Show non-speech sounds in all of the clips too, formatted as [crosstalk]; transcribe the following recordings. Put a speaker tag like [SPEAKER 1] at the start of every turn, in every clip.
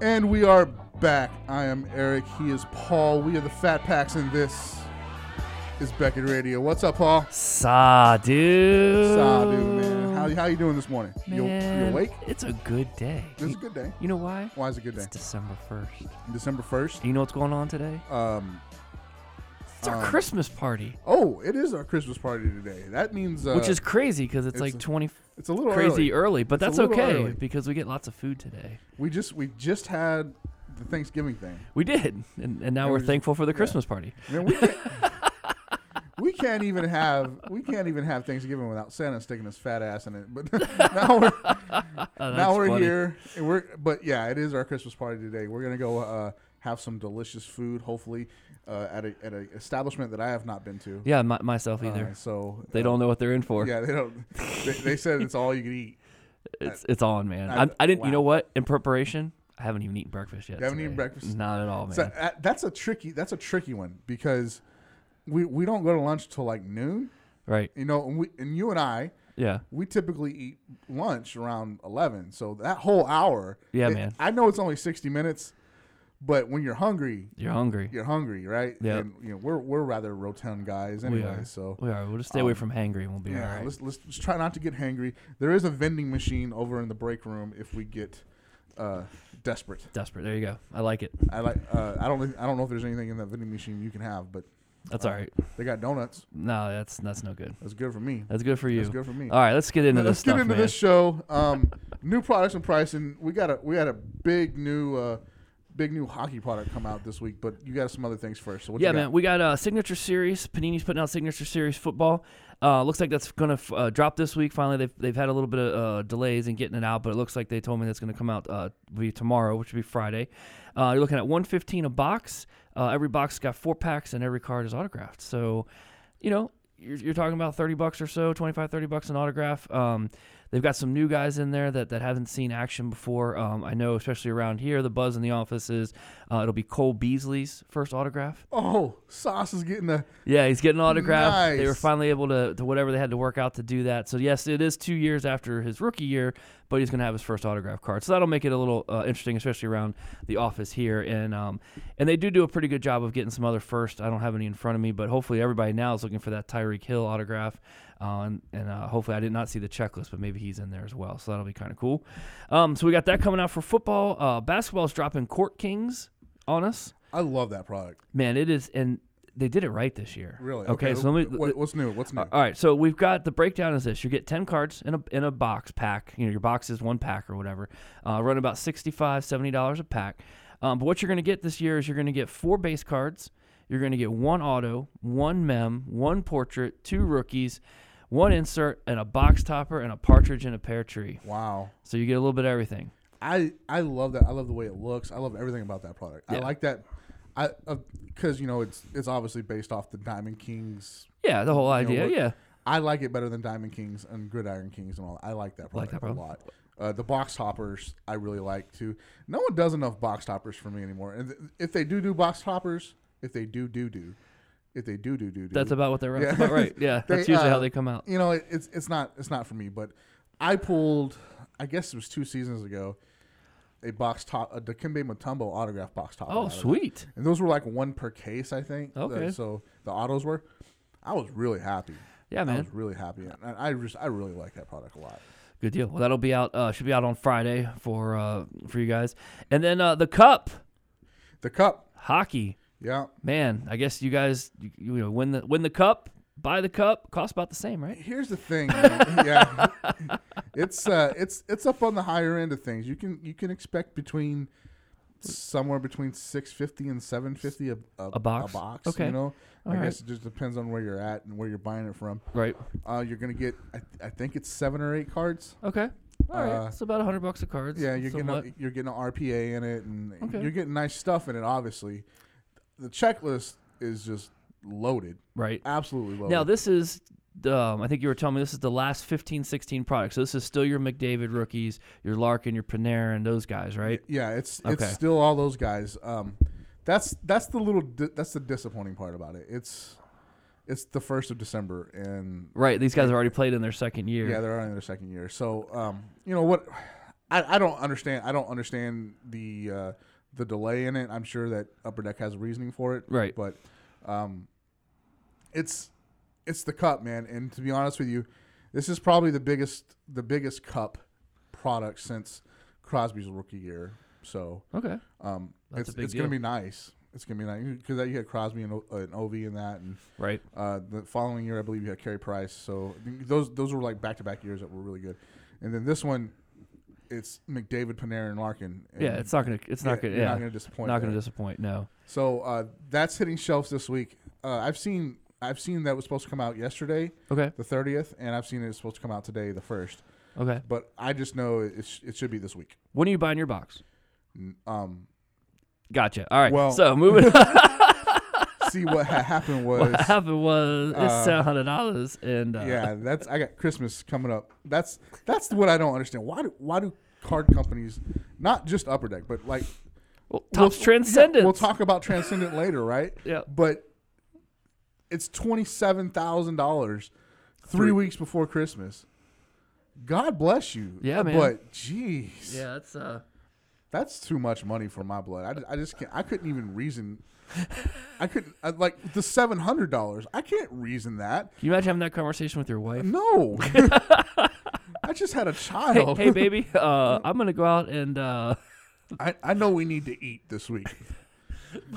[SPEAKER 1] And we are back. I am Eric. He is Paul. We are the Fat Packs, and this is Beckett Radio. What's up, Paul?
[SPEAKER 2] Saw, dude.
[SPEAKER 1] Saw, dude, man. How, how you doing this morning? You, you
[SPEAKER 2] Man,
[SPEAKER 1] awake?
[SPEAKER 2] It's a good day.
[SPEAKER 1] This is a
[SPEAKER 2] You-
[SPEAKER 1] good day.
[SPEAKER 2] You know why?
[SPEAKER 1] Why is it a good day?
[SPEAKER 2] It's December 1st.
[SPEAKER 1] December 1st.
[SPEAKER 2] Do you know what's going on today?
[SPEAKER 1] Um,
[SPEAKER 2] It's our
[SPEAKER 1] Um,
[SPEAKER 2] Christmas party,
[SPEAKER 1] oh, it is our Christmas party today. That means uh,
[SPEAKER 2] which is crazy because it's,
[SPEAKER 1] it's a
[SPEAKER 2] like 20
[SPEAKER 1] it's a little
[SPEAKER 2] crazy early,
[SPEAKER 1] early.
[SPEAKER 2] but
[SPEAKER 1] It's a
[SPEAKER 2] that's
[SPEAKER 1] little
[SPEAKER 2] okay
[SPEAKER 1] early.
[SPEAKER 2] because we get lots of food today.
[SPEAKER 1] We just we just had the Thanksgiving thing.
[SPEAKER 2] We did, and, and now
[SPEAKER 1] And
[SPEAKER 2] we're
[SPEAKER 1] we-
[SPEAKER 2] thankful for the Christmas party.
[SPEAKER 1] Man, we
[SPEAKER 2] [laughs]
[SPEAKER 1] can't, we can't even have we can't even have Thanksgiving without Santa sticking his fat ass in it. But [laughs] now we're
[SPEAKER 2] Uh,
[SPEAKER 1] now
[SPEAKER 2] that's
[SPEAKER 1] we're
[SPEAKER 2] funny.
[SPEAKER 1] here and we're but yeah, it is our Christmas party today. We're gonna go uh, have some delicious food, hopefully, uh, at a at a establishment that I have not been to.
[SPEAKER 2] Yeah, my, myself
[SPEAKER 1] Uh,
[SPEAKER 2] either.
[SPEAKER 1] so
[SPEAKER 2] they
[SPEAKER 1] uh,
[SPEAKER 2] don't know what they're in for.
[SPEAKER 1] Yeah, they don't. They, they said it's all you can
[SPEAKER 2] [laughs]
[SPEAKER 1] eat.
[SPEAKER 2] It's it's on, man.
[SPEAKER 1] I-
[SPEAKER 2] I, I, didn't. You
[SPEAKER 1] wow.
[SPEAKER 2] know what? In preparation, I haven't even eaten breakfast yet.
[SPEAKER 1] You haven't eaten
[SPEAKER 2] today.
[SPEAKER 1] breakfast?
[SPEAKER 2] Not at all, man.
[SPEAKER 1] So uh, that's a tricky that's a tricky one because we we don't go to lunch till like noon.
[SPEAKER 2] right?
[SPEAKER 1] You know, and we and you and I.
[SPEAKER 2] Yeah.
[SPEAKER 1] we typically eat lunch around 11 so that whole hour
[SPEAKER 2] Yeah,
[SPEAKER 1] it-
[SPEAKER 2] man.
[SPEAKER 1] i know it's only 60 minutes but when you're hungry
[SPEAKER 2] You're hungry.
[SPEAKER 1] you're hungry right
[SPEAKER 2] Yeah.
[SPEAKER 1] and you know we're, we're rather rotund guys
[SPEAKER 2] we
[SPEAKER 1] anyway
[SPEAKER 2] are.
[SPEAKER 1] so um,
[SPEAKER 2] we are. We'll just stay away from hangry, and we'll be
[SPEAKER 1] yeah
[SPEAKER 2] all right.
[SPEAKER 1] let's, let's let's try not to get hangry there is a vending machine over in the break room if we get uh desperate
[SPEAKER 2] Desperate. There you go. I like it.
[SPEAKER 1] i like uh i don't i don't know if there's anything in that vending machine you can have but
[SPEAKER 2] That's all right.
[SPEAKER 1] they got donuts
[SPEAKER 2] No, that's that's no good.
[SPEAKER 1] that's good for me
[SPEAKER 2] That's good for you.
[SPEAKER 1] that's good for me
[SPEAKER 2] All right, let's get into
[SPEAKER 1] Now,
[SPEAKER 2] this
[SPEAKER 1] let's
[SPEAKER 2] stuff,
[SPEAKER 1] get into
[SPEAKER 2] man.
[SPEAKER 1] this show. Um, new products and pricing. We got a we had a big new uh, big new hockey product come out this week, but you got some other things first. So what
[SPEAKER 2] yeah,
[SPEAKER 1] you got?
[SPEAKER 2] man, we got uh, signature series. Panini's putting out signature series football. Uh, looks like that's gonna f- uh, drop this week. Finally, they've they've had a little bit of uh, delays in getting it out, but it looks like they told me that's gonna come out uh, be tomorrow, which would be Friday. Uh, you're looking at 115 a box. Uh, every box got four packs, and every card is autographed. So, you know, you're, you're talking about 30 bucks or so 25 30 bucks an autograph um, they've got some new guys in there that, that haven't seen action before um, i know especially around here the buzz in the office is uh, it'll be cole beasley's first autograph
[SPEAKER 1] Oh, Sauce is getting a
[SPEAKER 2] yeah he's getting an autograph they were
[SPEAKER 1] Nice.
[SPEAKER 2] finally able to, to whatever they had to work out to do that so yes it is two years after his rookie year but he's going to have his first autograph card so that'll make it a little uh, interesting especially around the office here and um, and they do do a pretty good job of getting some other first i don't have any in front of me but hopefully everybody now is looking for that tyreek hill autograph uh, and and uh, hopefully, I did not see the checklist, but maybe he's in there as well. So that'll be kind of cool. Um, so we got that coming out for football. Uh, basketball's dropping Court Kings on us.
[SPEAKER 1] I love that product.
[SPEAKER 2] Man, it is, and they did it right this year.
[SPEAKER 1] Really?
[SPEAKER 2] Okay. so let me.
[SPEAKER 1] what, what's new? What's new?
[SPEAKER 2] all right. So we've got the breakdown is this: you get ten cards in a in a box pack. You know, your box is one pack or whatever. Uh, run about 65 dollars a pack. Um, but what you're going to get this year is you're going to get four base cards. You're going to get one auto, one mem, one portrait, two rookies, one insert, and a box topper, and a partridge in a pear tree.
[SPEAKER 1] wow.
[SPEAKER 2] So you get a little bit of everything.
[SPEAKER 1] I I love that. I love the way it looks. I love everything about that product. I
[SPEAKER 2] Yeah.
[SPEAKER 1] like that. I because you know it's it's obviously based off the Diamond Kings.
[SPEAKER 2] Yeah, the whole idea.
[SPEAKER 1] what-
[SPEAKER 2] yeah.
[SPEAKER 1] I like it better than Diamond Kings and Gridiron Kings and all. I like that product
[SPEAKER 2] Like that
[SPEAKER 1] a
[SPEAKER 2] product?
[SPEAKER 1] lot. Uh, the box toppers I really like too. No one does enough box toppers for me anymore. And th- if they do do box toppers, if they do do do, if they do do do do,
[SPEAKER 2] That's about
[SPEAKER 1] [laughs]
[SPEAKER 2] what they're
[SPEAKER 1] Yeah.
[SPEAKER 2] that's about right. Yeah,
[SPEAKER 1] They,
[SPEAKER 2] that's usually
[SPEAKER 1] uh,
[SPEAKER 2] how they come out.
[SPEAKER 1] you know it, it's it's not it's not for me. But I pulled, I guess it was two seasons ago, a box top a Dikembe Mutombo autograph box topper. out
[SPEAKER 2] Oh,
[SPEAKER 1] of it.
[SPEAKER 2] sweet.
[SPEAKER 1] And those were like one per case, I think. Uh,
[SPEAKER 2] Okay.
[SPEAKER 1] so the autos were. I was really happy.
[SPEAKER 2] Yeah,
[SPEAKER 1] I
[SPEAKER 2] man.
[SPEAKER 1] was really happy, and I I just I really like that product a lot.
[SPEAKER 2] Good deal. Well, that'll be out. Uh, should be out on Friday for uh, for you guys. And then uh, the cup
[SPEAKER 1] The cup,
[SPEAKER 2] hockey.
[SPEAKER 1] yeah,
[SPEAKER 2] Man, I guess you guys you, you know win the win the cup, buy the cup. Costs about the same, right?
[SPEAKER 1] Here's the thing, man. [laughs] yeah, it's uh, it's it's up on the higher end of things. You can you can expect between somewhere between six fifty and seven fifty a, a
[SPEAKER 2] A
[SPEAKER 1] A
[SPEAKER 2] box?
[SPEAKER 1] box,
[SPEAKER 2] Okay.
[SPEAKER 1] you know.
[SPEAKER 2] All
[SPEAKER 1] I
[SPEAKER 2] right.
[SPEAKER 1] guess it just depends on where you're at and where you're buying it from.
[SPEAKER 2] Right.
[SPEAKER 1] Uh, you're gonna get, I, th- I think it's seven or eight cards.
[SPEAKER 2] Okay. All right.
[SPEAKER 1] Uh,
[SPEAKER 2] It's about hundred bucks of cards.
[SPEAKER 1] Yeah, you're
[SPEAKER 2] So
[SPEAKER 1] getting
[SPEAKER 2] what-
[SPEAKER 1] a, you're getting an RPA in it, and
[SPEAKER 2] Okay.
[SPEAKER 1] you're getting nice stuff in it. Obviously, the checklist is just loaded,
[SPEAKER 2] right.
[SPEAKER 1] absolutely loaded.
[SPEAKER 2] Now this is. Um, I think you were telling me this is the last 15, 16 product. So this is still your McDavid rookies, your Larkin, your Panera, and those guys, right?
[SPEAKER 1] Yeah, it's
[SPEAKER 2] Okay.
[SPEAKER 1] it's still all those guys. Um, that's that's the little di- that's the disappointing part about it. It's it's the first of December, and
[SPEAKER 2] Right. These guys have already played in their second year.
[SPEAKER 1] yeah, they're on their second year. So um, you know what? I, I don't understand. I don't understand the uh, the delay in it. I'm sure that Upper Deck has reasoning for it,
[SPEAKER 2] Right.
[SPEAKER 1] But um, it's it's the cup, man. And to be honest with you, this is probably the biggest the biggest cup product since Crosby's rookie year. So
[SPEAKER 2] Okay.
[SPEAKER 1] um,
[SPEAKER 2] That's a
[SPEAKER 1] it's
[SPEAKER 2] big
[SPEAKER 1] it's gonna
[SPEAKER 2] deal.
[SPEAKER 1] be nice. It's gonna be nice because you had Crosby and, O- uh, and Ovi and that, and
[SPEAKER 2] Right.
[SPEAKER 1] uh, the following year, I believe you had Carey Price. So th- those those were like back to back years that were really good. And then this one, it's McDavid, Panarin, Larkin. And
[SPEAKER 2] yeah, it's not gonna. It's not gonna.
[SPEAKER 1] you're
[SPEAKER 2] Yeah.
[SPEAKER 1] not
[SPEAKER 2] Not
[SPEAKER 1] going to disappoint.
[SPEAKER 2] gonna,
[SPEAKER 1] there.
[SPEAKER 2] disappoint. No.
[SPEAKER 1] so uh, that's hitting shelves this week. Uh, I've seen I've seen that was supposed to come out yesterday,
[SPEAKER 2] Okay.
[SPEAKER 1] the thirtieth, and I've seen it was supposed to come out today, the first.
[SPEAKER 2] Okay.
[SPEAKER 1] But I just know it, it, sh- it should be this week.
[SPEAKER 2] When are you buying your box?
[SPEAKER 1] N- Um,
[SPEAKER 2] Gotcha. All right.
[SPEAKER 1] Well-
[SPEAKER 2] so
[SPEAKER 1] [laughs]
[SPEAKER 2] moving. on.
[SPEAKER 1] see what ha-
[SPEAKER 2] [laughs]
[SPEAKER 1] happened was.
[SPEAKER 2] what happened was
[SPEAKER 1] uh,
[SPEAKER 2] it's seven hundred dollars, and uh, [laughs]
[SPEAKER 1] yeah, that's I got Christmas coming up. That's that's what I don't understand. Why do why do card companies not just Upper Deck, but like
[SPEAKER 2] well, tops
[SPEAKER 1] yeah,
[SPEAKER 2] transcendent.
[SPEAKER 1] we'll talk about Transcendent later, right?
[SPEAKER 2] Yeah.
[SPEAKER 1] But it's twenty seven thousand dollars
[SPEAKER 2] Three-
[SPEAKER 1] three weeks before Christmas. God bless you.
[SPEAKER 2] Yeah, man.
[SPEAKER 1] But jeez,
[SPEAKER 2] Yeah, it's uh.
[SPEAKER 1] that's too much money for my blood. I, ju- I just can't. I couldn't even reason. I couldn't I, like the seven hundred dollars. I can't reason that.
[SPEAKER 2] Can you imagine having that conversation with your wife? [laughs]
[SPEAKER 1] No. I just had a
[SPEAKER 2] Hey,
[SPEAKER 1] child. [laughs]
[SPEAKER 2] hey, baby, uh, I'm gonna go out and. Uh,
[SPEAKER 1] I, I know we need to eat this week.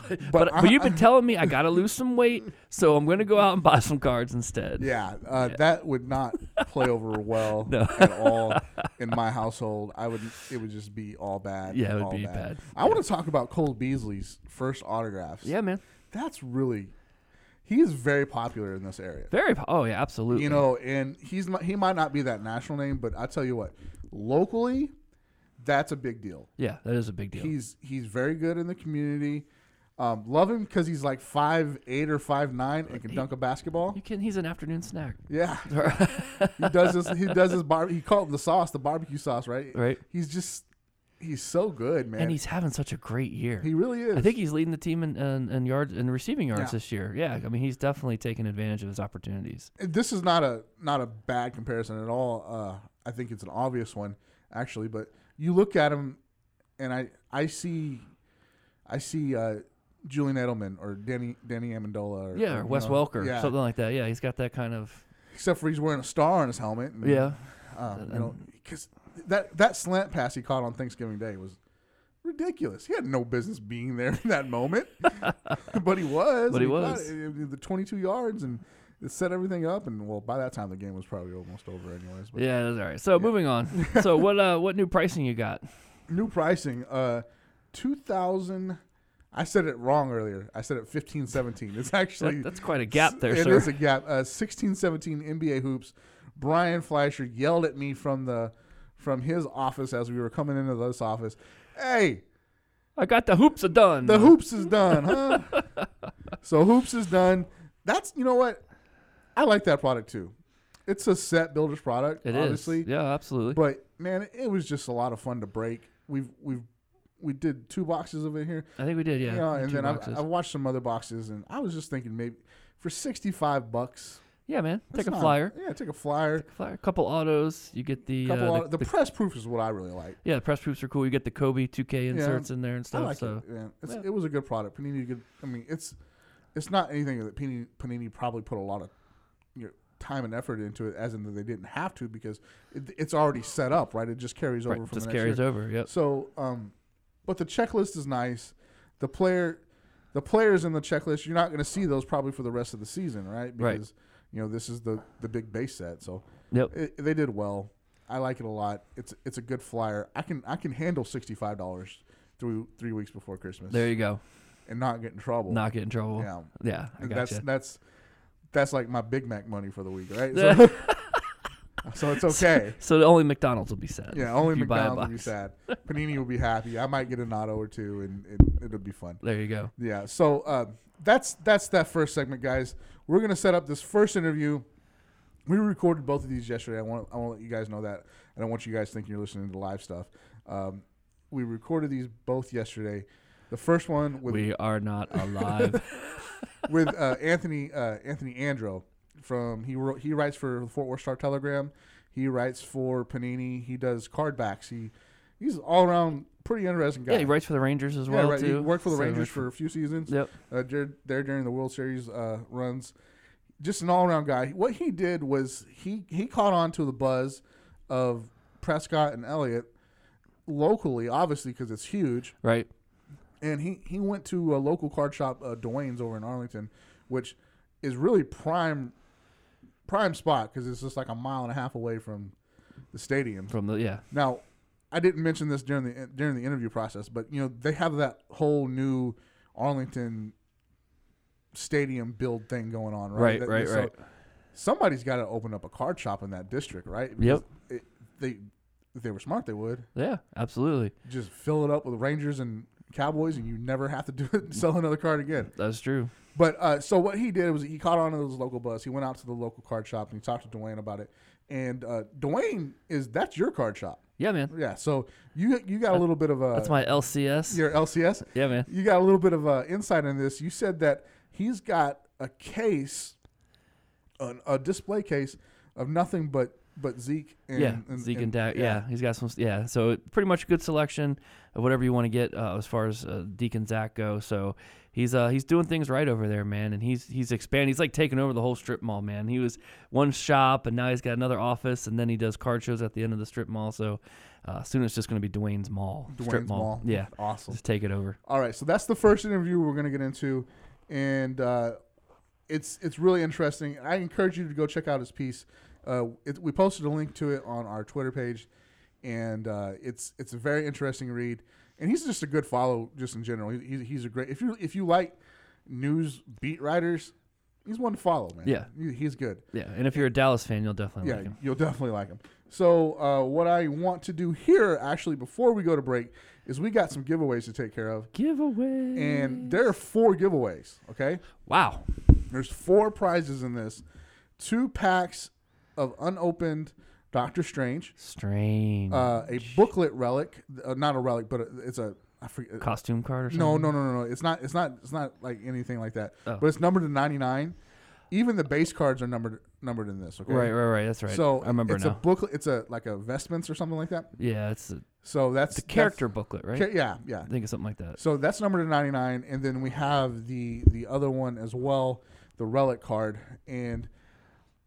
[SPEAKER 1] but,
[SPEAKER 2] but,
[SPEAKER 1] I-
[SPEAKER 2] but you've been telling me I gotta lose some weight, so I'm gonna go out and buy some cards
[SPEAKER 1] [laughs]
[SPEAKER 2] instead.
[SPEAKER 1] yeah, uh, that would not play over well
[SPEAKER 2] [laughs] No.
[SPEAKER 1] at all in my household. I would it would just be all bad.
[SPEAKER 2] Yeah, it would
[SPEAKER 1] all
[SPEAKER 2] be bad.
[SPEAKER 1] I want to talk about Cole Beasley's first autographs.
[SPEAKER 2] Yeah, man.
[SPEAKER 1] that's really he is very popular in this area.
[SPEAKER 2] Very. po- Oh yeah, absolutely.
[SPEAKER 1] You know, and he's mi- he might not be that national name, but I tell you what, locally, that's a big deal.
[SPEAKER 2] yeah, that is a big deal.
[SPEAKER 1] He's he's very good in the community. Um, love him because he's like five eight or five nine and can dunk a basketball.
[SPEAKER 2] [laughs] You can. He's an
[SPEAKER 1] [laughs]
[SPEAKER 2] afternoon snack. [laughs]
[SPEAKER 1] Yeah, he does this. He does his bar. He called the sauce the barbecue sauce, right?
[SPEAKER 2] Right.
[SPEAKER 1] He's just he's so good, man.
[SPEAKER 2] and he's having such a great year.
[SPEAKER 1] he really is.
[SPEAKER 2] I think he's leading the team in, in, in yards and receiving yards
[SPEAKER 1] Yeah.
[SPEAKER 2] this year. Yeah, I mean he's definitely taking advantage of his opportunities.
[SPEAKER 1] And this is not a not a bad comparison at all. Uh, I think it's an obvious one actually, but you look at him, and I I see, I see uh, Julian Edelman or Danny Danny Amendola or
[SPEAKER 2] Yeah,
[SPEAKER 1] you
[SPEAKER 2] or Wes
[SPEAKER 1] know,
[SPEAKER 2] Welker,
[SPEAKER 1] yeah.
[SPEAKER 2] something like that. Yeah, he's got that kind of.
[SPEAKER 1] except for he's wearing a star on his helmet. And,
[SPEAKER 2] Yeah,
[SPEAKER 1] uh, you know, because that that slant pass he caught on Thanksgiving Day was ridiculous. He had no business being there in that moment, [laughs] but he was.
[SPEAKER 2] But he
[SPEAKER 1] caught
[SPEAKER 2] was.
[SPEAKER 1] it, it- the twenty-two yards and it set everything up. And well, by that time the game was probably almost over, anyways. But
[SPEAKER 2] yeah, that's all right. So moving
[SPEAKER 1] [laughs]
[SPEAKER 2] on. so what uh what new pricing you got?
[SPEAKER 1] new pricing, uh, two thousand. I said it wrong earlier. I said it fifteen seventeen. It's [laughs] actually
[SPEAKER 2] That, that's quite a gap there,
[SPEAKER 1] It is
[SPEAKER 2] sir.
[SPEAKER 1] a gap. Uh, 16 17 NBA hoops. Brian Fleischer yelled at me from the from his office as we were coming into this office. Hey,
[SPEAKER 2] I got the hoops are done.
[SPEAKER 1] the hoops is done, huh? [laughs] so hoops is done. That's you know what? I like that product too. It's a set builder's product,
[SPEAKER 2] It is.
[SPEAKER 1] obviously.
[SPEAKER 2] Yeah, absolutely.
[SPEAKER 1] But man, it was just a lot of fun to break. We've we've we did two boxes of it here.
[SPEAKER 2] I think we did. Yeah.
[SPEAKER 1] you know,
[SPEAKER 2] in
[SPEAKER 1] and
[SPEAKER 2] two
[SPEAKER 1] then I've,
[SPEAKER 2] boxes.
[SPEAKER 1] I've watched some other boxes and I was just thinking maybe for sixty five bucks.
[SPEAKER 2] yeah, man. Take
[SPEAKER 1] That's
[SPEAKER 2] a
[SPEAKER 1] not-
[SPEAKER 2] flyer.
[SPEAKER 1] Yeah, take a flyer.
[SPEAKER 2] Flyer. Couple autos. You get the,
[SPEAKER 1] Couple
[SPEAKER 2] uh,
[SPEAKER 1] auto- the, press proof is what I really like.
[SPEAKER 2] yeah. The press proofs are cool. You get the Kobe 2K inserts in there and
[SPEAKER 1] I
[SPEAKER 2] stuff.
[SPEAKER 1] like
[SPEAKER 2] so
[SPEAKER 1] it. Man. It's,
[SPEAKER 2] yeah.
[SPEAKER 1] It was a good product. Panini good. I mean, it's it's not anything that Panini, Panini probably put a lot of you know, time and effort into it, as in that they didn't have to because it, it's already set up, right? It just carries over
[SPEAKER 2] right,
[SPEAKER 1] from
[SPEAKER 2] just
[SPEAKER 1] the next
[SPEAKER 2] carries
[SPEAKER 1] year.
[SPEAKER 2] over. Yep.
[SPEAKER 1] So, um, but the checklist is nice. The player, the players in the checklist, you're not going to see those probably for the rest of the season, right?
[SPEAKER 2] Right.
[SPEAKER 1] Because you know this is the the big base set, so.
[SPEAKER 2] Yep.
[SPEAKER 1] it, they did well. I like it a lot. It's it's a good flyer. I can I can handle sixty five dollars through three weeks before Christmas
[SPEAKER 2] There you go.
[SPEAKER 1] and not get in trouble.
[SPEAKER 2] Not get in trouble.
[SPEAKER 1] yeah,
[SPEAKER 2] Yeah, I
[SPEAKER 1] that's
[SPEAKER 2] gotcha.
[SPEAKER 1] that's that's like my Big Mac money for the week,
[SPEAKER 2] [laughs]
[SPEAKER 1] right? So, so it's okay.
[SPEAKER 2] So only McDonald's will be sad. [laughs]
[SPEAKER 1] Yeah, only
[SPEAKER 2] if you buy a
[SPEAKER 1] McDonald's will be
[SPEAKER 2] box.
[SPEAKER 1] sad.
[SPEAKER 2] [laughs]
[SPEAKER 1] Panini will be happy. I might get an auto or two, and it, it'll be fun.
[SPEAKER 2] There you go.
[SPEAKER 1] Yeah. So uh, that's that's that first segment, guys. We're gonna set up this first interview. We recorded both of these yesterday. I want I want to let you guys know that. I don't want you guys thinking you're listening to live stuff. Um, we recorded these both yesterday. The first one with
[SPEAKER 2] we
[SPEAKER 1] [laughs]
[SPEAKER 2] are not alive.
[SPEAKER 1] with uh, Anthony uh, Anthony Andro from he wrote, he writes for the Fort Worth Star Telegram. He writes for Panini. He does card backs. He he's all around pretty interesting guy.
[SPEAKER 2] Yeah, he writes for the Rangers as well
[SPEAKER 1] right. He
[SPEAKER 2] too.
[SPEAKER 1] worked for the
[SPEAKER 2] So he
[SPEAKER 1] Rangers
[SPEAKER 2] worked
[SPEAKER 1] for a few seasons.
[SPEAKER 2] [laughs] Yep.
[SPEAKER 1] uh, dur- there during the World Series uh, runs. Just an all around guy. What he did was he he caught on to the buzz of Prescott and Elliott locally, obviously because it's huge.
[SPEAKER 2] Right.
[SPEAKER 1] And he he went to a local card shop, uh, Dwayne's over in Arlington, which is really prime prime spot because it's just like a mile and a half away from the stadium.
[SPEAKER 2] From the yeah.
[SPEAKER 1] Now, I didn't mention this during the uh, during the interview process, but you know they have that whole new Arlington stadium build thing going on, right?
[SPEAKER 2] Right,
[SPEAKER 1] That-
[SPEAKER 2] right,
[SPEAKER 1] so
[SPEAKER 2] right.
[SPEAKER 1] Somebody's got to open up a card shop in that district, right?
[SPEAKER 2] Yep.
[SPEAKER 1] Because It, they if they were smart, they would
[SPEAKER 2] Yeah, absolutely.
[SPEAKER 1] just fill it up with Rangers and Cowboys, and you never have to do it, sell another card again.
[SPEAKER 2] That's true.
[SPEAKER 1] But uh, so what he did was he caught on to those local buzz. He went out to the local card shop and he talked to Dwayne about it. And uh, Dwayne is that's your card shop.
[SPEAKER 2] Yeah, man.
[SPEAKER 1] Yeah, so you you got a little bit of a
[SPEAKER 2] That's my LCS.
[SPEAKER 1] your LCS.
[SPEAKER 2] Yeah, man.
[SPEAKER 1] You got a little bit of uh, insight in this. You said that he's got a case, an, a display case of nothing but but Zeke and
[SPEAKER 2] yeah, Zeke and, Dak. Yeah.
[SPEAKER 1] yeah.
[SPEAKER 2] he's got some. Yeah, so it- pretty much a good selection of whatever you want to get uh, as far as uh, Deacon Zach go. So he's uh, he's doing things right over there, man, and he's he's expanding. He's like taking over the whole strip mall, man. He was one shop, and now he's got another office, and then he does card shows at the end of the strip mall. So uh, soon it's just going to be Dwayne's Mall, strip
[SPEAKER 1] Dwayne's Mall.
[SPEAKER 2] Yeah,
[SPEAKER 1] Awesome.
[SPEAKER 2] just take it over.
[SPEAKER 1] All right, so that's the first interview we're going to get into, and uh, it's it's really interesting. I encourage you to go check out his piece. Uh, it, we posted a link to it on our Twitter page, and uh, it's it's a very interesting read. And he's just a good follow, just in general. He, he's- he's a great if you if you like news beat writers, he's one to follow, man.
[SPEAKER 2] Yeah.
[SPEAKER 1] He- he's good.
[SPEAKER 2] Yeah, and if you're a Dallas fan, you'll definitely
[SPEAKER 1] Yeah,
[SPEAKER 2] like him.
[SPEAKER 1] you'll definitely like him. So, uh, what I want to do here, actually, before we go to break, is we got some giveaways to take care of
[SPEAKER 2] Giveaway.
[SPEAKER 1] and there are four giveaways. Okay,
[SPEAKER 2] Wow.
[SPEAKER 1] there's four prizes in this: two packs of unopened Doctor Strange,
[SPEAKER 2] Strange.
[SPEAKER 1] uh, a booklet relic, uh, not a relic, but it's a I forget.
[SPEAKER 2] Costume card or something?
[SPEAKER 1] No, no, no, no, no. It's not. It's not. It's not like anything like that.
[SPEAKER 2] Oh.
[SPEAKER 1] But it's numbered to 99. Even the base cards are numbered numbered in this. Okay.
[SPEAKER 2] Right, right, right. That's right.
[SPEAKER 1] So
[SPEAKER 2] I remember
[SPEAKER 1] it's
[SPEAKER 2] now.
[SPEAKER 1] a booklet. It's a like a vestments or something like that.
[SPEAKER 2] yeah, it's a,
[SPEAKER 1] So that's
[SPEAKER 2] the
[SPEAKER 1] that's-
[SPEAKER 2] character booklet, right?
[SPEAKER 1] ca- yeah, yeah.
[SPEAKER 2] I think it's something like that.
[SPEAKER 1] So that's number to 99 and then we have the the other one as well, the relic card and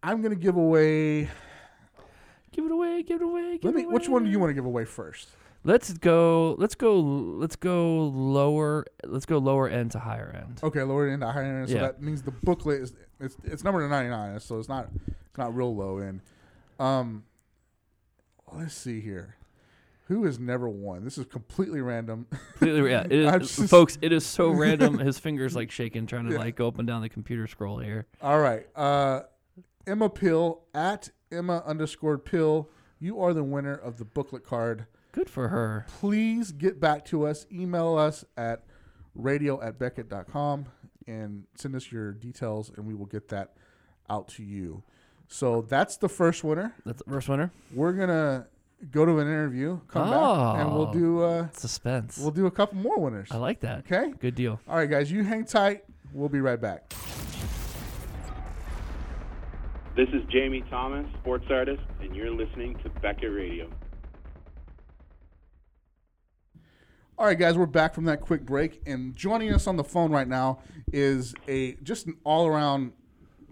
[SPEAKER 1] I'm going to give away
[SPEAKER 2] Give it away, give it away. Give
[SPEAKER 1] Let
[SPEAKER 2] it
[SPEAKER 1] me
[SPEAKER 2] away.
[SPEAKER 1] which one do you want to give away first?
[SPEAKER 2] Let's go. Let's go. Let's go lower. Let's go lower end to higher end.
[SPEAKER 1] Okay, lower end to higher end. So
[SPEAKER 2] Yeah.
[SPEAKER 1] that means the booklet is it's it's number to 99, so it's not it's not real low end. Um let's see here. Who has never won? This is completely random. [laughs]
[SPEAKER 2] Completely- yeah, it
[SPEAKER 1] I'm
[SPEAKER 2] is,
[SPEAKER 1] just-
[SPEAKER 2] folks. It
[SPEAKER 1] [laughs]
[SPEAKER 2] is so random. His fingers like shaking, trying to
[SPEAKER 1] Yeah.
[SPEAKER 2] like go up and down the computer scroll here.
[SPEAKER 1] All right. Uh, Emma Pill at Emma underscore Pill. You are the winner of the booklet card.
[SPEAKER 2] Good for her.
[SPEAKER 1] Please get back to us. Email us at radio at beckett.com and send us your details, and we will get that out to you. So that's the first winner.
[SPEAKER 2] That's the first winner.
[SPEAKER 1] We're gonna go to an interview, come back, and we'll
[SPEAKER 2] Oh.
[SPEAKER 1] do uh,
[SPEAKER 2] Suspense.
[SPEAKER 1] we'll do a couple more winners.
[SPEAKER 2] I like that.
[SPEAKER 1] Okay.
[SPEAKER 2] Good deal.
[SPEAKER 1] All right, guys, you hang tight. We'll be right back.
[SPEAKER 3] This is Jamie Thomas, sports artist, and you're listening to Beckett Radio.
[SPEAKER 1] All right, guys, we're back from that quick break, and joining us on the phone right now is a just an all-around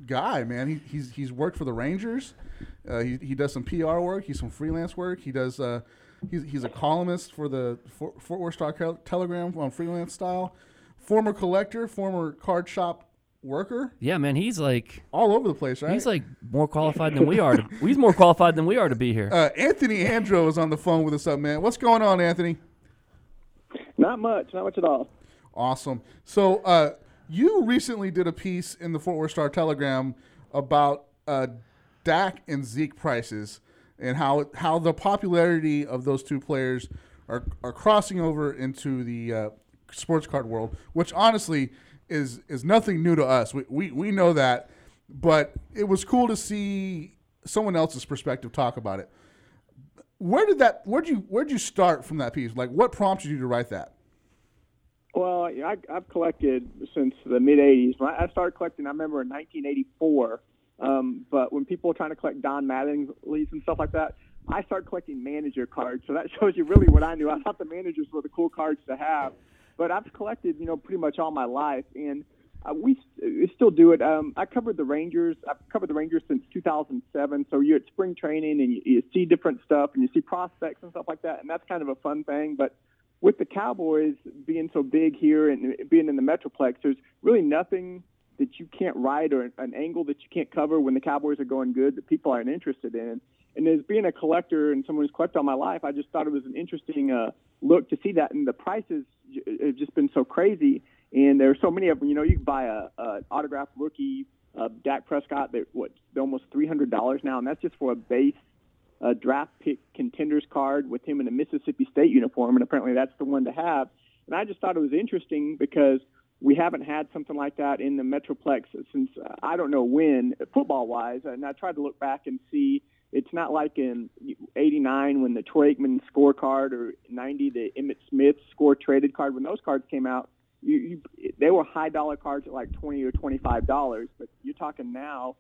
[SPEAKER 1] guy, man. He, he's he's worked for the Rangers. Uh, he, he does some PR work. He's some freelance work. He does. Uh, he's, he's a columnist for the Fort, Fort Worth Star Tel- Telegram on freelance style. Former collector, former card shop worker,
[SPEAKER 2] Yeah, man. He's like
[SPEAKER 1] all over the place, right?
[SPEAKER 2] he's like more qualified than we are. To, he's more qualified than we are to be here.
[SPEAKER 1] uh, Anthony Andro is on the phone with us up, man. What's going on, Anthony?
[SPEAKER 4] Not much, not much at all.
[SPEAKER 1] Awesome. So uh, you recently did a piece in the Fort Worth Star Telegram about uh, Dak and Zeke prices and how how the popularity of those two players are, are crossing over into the uh, sports card world, which honestly is is nothing new to us. We, we we know that, but it was cool to see someone else's perspective talk about it. Where did that? Where'd you Where'd you start from that piece? Like, what prompted you to write that?
[SPEAKER 4] Well, I, I've collected since the mid '80s. When I I started collecting, I remember in 1984. Um, but when people were trying to collect Don Mattingly's and stuff like that, I started collecting manager cards. So that [laughs] shows you really what I knew. I thought the managers were the cool cards to have, but I've collected, you know, pretty much all my life, and uh, we st- still do it. Um, I covered the Rangers. I've covered the Rangers since 2007. So you're at spring training and you, you see different stuff and you see prospects and stuff like that, and that's kind of a fun thing. But with the Cowboys being so big here and being in the Metroplex, there's really nothing that you can't write or an angle that you can't cover when the Cowboys are going good that people aren't interested in. And as being a collector and someone who's collected all my life, I just thought it was an interesting uh, look to see that. And the prices j- have just been so crazy. And there are so many of them. You know, you can buy a, a autographed rookie, uh, Dak Prescott, that what they're almost three hundred dollars now, and that's just for a base uh, draft pick contenders card with him in a Mississippi State uniform. And apparently, that's the one to have. And I just thought it was interesting because we haven't had something like that in the Metroplex since uh, I don't know when, football wise. And I tried to look back and see. It's not like in '89 when the Troy Aikman scorecard or '90 the Emmett Smith score traded card. When those cards came out, you, you they were high dollar cards at like 20 or 25 dollars. But you're talking now,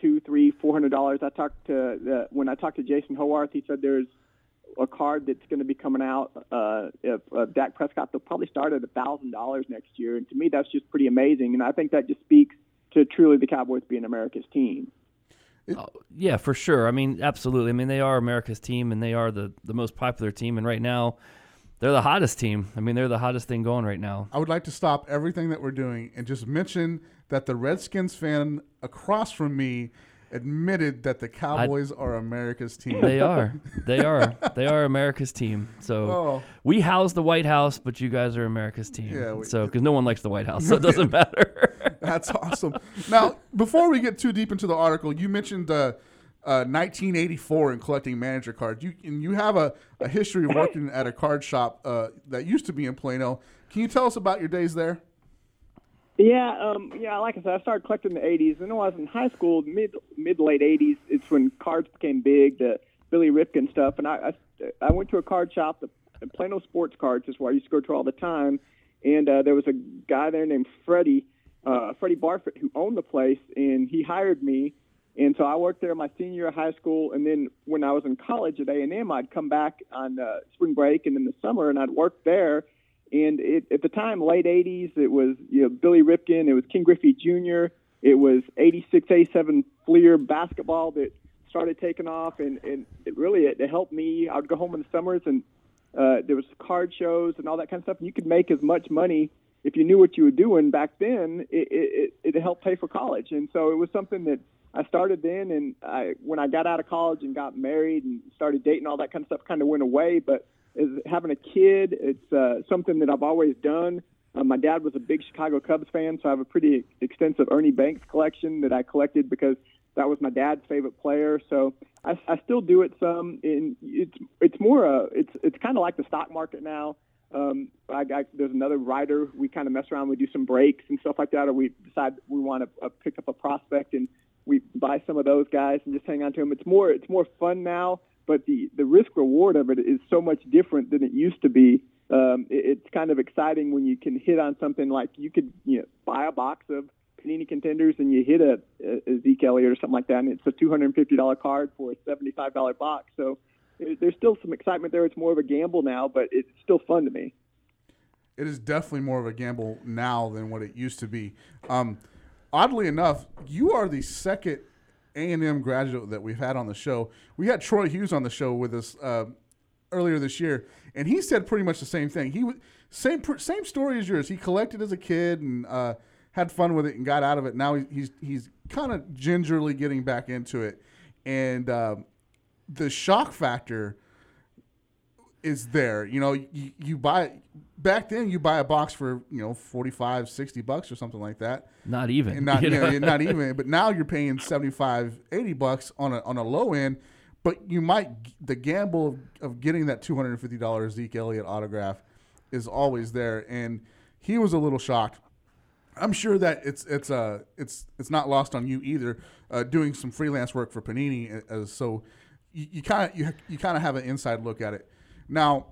[SPEAKER 4] two, three, four hundred dollars. I talked to the, when I talked to Jason Howarth, he said there's a card that's going to be coming out uh, if uh, Dak Prescott. They'll probably start at a thousand dollars next year, and to me, that's just pretty amazing. And I think that just speaks to truly the Cowboys being America's team.
[SPEAKER 2] Uh, yeah, for sure. I mean, absolutely. I mean, they are America's team, and they are the the most popular team. And right now, they're the hottest team. I mean, they're the hottest thing going right now.
[SPEAKER 1] I would like to stop everything that we're doing and just mention that the Redskins fan across from me admitted that the Cowboys are America's team.
[SPEAKER 2] They are. They are. they are America's team. So
[SPEAKER 1] Oh.
[SPEAKER 2] we house the White House, but you guys are America's team.
[SPEAKER 1] Yeah, we-
[SPEAKER 2] so because no one likes the White House, so
[SPEAKER 1] [laughs]
[SPEAKER 2] it doesn't matter.
[SPEAKER 1] [laughs]
[SPEAKER 2] [laughs]
[SPEAKER 1] That's awesome. Now, before we get too deep into the article, you mentioned uh, uh, 1984 and collecting manager cards. You and you have a, a history of working at a card shop uh, that used to be in Plano. Can you tell us about your days there?
[SPEAKER 4] Yeah, um, yeah. Like I said, I started collecting in the '80s, and when I was in high school, mid mid late '80s, it's when cards became big, the Billy Ripken stuff. And I I, I went to a card shop, the Plano Sports Cards is where I used to go to all the time. And uh, there was a guy there named Freddie, uh, Freddie Barford, who owned the place, and he hired me. And so I worked there my senior year of high school, and then when I was in college at A&M, I'd come back on uh, spring break and in the summer, and I'd work there. And it, at the time, late 80s, it was you know Billy Ripken, it was King Griffey Jr., it was 86, 87 Fleer basketball that started taking off, and, and it really it, it helped me. I would go home in the summers, and uh, there was card shows and all that kind of stuff. And you could make as much money if you knew what you were doing back then. It, it, it, it helped pay for college, and so it was something that I started then. And I, when I got out of college and got married and started dating, all that kind of stuff kind of went away. But as having a kid, it's uh, something that I've always done. Uh, my dad was a big Chicago Cubs fan, so I have a pretty extensive Ernie Banks collection that I collected because that was my dad's favorite player. So I, I still do it some. In it's it's more uh it's it's kind of like the stock market now. Um, I, I, there's another writer. We kind of mess around. We do some breaks and stuff like that, or we decide we want to uh, pick up a prospect and we buy some of those guys and just hang on to them. It's more it's more fun now, but the the risk reward of it is so much different than it used to be. Um, it, it's kind of exciting when you can hit on something like you could you know buy a box of Panini contenders and you hit a, a Zeke Elliott or something like that, and it's a two hundred and fifty dollar card for a seventy five dollar box. So there- there's still some excitement there. It's more of a gamble now, but it's still fun to me.
[SPEAKER 1] It is definitely more of a gamble now than what it used to be. Um, oddly enough, you are the second A and M graduate that we've had on the show. We had Troy Hughes on the show with us uh, earlier this year, and he said pretty much the same thing. He w- same pr- same story as yours. He collected as a kid and uh, had fun with it and got out of it. Now he- he's he's kind of gingerly getting back into it, and um, the shock factor is there. You know, you, you buy back then you buy a box for, you know, 45, 60 bucks or something like that.
[SPEAKER 2] not even.
[SPEAKER 1] And not
[SPEAKER 2] you
[SPEAKER 1] you
[SPEAKER 2] know?
[SPEAKER 1] know, not even, but now you're paying 75, 80 bucks on a on a low end, but you might g- the gamble of, of getting that $250 Zeke Elliott autograph is always there and he was a little shocked. I'm sure that it's it's uh it's it's not lost on you either. Uh, doing some freelance work for Panini, uh, so you kind of you you kind of have an inside look at it. Now,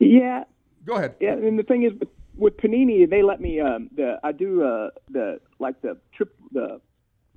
[SPEAKER 4] Yeah,
[SPEAKER 1] go ahead.
[SPEAKER 4] yeah. And the thing is, with, with Panini, they let me um, the I do uh, the like the trip the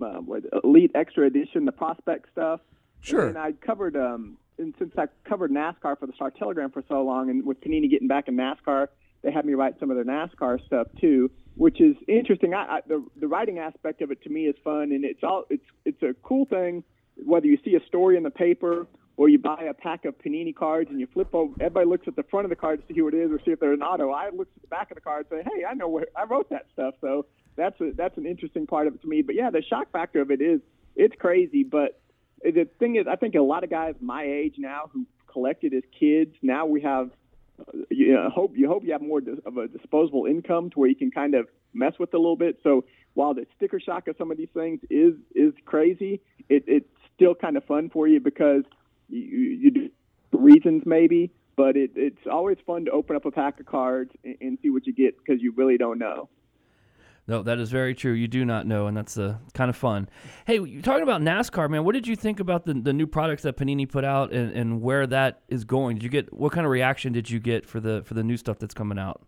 [SPEAKER 4] uh, what, elite extra edition, the prospect stuff.
[SPEAKER 1] Sure.
[SPEAKER 4] And I covered um, and since I covered NASCAR for the Star Telegram for so long, and with Panini getting back in NASCAR, they had me write some of their NASCAR stuff too, which is interesting. I, I the the writing aspect of it to me is fun, and it's all it's it's a cool thing. Whether you see a story in the paper or you buy a pack of Panini cards and you flip over, everybody looks at the front of the card to see who it is or see if they're an auto. I looked at the back of the card and say, hey, I know where I wrote that stuff. So that's a, that's an interesting part of it to me. But yeah, the shock factor of it is it's crazy, but the thing is, I think a lot of guys my age now who collected as kids, now we have, uh, you know, hope you hope you have more dis- of a disposable income to where you can kind of mess with a little bit. So while the sticker shock of some of these things is is crazy, it, it's still kind of fun for you because you, you do reasons maybe, but it, it's always fun to open up a pack of cards and, and see what you get because you really don't know.
[SPEAKER 2] No, that is very true. You do not know, and that's uh, kind of fun. Hey, you're talking about NASCAR, man. What did you think about the, the new products that Panini put out, and, and where that is going? Did you get what kind of reaction did you get for the for the new stuff that's coming out?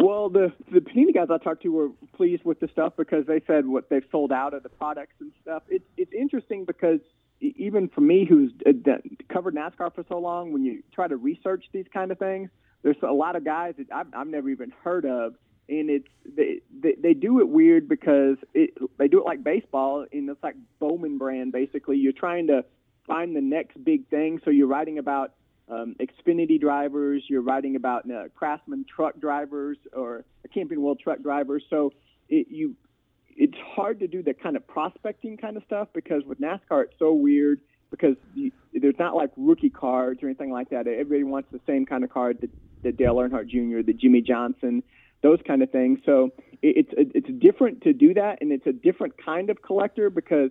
[SPEAKER 4] Well, the the Panini guys I talked to were pleased with the stuff because they said what they've sold out of the products and stuff. It's it's interesting because e- even for me, who's uh, done- covered NASCAR for so long, when you try to research these kind of things, there's a lot of guys that I've, I've never even heard of, and it's they they, they do it weird because it, they do it like baseball, and it's like Bowman brand basically. You're trying to find the next big thing, so you're writing about um, Xfinity drivers, you're writing about uh, Craftsman truck drivers or Camping World truck drivers. So it, you, it's hard to do the kind of prospecting kind of stuff because with NASCAR it's so weird because you, there's not like rookie cards or anything like that. Everybody wants the same kind of card that, that Dale Earnhardt Jr., the Jimmy Johnson, those kind of things. So it, it's it's different to do that, and it's a different kind of collector because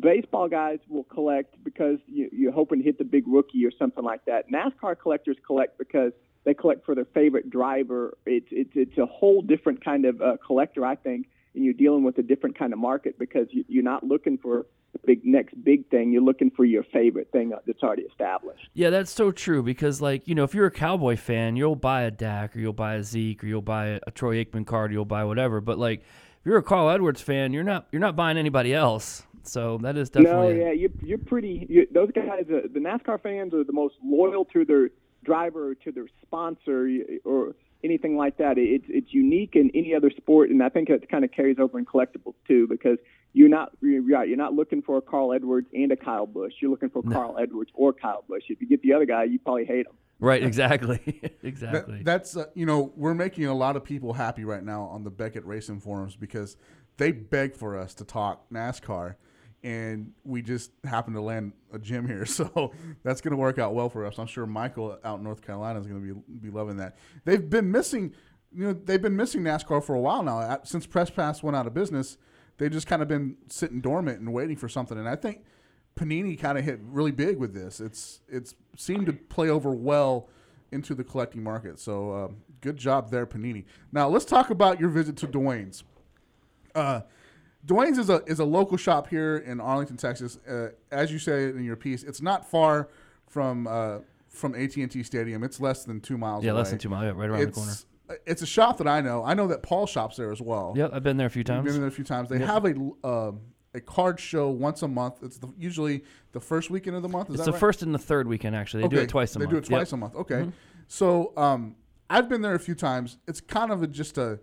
[SPEAKER 4] baseball guys will collect because you, you're hoping to hit the big rookie or something like that. NASCAR collectors collect because they collect for their favorite driver. It's it's it's a whole different kind of uh, collector, I think, and you're dealing with a different kind of market because you, you're not looking for the big next big thing. You're looking for your favorite thing uh, that's already established.
[SPEAKER 2] Yeah, that's so true because, like, you know, if you're a Cowboy fan, you'll buy a Dak or you'll buy a Zeke or you'll buy a Troy Aikman card, or you'll buy whatever. But like, if you're a Carl Edwards fan, you're not you're not buying anybody else. So that is
[SPEAKER 4] No,
[SPEAKER 2] definitely
[SPEAKER 4] yeah, you, you're pretty. You, those guys, uh, the NASCAR fans, are the most loyal to their driver, to their sponsor, y- or anything like that. It's it's unique in any other sport, and I think it kind of carries over in collectibles too, because you're not you're right. You're not looking for a Carl Edwards and a Kyle Busch. You're looking for Carl Edwards or Kyle Busch. If you get the other guy, you probably hate him.
[SPEAKER 2] right. [laughs] Exactly,
[SPEAKER 1] That-
[SPEAKER 2] exactly.
[SPEAKER 1] that's uh, you know we're making a lot of people happy right now on the Beckett Racing forums because they beg for us to talk NASCAR, and we just happen to land a gym here, [laughs] so that's going to work out well for us. I'm sure Michael out in North Carolina is going to be be loving that. They've been missing, you know, they've been missing NASCAR for a while now Uh, since Press Pass went out of business. They've just kind of been sitting dormant and waiting for something, and I think Panini kind of hit really big with this. It's it's seemed to play over well into the collecting market. So um, good job there, Panini. Now let's talk about your visit to Dwayne's. Uh, Dwayne's is a is a local shop here in Arlington, Texas. Uh, as you said in your piece, it's not far from uh, from AT and T Stadium. It's less than two miles.
[SPEAKER 2] yeah,
[SPEAKER 1] away.
[SPEAKER 2] less than two miles, yeah, right around the corner.
[SPEAKER 1] It's it's a shop that I know. I know that Paul shops there as well.
[SPEAKER 2] Yep, I've been there a few
[SPEAKER 1] I've
[SPEAKER 2] times.
[SPEAKER 1] been there a few times. They have a um a card show once a month. It's the, usually the first weekend of the month. Is
[SPEAKER 2] It's
[SPEAKER 1] that
[SPEAKER 2] the
[SPEAKER 1] right?
[SPEAKER 2] first and the third weekend actually. They do
[SPEAKER 1] Okay,
[SPEAKER 2] it twice a
[SPEAKER 1] they
[SPEAKER 2] month.
[SPEAKER 1] do it
[SPEAKER 2] Yep. Mm-hmm.
[SPEAKER 1] twice a month. Okay. So um, I've been there a few times. It's kind of a, just a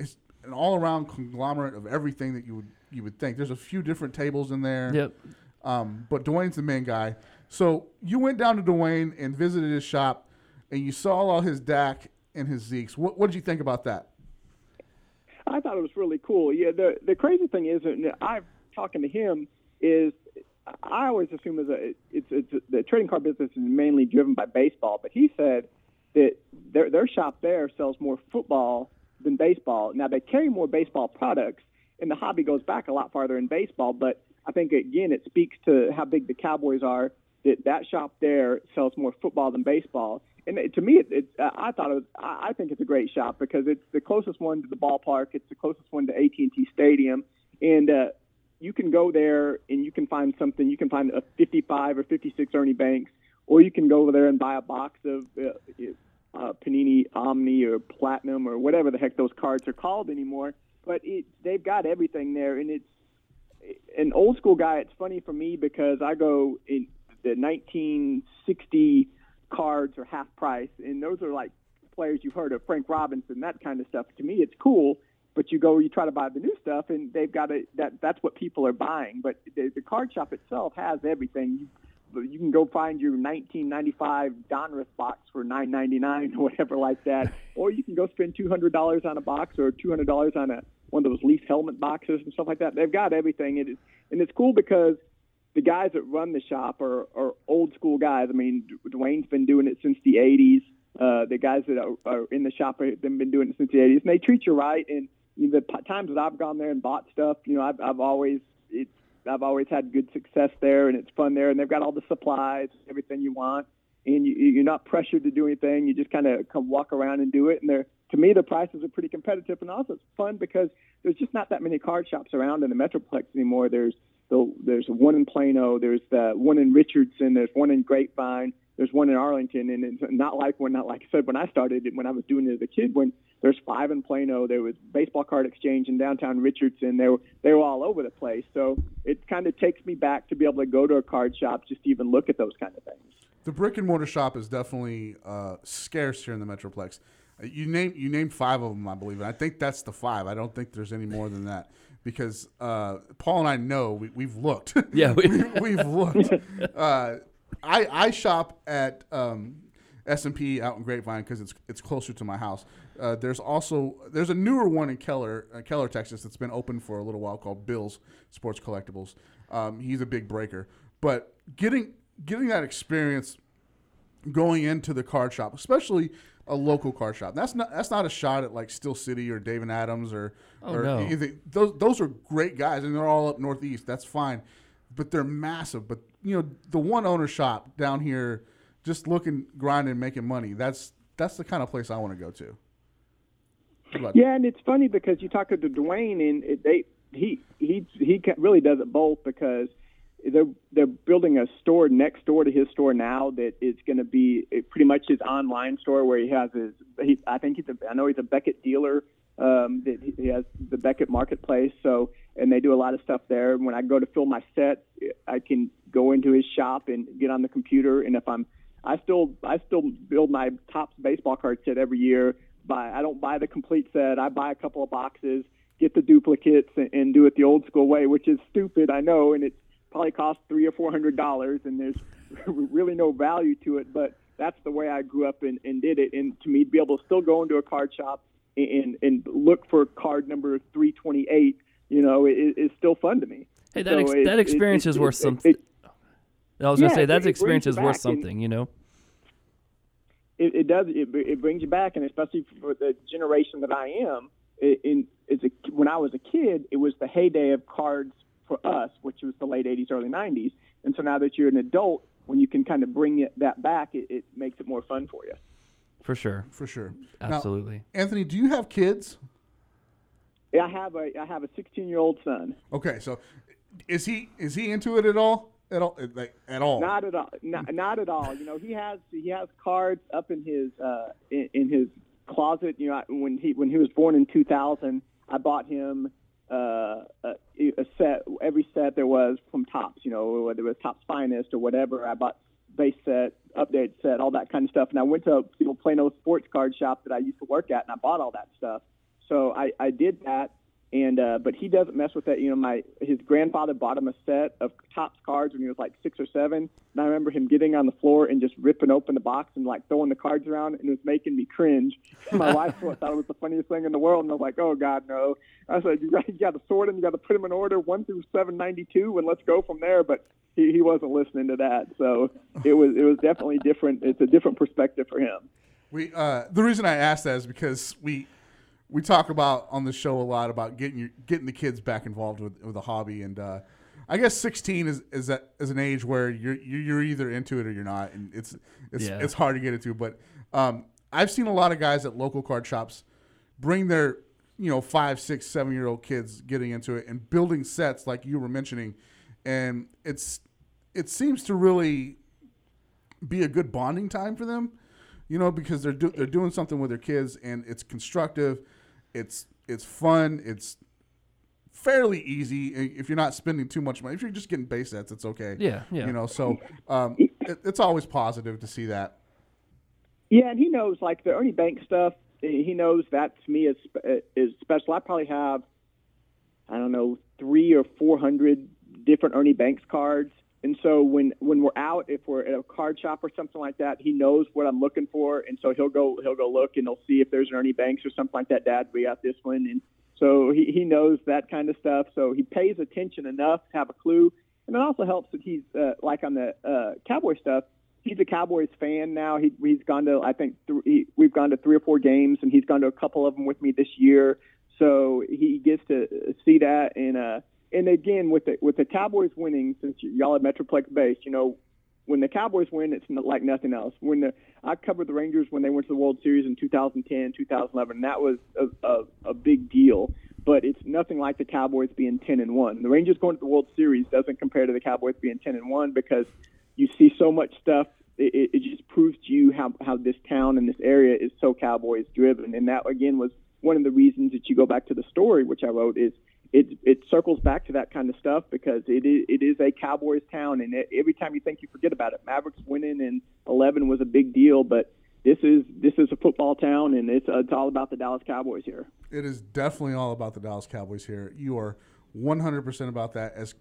[SPEAKER 1] it's an all around conglomerate of everything that you would you would think. There's a few different tables in there.
[SPEAKER 2] Yep.
[SPEAKER 1] Um, but Dwayne's the main guy. So you went down to Dwayne and visited his shop, and you saw all his Dak and his Zeeks. What what did you think about that?
[SPEAKER 4] I thought it was really cool. Yeah, the the crazy thing is, and I've talking to him is, I always assume is a it's it's the trading card business is mainly driven by baseball, but he said that their their shop there sells more football than baseball. Now they carry more baseball products, and the hobby goes back a lot farther in baseball. But I think again, it speaks to how big the Cowboys are. That that shop there sells more football than baseball. And it, to me, it, it, I thought it was, I I think it's a great shop because it's the closest one to the ballpark. It's the closest one to AT&T Stadium, and uh, you can go there and you can find something. You can find a 55 or 56 Ernie Banks, or you can go over there and buy a box of uh, uh, Panini Omni or Platinum or whatever the heck those cards are called anymore. But it, they've got everything there, and it's an old school guy. It's funny for me because I go in the 1960 cards are half price, and those are like players you've heard of, Frank Robinson, that kind of stuff. To me, it's cool, but you go, you try to buy the new stuff, and they've got it. That that's what people are buying. But the, the card shop itself has everything. You you can go find your 1995 Donruss box for 9.99 or [laughs] whatever like that, or you can go spend $200 on a box or $200 on a one of those Leaf helmet boxes and stuff like that. They've got everything. It is, and it's cool because the guys that run the shop are, are old school guys. I mean, Dwayne's been doing it since the 80s. Uh, the guys that are, are in the shop have been doing it since the 80s, and they treat you right. And you know, the p- times that I've gone there and bought stuff, you know, I've, I've always it's I've always had good success there, and it's fun there. And they've got all the supplies, everything you want, and you, you're not pressured to do anything. You just kind of come walk around and do it. And they're to me, the prices are pretty competitive, and also it's fun because there's just not that many card shops around in the metroplex anymore. There's the, there's one in Plano, there's the one in Richardson, there's one in Grapevine, there's one in Arlington, and it's not like when not like I said when I started it when I was doing it as a kid when there's five in Plano, there was baseball card exchange in downtown Richardson, they were they were all over the place. So it kind of takes me back to be able to go to a card shop just to even look at those kind of things.
[SPEAKER 1] The brick and mortar shop is definitely uh, scarce here in the metroplex. Uh, You name you named five of them, I believe, and I think that's the five. I don't think there's any more than that because uh, Paul and I know we, we've looked.
[SPEAKER 2] Yeah, we-
[SPEAKER 1] [laughs] we, have looked. Uh, I I shop at um, S and P out in Grapevine because it's it's closer to my house. Uh, there's also there's a newer one in Keller, uh, Keller, Texas that's been open for a little while called Bill's Sports Collectibles. Um, he's a big breaker, but getting getting that experience going into the card shop, especially a local card shop. That's not that's not a shot at like Steel City or Dave and Adams or or
[SPEAKER 2] no.
[SPEAKER 1] anything. Those those are great guys and they're all up northeast. That's fine, but they're massive. But you know the one owner shop down here, just looking grinding, making money. That's that's the kind of place I want to go to. What about-
[SPEAKER 4] Yeah, and it's funny because you talk to Dwayne, and it, they he he he ca- really does it both because they're they're building a store next door to his store now that is going to be eh, pretty much his online store where he has his he, I think he's a, I know he's a Beckett dealer um, that he- he has the Beckett Marketplace so and they do a lot of stuff there. When I go to fill my set, eh, I can go into his shop and get on the computer, and if I'm I still I still build my tops baseball card set every year. Buy I don't buy the complete set. I buy a couple of boxes, get the duplicates, and, and do it the old school way, which is stupid, I know, and it probably costs three or four hundred dollars, and there's [laughs] really no value to it. But that's the way I grew up and, and did it. And to me, to be able to still go into a card shop and and look for card number three twenty eight, you know, is is still fun to me.
[SPEAKER 2] Hey, that
[SPEAKER 4] So
[SPEAKER 2] ex-
[SPEAKER 4] it-
[SPEAKER 2] that
[SPEAKER 4] it-
[SPEAKER 2] experience
[SPEAKER 4] it-
[SPEAKER 2] is
[SPEAKER 4] it-
[SPEAKER 2] worth
[SPEAKER 4] it-
[SPEAKER 2] something.
[SPEAKER 4] it-
[SPEAKER 2] I was gonna
[SPEAKER 4] Yeah,
[SPEAKER 2] say
[SPEAKER 4] it-
[SPEAKER 2] that
[SPEAKER 4] it
[SPEAKER 2] experience
[SPEAKER 4] brings
[SPEAKER 2] is
[SPEAKER 4] you
[SPEAKER 2] worth
[SPEAKER 4] back and-
[SPEAKER 2] something. You know.
[SPEAKER 4] it, it does it, it brings you back and especially for the generation that i am i- in as a, when i was a kid it was the heyday of cards for us which was the late 80s early 90s and so now that you're an adult when you can kind of bring it, that back it, it makes it more fun for you
[SPEAKER 2] For sure.
[SPEAKER 1] for sure? Now,
[SPEAKER 2] Absolutely.
[SPEAKER 1] Anthony, do you have kids?
[SPEAKER 4] Yeah, i have a i have a 16 year old son
[SPEAKER 1] Okay, so is he is he into it at all? At all? Like at all?
[SPEAKER 4] Not at all. Not, not at all. You know, he has he has cards up in his uh, in, in his closet. You know, I- when he when he was born in 2000, I bought him uh, a, a set. Every set there was from Tops. You know, whether it was Tops Finest or whatever, I bought base set, update set, all that kind of stuff. And I went to a you know, Plano sports card shop that I used to work at, and I bought all that stuff. So I, I did that, and uh, but he doesn't mess with that. You know, my his grandfather bought him a set of tops cards when he was like six or seven, and I remember him getting on the floor and just ripping open the box and like throwing the cards around, and it was making me cringe. My wife thought it was the funniest thing in the world, and I was like, oh God, no. I said, you got, you got to sort them, you got to put them in order one through seven ninety two, and let's go from there. But he, he wasn't listening to that, so it was it was definitely different. It's a different perspective for him.
[SPEAKER 1] We uh, the reason I asked that is because we we talk about on the show a lot about getting your getting the kids back involved with, with the hobby, and uh, I guess sixteen is is that is an age where you're you're either into it or you're not, and it's it's
[SPEAKER 2] Yeah.
[SPEAKER 1] it's hard to get into. But um, I've seen a lot of guys at local card shops bring their you know five six seven year old kids getting into it and building sets like you were mentioning, and it's it seems to really be a good bonding time for them, you know, because they're do, they're doing something with their kids and it's constructive, it's it's fun, it's fairly easy i- if you're not spending too much money. If you're just getting base sets, it's okay.
[SPEAKER 2] Yeah, yeah.
[SPEAKER 1] You know, so um, it, it's always positive to see that.
[SPEAKER 4] Yeah, and he knows like the Ernie Banks stuff. He knows that to me is is special. I probably have, I don't know, three or four hundred different Ernie Banks cards. And so when when we're out, if we're at a card shop or something like that, he knows what I'm looking for, and so he'll go he'll go look and he'll see if there's an Ernie Banks or something like that. Dad, we got this one, and so he he knows that kind of stuff. So he pays attention enough to have a clue, and it also helps that he's uh, like on the uh, Cowboy stuff he's a Cowboys fan now. He, he's gone to I think th- he, we've gone to three or four games, and he's gone to a couple of them with me this year. So he gets to uh, see that, and uh, and again with the with the Cowboys winning, since y- y'all are Metroplex based, you know, when the Cowboys win, it's not like nothing else. When the I covered the Rangers when they went to the World Series in 2010, 2011, that was a, a, a big deal. But it's nothing like the Cowboys being 10 and one. The Rangers going to the World Series doesn't compare to the Cowboys being 10 and one because you see so much stuff. It, it, it just proves to you how, how this town and this area is so Cowboys driven. And that, again, was one of the reasons that you go back to the story, which I wrote, is it, it circles back to that kind of stuff because it is, it is a Cowboys town. And e- every time you think you forget about it, Mavericks winning in 11 was a big deal, but this is this is a football town, and it's, it's all about the Dallas Cowboys here.
[SPEAKER 1] It is definitely all about the Dallas Cowboys here. You are 100% about that as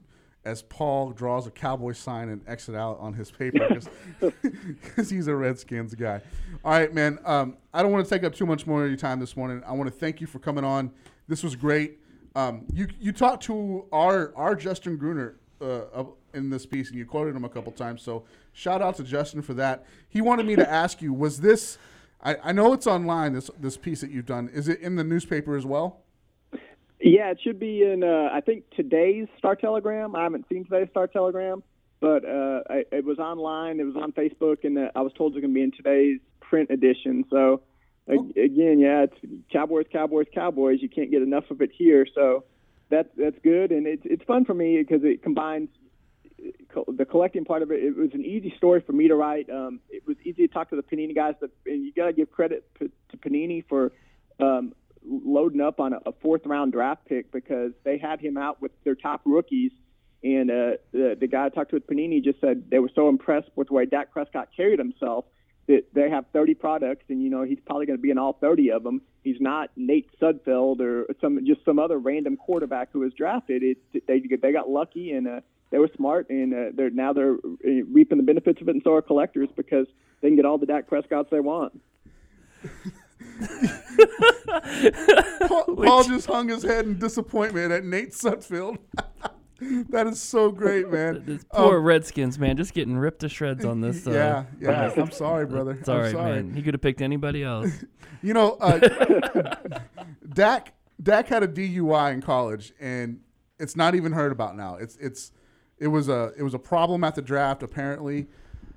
[SPEAKER 1] as Paul draws a Cowboys sign and exit out on his paper [laughs] because he's a Redskins guy. All right, man. Um, I don't want to take up too much more of your time this morning. I want to thank you for coming on. This was great. Um, you you talked to our our Justin Gruner uh, of- in this piece, and you quoted him a couple times. So shout out to Justin for that. He wanted me to ask you: Was this? I, I know it's online. This this piece that you've done is it in the newspaper as
[SPEAKER 2] [laughs]
[SPEAKER 1] well?
[SPEAKER 4] Yeah, it should be in. Uh, I think today's Star Telegram. I haven't seen today's Star Telegram, but uh, I, it was online. It was on Facebook, and uh, I was told it's going to be in today's print edition. So, a- again, yeah, it's Cowboys, Cowboys, Cowboys. You can't get enough of it here. So, that that's good, and it's it's fun for me because it combines co- the collecting part of it, it was an easy story for me to write. Um, it was easy to talk to the Panini guys, but and you got to give credit p- to Panini for um, loading up on a, a fourth round draft pick because they had him out with their top rookies. And uh, the, the guy I talked to with Panini just said they were so impressed with the way Dak Prescott carried himself that they have 30 products, and you know he's probably going to be in all 30 of them. He's not Nate Sudfeld or some just some other random quarterback who was drafted. It, they they got lucky and uh, they were smart, and uh, they're now they're uh, reaping the benefits of it, and so are collectors because they can get all the Dak Prescotts they want.
[SPEAKER 1] Paul, Paul just hung his head in disappointment at Nate Sutfield. [laughs] that is so great, man.
[SPEAKER 2] [laughs] This poor Redskins, man, just getting ripped to shreds on this. Uh,
[SPEAKER 1] um, yeah, yeah. I'm sorry, brother.
[SPEAKER 2] It's all
[SPEAKER 1] I'm
[SPEAKER 2] right,
[SPEAKER 1] sorry.
[SPEAKER 2] man. He could have picked anybody else.
[SPEAKER 1] [laughs] You know, uh, Dak Dak had a DUI in college, and it's not even heard about now. It's it's it was a it was a problem at the draft apparently,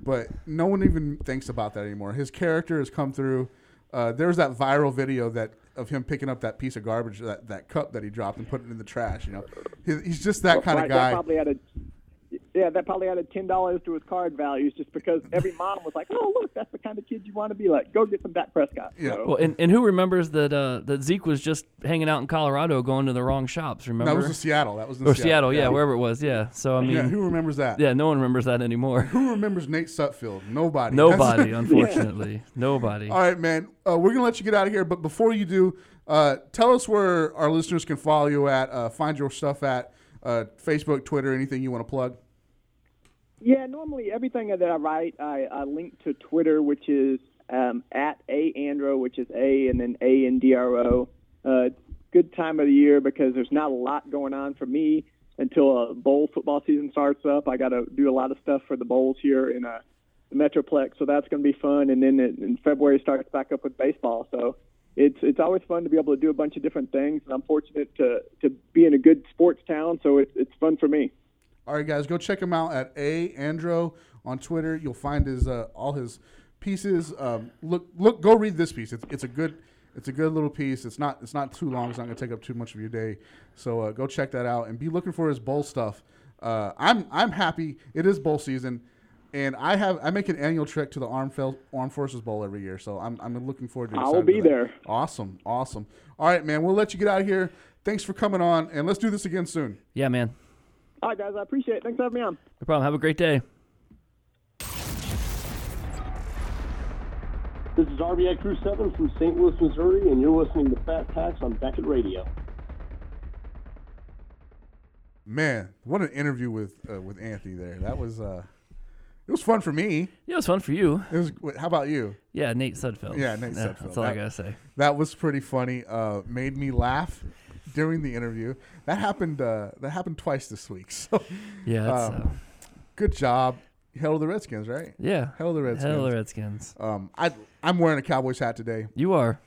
[SPEAKER 1] but no one even thinks about that anymore. His character has come through. Uh, there was that viral video that of him picking up that piece of garbage, that, that cup that he dropped and putting it in the trash. You know, he, he's just that kind
[SPEAKER 4] right,
[SPEAKER 1] of guy.
[SPEAKER 4] That probably added, yeah, that probably added ten dollars to his card values just because every mom was like, "Oh, look, that's the kind of kid you want to be like. Go get some Dak Prescott."
[SPEAKER 1] Yeah.
[SPEAKER 4] So,
[SPEAKER 2] Well, and, and who remembers that uh, that Zeke was just hanging out in Colorado, going to the wrong shops? Remember?
[SPEAKER 1] that was in Seattle. That was in
[SPEAKER 2] or Seattle, yeah, wherever it was, yeah. So I mean,
[SPEAKER 1] Yeah,
[SPEAKER 2] yeah,
[SPEAKER 1] who remembers that?
[SPEAKER 2] no one remembers that
[SPEAKER 1] [laughs]
[SPEAKER 2] anymore.
[SPEAKER 1] Who remembers Nate Sutfield? Nobody. That's- [laughs]
[SPEAKER 2] [laughs] Nobody, unfortunately, nobody.
[SPEAKER 1] All right, man. Uh, we're gonna let you get out of here, but before you do, uh, tell us where our listeners can follow you at, uh, find your stuff at, uh, Facebook, Twitter, anything you want to plug.
[SPEAKER 4] yeah, normally everything that I write, I, I link to Twitter, which is um, at a andro, which is a and then a and d r o. Uh, good time of the year because there's not a lot going on for me until uh, bowl football season starts up. I got to do a lot of stuff for the bowls here in uh, the Metroplex, so that's going to be fun. And then it, in February starts back up with baseball, so it's it's always fun to be able to do a bunch of different things. And I'm fortunate to to be in a good sports town, so it's it's fun for me.
[SPEAKER 1] All right, guys, go check him out at a Andro on Twitter. You'll find his uh, all his pieces. Um, look, look, go read this piece. It's, it's a good, it's a good little piece. It's not, it's not too long. It's not gonna take up too much of your day. So uh, go check that out and be looking for his bowl stuff. Uh, I'm, I'm happy. It is bowl season. And I have I make an annual trek to the Armed, Fel- Armed Forces Bowl every year, so I'm, I'm looking forward to.
[SPEAKER 4] I will
[SPEAKER 1] excited
[SPEAKER 4] be
[SPEAKER 1] for that.
[SPEAKER 4] there.
[SPEAKER 1] Awesome, awesome. All right, man. We'll let you get out of here. Thanks for coming on, and let's do this again soon.
[SPEAKER 2] Yeah, man.
[SPEAKER 4] All right, guys, I appreciate it. Thanks for having me on.
[SPEAKER 2] No problem. Have a great day.
[SPEAKER 5] This is RBI Crew 7 from St. Louis, Missouri, and you're listening to Fat Packs on Beckett Radio.
[SPEAKER 1] Man, what an interview with uh, with Anthony there. That was uh, it was fun for me.
[SPEAKER 2] Yeah, it was fun for you.
[SPEAKER 1] It was. How about you?
[SPEAKER 2] Yeah, Nate Sudfeld.
[SPEAKER 1] Yeah, Nate Sudfeld.
[SPEAKER 2] That's all I
[SPEAKER 1] That-
[SPEAKER 2] gotta say.
[SPEAKER 1] That was pretty funny. Uh, made me laugh during the interview. That happened. Uh, that happened twice this week. [laughs] So
[SPEAKER 2] Yeah,
[SPEAKER 1] Um,
[SPEAKER 2] that's, uh,
[SPEAKER 1] good job. Hell of the Redskins, right?
[SPEAKER 2] yeah.
[SPEAKER 1] Hell of the Redskins.
[SPEAKER 2] Hello, Redskins.
[SPEAKER 1] Um, I I'm wearing a Cowboys hat today.
[SPEAKER 2] You are,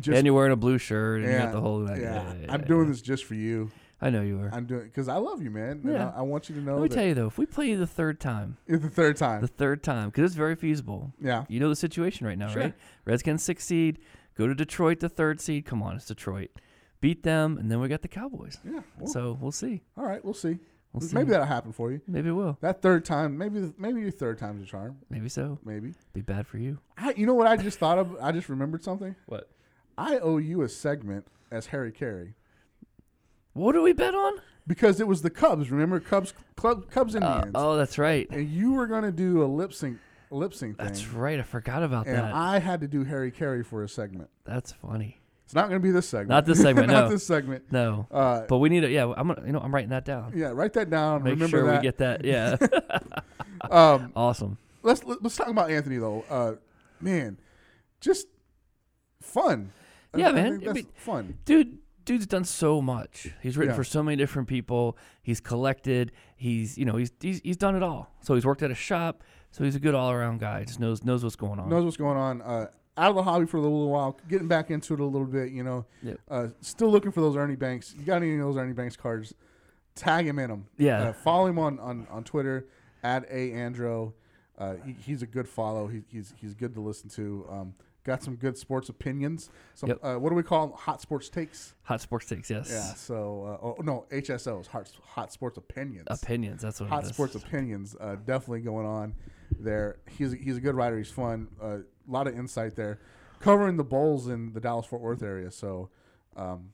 [SPEAKER 1] Just
[SPEAKER 2] and you're wearing a blue shirt, and you
[SPEAKER 1] yeah,
[SPEAKER 2] got the whole.
[SPEAKER 1] yeah.
[SPEAKER 2] Yeah, yeah, yeah,
[SPEAKER 1] I'm doing
[SPEAKER 2] yeah.
[SPEAKER 1] this just for you.
[SPEAKER 2] I know you are.
[SPEAKER 1] I'm doing because I love you, man. And
[SPEAKER 2] Yeah.
[SPEAKER 1] I, I want you to know.
[SPEAKER 2] Let me
[SPEAKER 1] that
[SPEAKER 2] tell you though, if we play you the third time,
[SPEAKER 1] It's the third time.
[SPEAKER 2] the third time, because it's very feasible.
[SPEAKER 1] yeah.
[SPEAKER 2] You know the situation right now,
[SPEAKER 1] Sure.
[SPEAKER 2] right? Redskins six seed, go to Detroit, the third seed. Come on, it's Detroit. Beat them, and then we got the Cowboys.
[SPEAKER 1] Yeah. Well,
[SPEAKER 2] So we'll see.
[SPEAKER 1] all right. We'll see.
[SPEAKER 2] We'll see.
[SPEAKER 1] Maybe that'll happen for you.
[SPEAKER 2] Maybe it will.
[SPEAKER 1] That third time, maybe maybe your third time's a charm.
[SPEAKER 2] Maybe so.
[SPEAKER 1] Maybe.
[SPEAKER 2] Be bad for you.
[SPEAKER 1] I, you know what I just thought of? I just remembered something.
[SPEAKER 2] What?
[SPEAKER 1] I owe you a segment as Harry Carey
[SPEAKER 2] What do we bet on?
[SPEAKER 1] because it was the Cubs. Remember Cubs club, Cubs
[SPEAKER 2] Uh,
[SPEAKER 1] Indians,
[SPEAKER 2] oh, that's right.
[SPEAKER 1] and you were gonna do a lip sync lip sync thing,
[SPEAKER 2] That's right. I forgot about
[SPEAKER 1] and
[SPEAKER 2] that.
[SPEAKER 1] I had to do Harry Carey for a segment.
[SPEAKER 2] that's funny.
[SPEAKER 1] It's not gonna be this segment.
[SPEAKER 2] Not this segment,
[SPEAKER 1] [laughs] not
[SPEAKER 2] no.
[SPEAKER 1] this segment.
[SPEAKER 2] No,
[SPEAKER 1] Uh,
[SPEAKER 2] but we need to. Yeah, I'm gonna. You know, I'm writing that down.
[SPEAKER 1] yeah, write that down.
[SPEAKER 2] Make
[SPEAKER 1] Remember
[SPEAKER 2] sure
[SPEAKER 1] that. Um,
[SPEAKER 2] we get
[SPEAKER 1] [laughs]
[SPEAKER 2] that. Yeah. awesome.
[SPEAKER 1] let's let's talk about Anthony though. Uh, man, just fun. I-
[SPEAKER 2] Yeah,
[SPEAKER 1] I
[SPEAKER 2] man.
[SPEAKER 1] think
[SPEAKER 2] I
[SPEAKER 1] that's
[SPEAKER 2] mean-
[SPEAKER 1] fun.
[SPEAKER 2] dude dude's done so much he's written
[SPEAKER 1] Yeah.
[SPEAKER 2] for so many different people he's collected he's you know he's, he's he's done it all so he's worked at a shop so he's a good all-around guy just knows knows what's going on
[SPEAKER 1] Knows what's going on. Uh, out of the hobby for a little while, getting back into it a little bit. You know,
[SPEAKER 2] Yep.
[SPEAKER 1] uh, still looking for those Ernie Banks. You got any of those Ernie Banks cards? Tag him in them.
[SPEAKER 2] Yeah.
[SPEAKER 1] Uh, follow him on, on, on Twitter at a Andro. Uh, he, he's a good follow. He, he's he's good to listen to. Um, got some good sports opinions. Some
[SPEAKER 2] Yep.
[SPEAKER 1] uh, what do we call 'em? Hot sports takes.
[SPEAKER 2] hot sports takes yes
[SPEAKER 1] Yeah. So uh, oh no, HSOs hot hot sports opinions
[SPEAKER 2] opinions that's what
[SPEAKER 1] hot
[SPEAKER 2] it is.
[SPEAKER 1] sports opinions uh, definitely going on there. He's he's a good writer. He's fun. Uh, A lot of insight there, covering the bowls in the Dallas Fort Worth area. So, um,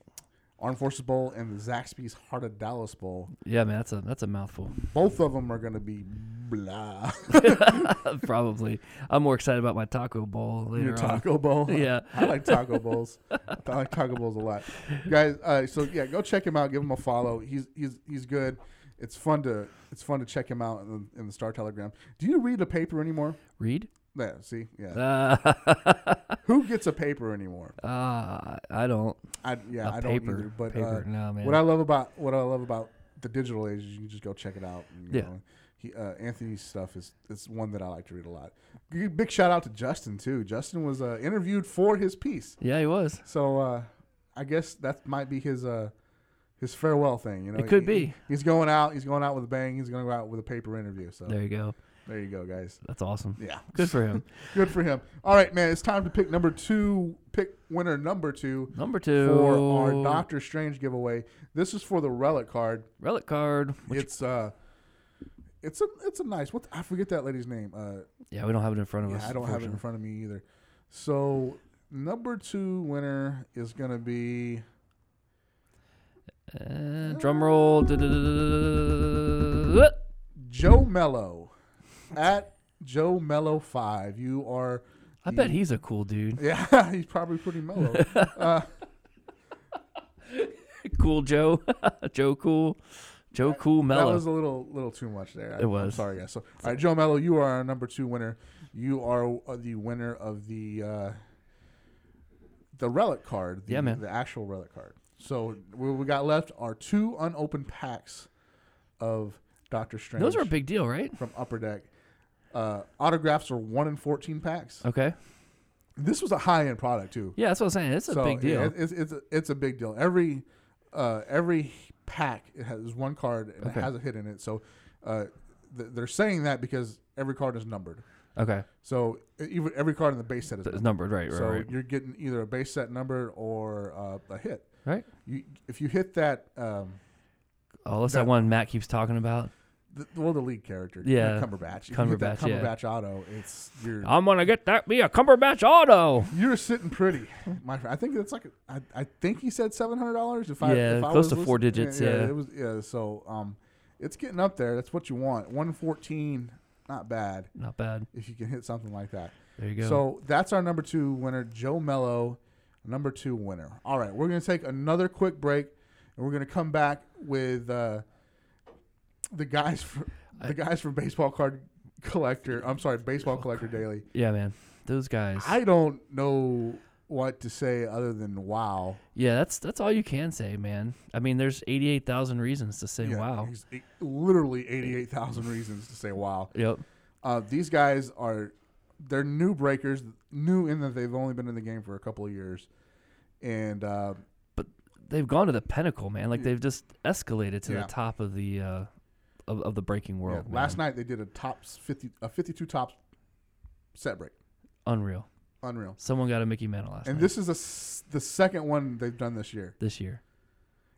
[SPEAKER 1] Armed Forces Bowl and the Zaxby's Heart of Dallas Bowl.
[SPEAKER 2] yeah man that's a that's a mouthful [laughs]
[SPEAKER 1] Both of them are going to be blah. [laughs]
[SPEAKER 2] probably i'm more excited about my taco bowl later
[SPEAKER 1] Your
[SPEAKER 2] on
[SPEAKER 1] taco
[SPEAKER 2] [laughs]
[SPEAKER 1] bowl.
[SPEAKER 2] Yeah.
[SPEAKER 1] I like taco bowls. I like taco bowls a lot, guys. Uh, so yeah, go check him out. Give him a follow. He's he's he's good. It's fun to it's fun to check him out in the, in the Star Telegram. Do you read the paper anymore?
[SPEAKER 2] reed
[SPEAKER 1] Yeah, see, yeah.
[SPEAKER 2] uh, [laughs]
[SPEAKER 1] Who gets a paper anymore?
[SPEAKER 2] uh, i don't
[SPEAKER 1] I, yeah,
[SPEAKER 2] A
[SPEAKER 1] I
[SPEAKER 2] paper.
[SPEAKER 1] don't either. But
[SPEAKER 2] Paper,
[SPEAKER 1] uh,
[SPEAKER 2] no, man.
[SPEAKER 1] what I love about what I love about the digital age is you can just go check it out. And, you
[SPEAKER 2] Yeah.
[SPEAKER 1] know, he, uh, Anthony's stuff is it's one that I like to read a lot. G- Big shout out to Justin too. Justin was uh, interviewed for his piece,
[SPEAKER 2] yeah he was
[SPEAKER 1] so uh, I guess that might be his uh, his farewell thing. You know,
[SPEAKER 2] It could
[SPEAKER 1] He-
[SPEAKER 2] be.
[SPEAKER 1] He's going out. He's going out with a bang. He's going to go out with a paper interview. So
[SPEAKER 2] there you go
[SPEAKER 1] there you go, guys.
[SPEAKER 2] that's awesome
[SPEAKER 1] Yeah.
[SPEAKER 2] good for him
[SPEAKER 1] Good for him. All right, man. It's time to pick number two. Pick winner number two.
[SPEAKER 2] number two
[SPEAKER 1] for our Doctor Strange giveaway. This is for the relic card.
[SPEAKER 2] relic card which,
[SPEAKER 1] it's uh, it's a it's a nice. What the- I forget that lady's name. Uh,
[SPEAKER 2] yeah we don't have it in front of
[SPEAKER 1] yeah,
[SPEAKER 2] us
[SPEAKER 1] I don't have it in
[SPEAKER 2] unfortunately.
[SPEAKER 1] front of me either. So number two winner is gonna be
[SPEAKER 2] Uh, drum roll. Du-du-du-du-du-du-du-du.
[SPEAKER 1] Joe Mello at Joe Mello five. You are. [laughs]
[SPEAKER 2] I bet he's a cool dude.
[SPEAKER 1] Yeah, he's probably pretty mellow.
[SPEAKER 2] Cool Joe. Joe Cool. Joe Cool
[SPEAKER 1] That
[SPEAKER 2] Mellow.
[SPEAKER 1] was a little little too much there. I,
[SPEAKER 2] It
[SPEAKER 1] am
[SPEAKER 2] was.
[SPEAKER 1] sorry, guys. So, all right, Joe Mello, you are our number two winner. You are uh, the winner of the uh, the relic card. The,
[SPEAKER 2] Yeah, man.
[SPEAKER 1] The actual relic card. So what we got left are two unopened packs of Doctor Strange.
[SPEAKER 2] Those are a big deal, right?
[SPEAKER 1] from Upper Deck. Uh, autographs are one in fourteen packs.
[SPEAKER 2] Okay.
[SPEAKER 1] This was a high end product too.
[SPEAKER 2] Yeah, that's what I'm saying. It's a
[SPEAKER 1] So,
[SPEAKER 2] big deal.
[SPEAKER 1] yeah, it- it's it's a, it's a big deal. Every uh, every pack it has one card and
[SPEAKER 2] Okay.
[SPEAKER 1] it has a hit in it. So uh, th- they're saying that because every card is numbered.
[SPEAKER 2] okay.
[SPEAKER 1] So e- even every card in the base set is
[SPEAKER 2] It's
[SPEAKER 1] numbered.
[SPEAKER 2] numbered, right? Right.
[SPEAKER 1] so
[SPEAKER 2] right.
[SPEAKER 1] you're getting either a base set number or uh, a hit.
[SPEAKER 2] right?
[SPEAKER 1] You if you hit that um,
[SPEAKER 2] Oh, that's that,
[SPEAKER 1] that-
[SPEAKER 2] one Matt keeps talking about.
[SPEAKER 1] the, well, the lead character,
[SPEAKER 2] Yeah.
[SPEAKER 1] Cumberbatch. If you get that
[SPEAKER 2] Cumberbatch, yeah.
[SPEAKER 1] Cumberbatch auto. It's you're
[SPEAKER 2] I'm gonna get that me a Cumberbatch auto.
[SPEAKER 1] you're sitting pretty, my friend. I think that's like I, I think he said seven hundred dollars. If I
[SPEAKER 2] Yeah,
[SPEAKER 1] if I
[SPEAKER 2] close
[SPEAKER 1] was
[SPEAKER 2] to four
[SPEAKER 1] listening-
[SPEAKER 2] digits, yeah.
[SPEAKER 1] it was yeah. So um, it's getting up there. That's what you want. One fourteen, not bad.
[SPEAKER 2] Not bad.
[SPEAKER 1] If you can hit something like that.
[SPEAKER 2] There you go.
[SPEAKER 1] So that's our number two winner, Joe Mello, number two winner. All right, we're going to take another quick break, and we're going to come back with uh, the guys for, the guys from Baseball Card Collector. I'm sorry, Baseball Collector Daily.
[SPEAKER 2] yeah, man, those guys.
[SPEAKER 1] I don't know what to say other than wow.
[SPEAKER 2] yeah, that's that's all you can say, man. I mean, there's 88,000 reasons to say
[SPEAKER 1] Yeah,
[SPEAKER 2] wow.
[SPEAKER 1] he's- he- Literally 88,000 reasons to say wow.
[SPEAKER 2] Yep.
[SPEAKER 1] Uh, these guys are they're new breakers, new in that they've only been in the game for a couple of years, and uh,
[SPEAKER 2] But they've gone to the pinnacle, man. Like they've just escalated to
[SPEAKER 1] Yeah.
[SPEAKER 2] the top of the uh, of, of the breaking world.
[SPEAKER 1] Yeah, Last
[SPEAKER 2] man.
[SPEAKER 1] night they did a top fifty, a fifty-two top set break,
[SPEAKER 2] unreal.
[SPEAKER 1] unreal.
[SPEAKER 2] Someone got a Mickey Mantle last
[SPEAKER 1] And
[SPEAKER 2] night
[SPEAKER 1] this is a s the second one they've done this year,
[SPEAKER 2] this year.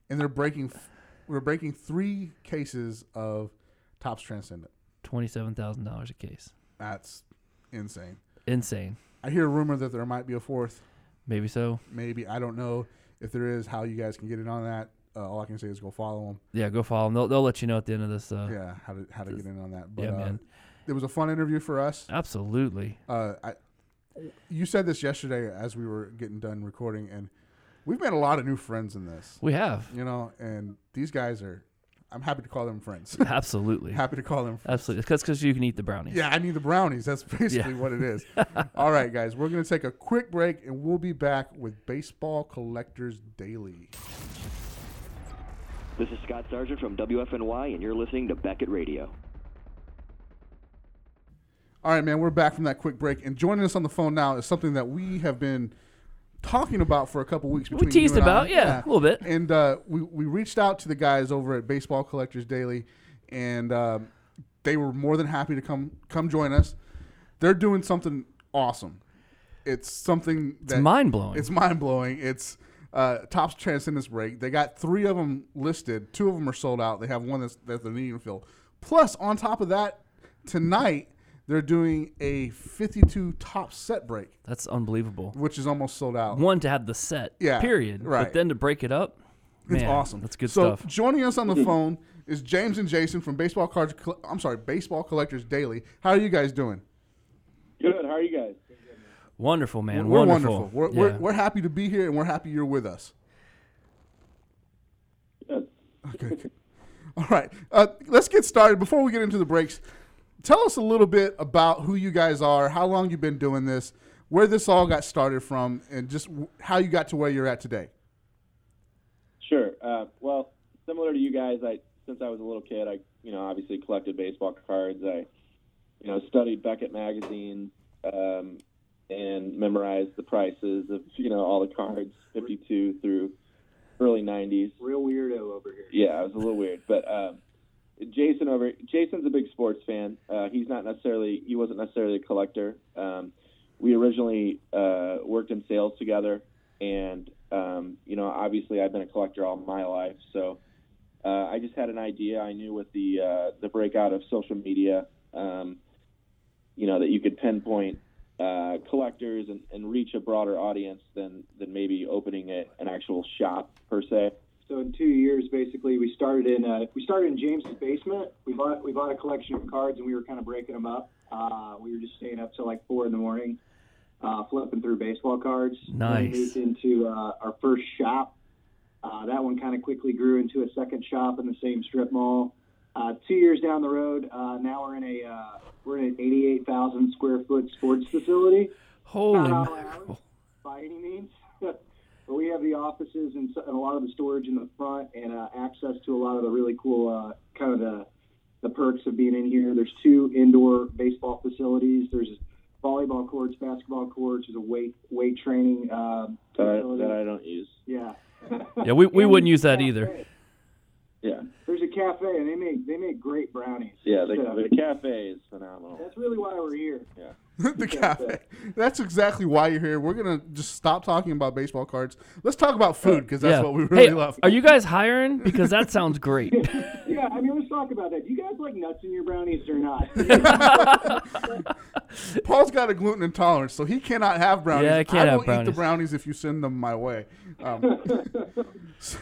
[SPEAKER 1] and they're breaking, f- we're breaking three cases of tops transcendent.
[SPEAKER 2] Twenty-seven thousand dollars a case.
[SPEAKER 1] That's insane.
[SPEAKER 2] Insane.
[SPEAKER 1] I hear a rumor that there might be a fourth,
[SPEAKER 2] Maybe so.
[SPEAKER 1] maybe I don't know if there is. How you guys can get in on that? Uh, all I can say is go follow them.
[SPEAKER 2] Yeah, go follow them. They'll, they'll let you know at the end of this. Uh,
[SPEAKER 1] Yeah, how to how to get in on that? But
[SPEAKER 2] yeah,
[SPEAKER 1] uh,
[SPEAKER 2] man.
[SPEAKER 1] it was a fun interview for us.
[SPEAKER 2] Absolutely.
[SPEAKER 1] uh, I, you said this yesterday as we were getting done recording, and we've made a lot of new friends in this.
[SPEAKER 2] We have.
[SPEAKER 1] You know, and these guys are. I'm happy to call them friends. [laughs]
[SPEAKER 2] Absolutely.
[SPEAKER 1] happy to call them. Friends.
[SPEAKER 2] Absolutely. That's because you can eat the brownies.
[SPEAKER 1] Yeah, I need the brownies. That's basically
[SPEAKER 2] [laughs] Yeah.
[SPEAKER 1] what it
[SPEAKER 2] [laughs]
[SPEAKER 1] is. All right, guys, we're gonna take a quick break, and we'll be back with Baseball Collectors Daily.
[SPEAKER 6] This is Scott Sargent from WFNY, and you're listening to Beckett Radio.
[SPEAKER 1] All right, man, we're back from that quick break, and joining us on the phone now is something that we have been talking about for a couple weeks. Between you
[SPEAKER 2] teased
[SPEAKER 1] and I.
[SPEAKER 2] about, yeah, a little bit.
[SPEAKER 1] And uh, we we reached out to the guys over at Baseball Collectors Daily, and um, they were more than happy to come come join us. They're doing something awesome. It's something that's
[SPEAKER 2] mind-blowing.
[SPEAKER 1] It's mind blowing. It's uh, tops transcendence break. They got three of them listed. Two of them are sold out. They have one that's, that they're needing to fill. Plus, on top of that, tonight they're doing a 52 top set break,
[SPEAKER 2] That's unbelievable.
[SPEAKER 1] which is almost sold out.
[SPEAKER 2] One to have the set.
[SPEAKER 1] Yeah,
[SPEAKER 2] Period.
[SPEAKER 1] right.
[SPEAKER 2] But then to break it up.
[SPEAKER 1] It's
[SPEAKER 2] man,
[SPEAKER 1] awesome.
[SPEAKER 2] That's good
[SPEAKER 1] so
[SPEAKER 2] stuff.
[SPEAKER 1] joining us on the phone is James and Jason from Baseball Cards. Coll- I'm sorry, Baseball Collectors Daily. How are you guys doing?
[SPEAKER 4] Good. How are you guys?
[SPEAKER 2] Wonderful, man.
[SPEAKER 1] we're
[SPEAKER 2] wonderful.
[SPEAKER 1] We're,
[SPEAKER 2] yeah.
[SPEAKER 1] we're, we're happy to be here, and we're happy you're with us.
[SPEAKER 4] Good.
[SPEAKER 1] Okay. [laughs] okay. All right. Uh, let's get started. Before we get into the breaks, tell us a little bit about who you guys are, how long you've been doing this, where this all got started from, and just w- how you got to where you're at today. [laughs]
[SPEAKER 4] Sure. Uh, well, similar to you guys, I since I was a little kid, I you know obviously collected baseball cards. I you know studied Beckett magazine um, and memorized the prices of you know all the cards, fifty two through early nineties.
[SPEAKER 7] Real weirdo over here.
[SPEAKER 4] Yeah, it was a little weird, but um, Jason over Jason's a big sports fan. Uh, he's not necessarily he wasn't necessarily a collector. Um, we originally uh, worked in sales together, and um, you know, obviously, I've been a collector all my life, so uh, I just had an idea. I knew with the uh, the breakout of social media, um, you know, that you could pinpoint. Uh, collectors and, and reach a broader audience than than maybe opening a, an actual shop per se.
[SPEAKER 7] So in two years, basically, we started in uh, we started in James's basement. We bought we bought a collection of cards, and we were kind of breaking them up. Uh, we were just staying up till like four in the morning, uh, flipping through baseball cards. Then
[SPEAKER 2] Nice.
[SPEAKER 7] We moved into uh, our first shop. Uh, that one kind of quickly grew into a second shop in the same strip mall. Uh, two years down the road, uh, now we're in a uh, we're in an 88,000 square foot sports facility.
[SPEAKER 2] Holy
[SPEAKER 7] Not all
[SPEAKER 2] mackerel.
[SPEAKER 7] ours, by any means. [laughs] but we have the offices and, so- and a lot of the storage in the front and uh, access to a lot of the really cool uh, kind of the, the perks of being in here. There's two indoor baseball facilities. There's volleyball courts, basketball courts. There's a weight weight training um,
[SPEAKER 4] that I,
[SPEAKER 7] facility.
[SPEAKER 4] that I don't use.
[SPEAKER 7] yeah.
[SPEAKER 2] Yeah, we, we wouldn't
[SPEAKER 7] And there's
[SPEAKER 2] use
[SPEAKER 7] a
[SPEAKER 2] that
[SPEAKER 7] cafe.
[SPEAKER 2] either.
[SPEAKER 4] Yeah,
[SPEAKER 7] There's a cafe, and they make they make great brownies.
[SPEAKER 4] yeah. The,
[SPEAKER 7] So
[SPEAKER 4] the cafe is phenomenal.
[SPEAKER 7] that's really why we're here.
[SPEAKER 1] the cafe. That's exactly why you're here. We're gonna just stop talking about baseball cards. Let's talk about food because that's
[SPEAKER 2] Uh, yeah.
[SPEAKER 1] what we really
[SPEAKER 2] hey,
[SPEAKER 1] love. [laughs]
[SPEAKER 2] Are you guys hiring? Because that sounds great.
[SPEAKER 7] Yeah, yeah, I mean, let's talk about that. Do you guys like nuts in your brownies or not?
[SPEAKER 1] Paul's got a gluten intolerance, so he cannot have brownies.
[SPEAKER 2] Yeah, I can't have
[SPEAKER 1] will eat the
[SPEAKER 2] brownies.
[SPEAKER 1] brownies if you send them my way. Um, [laughs] so-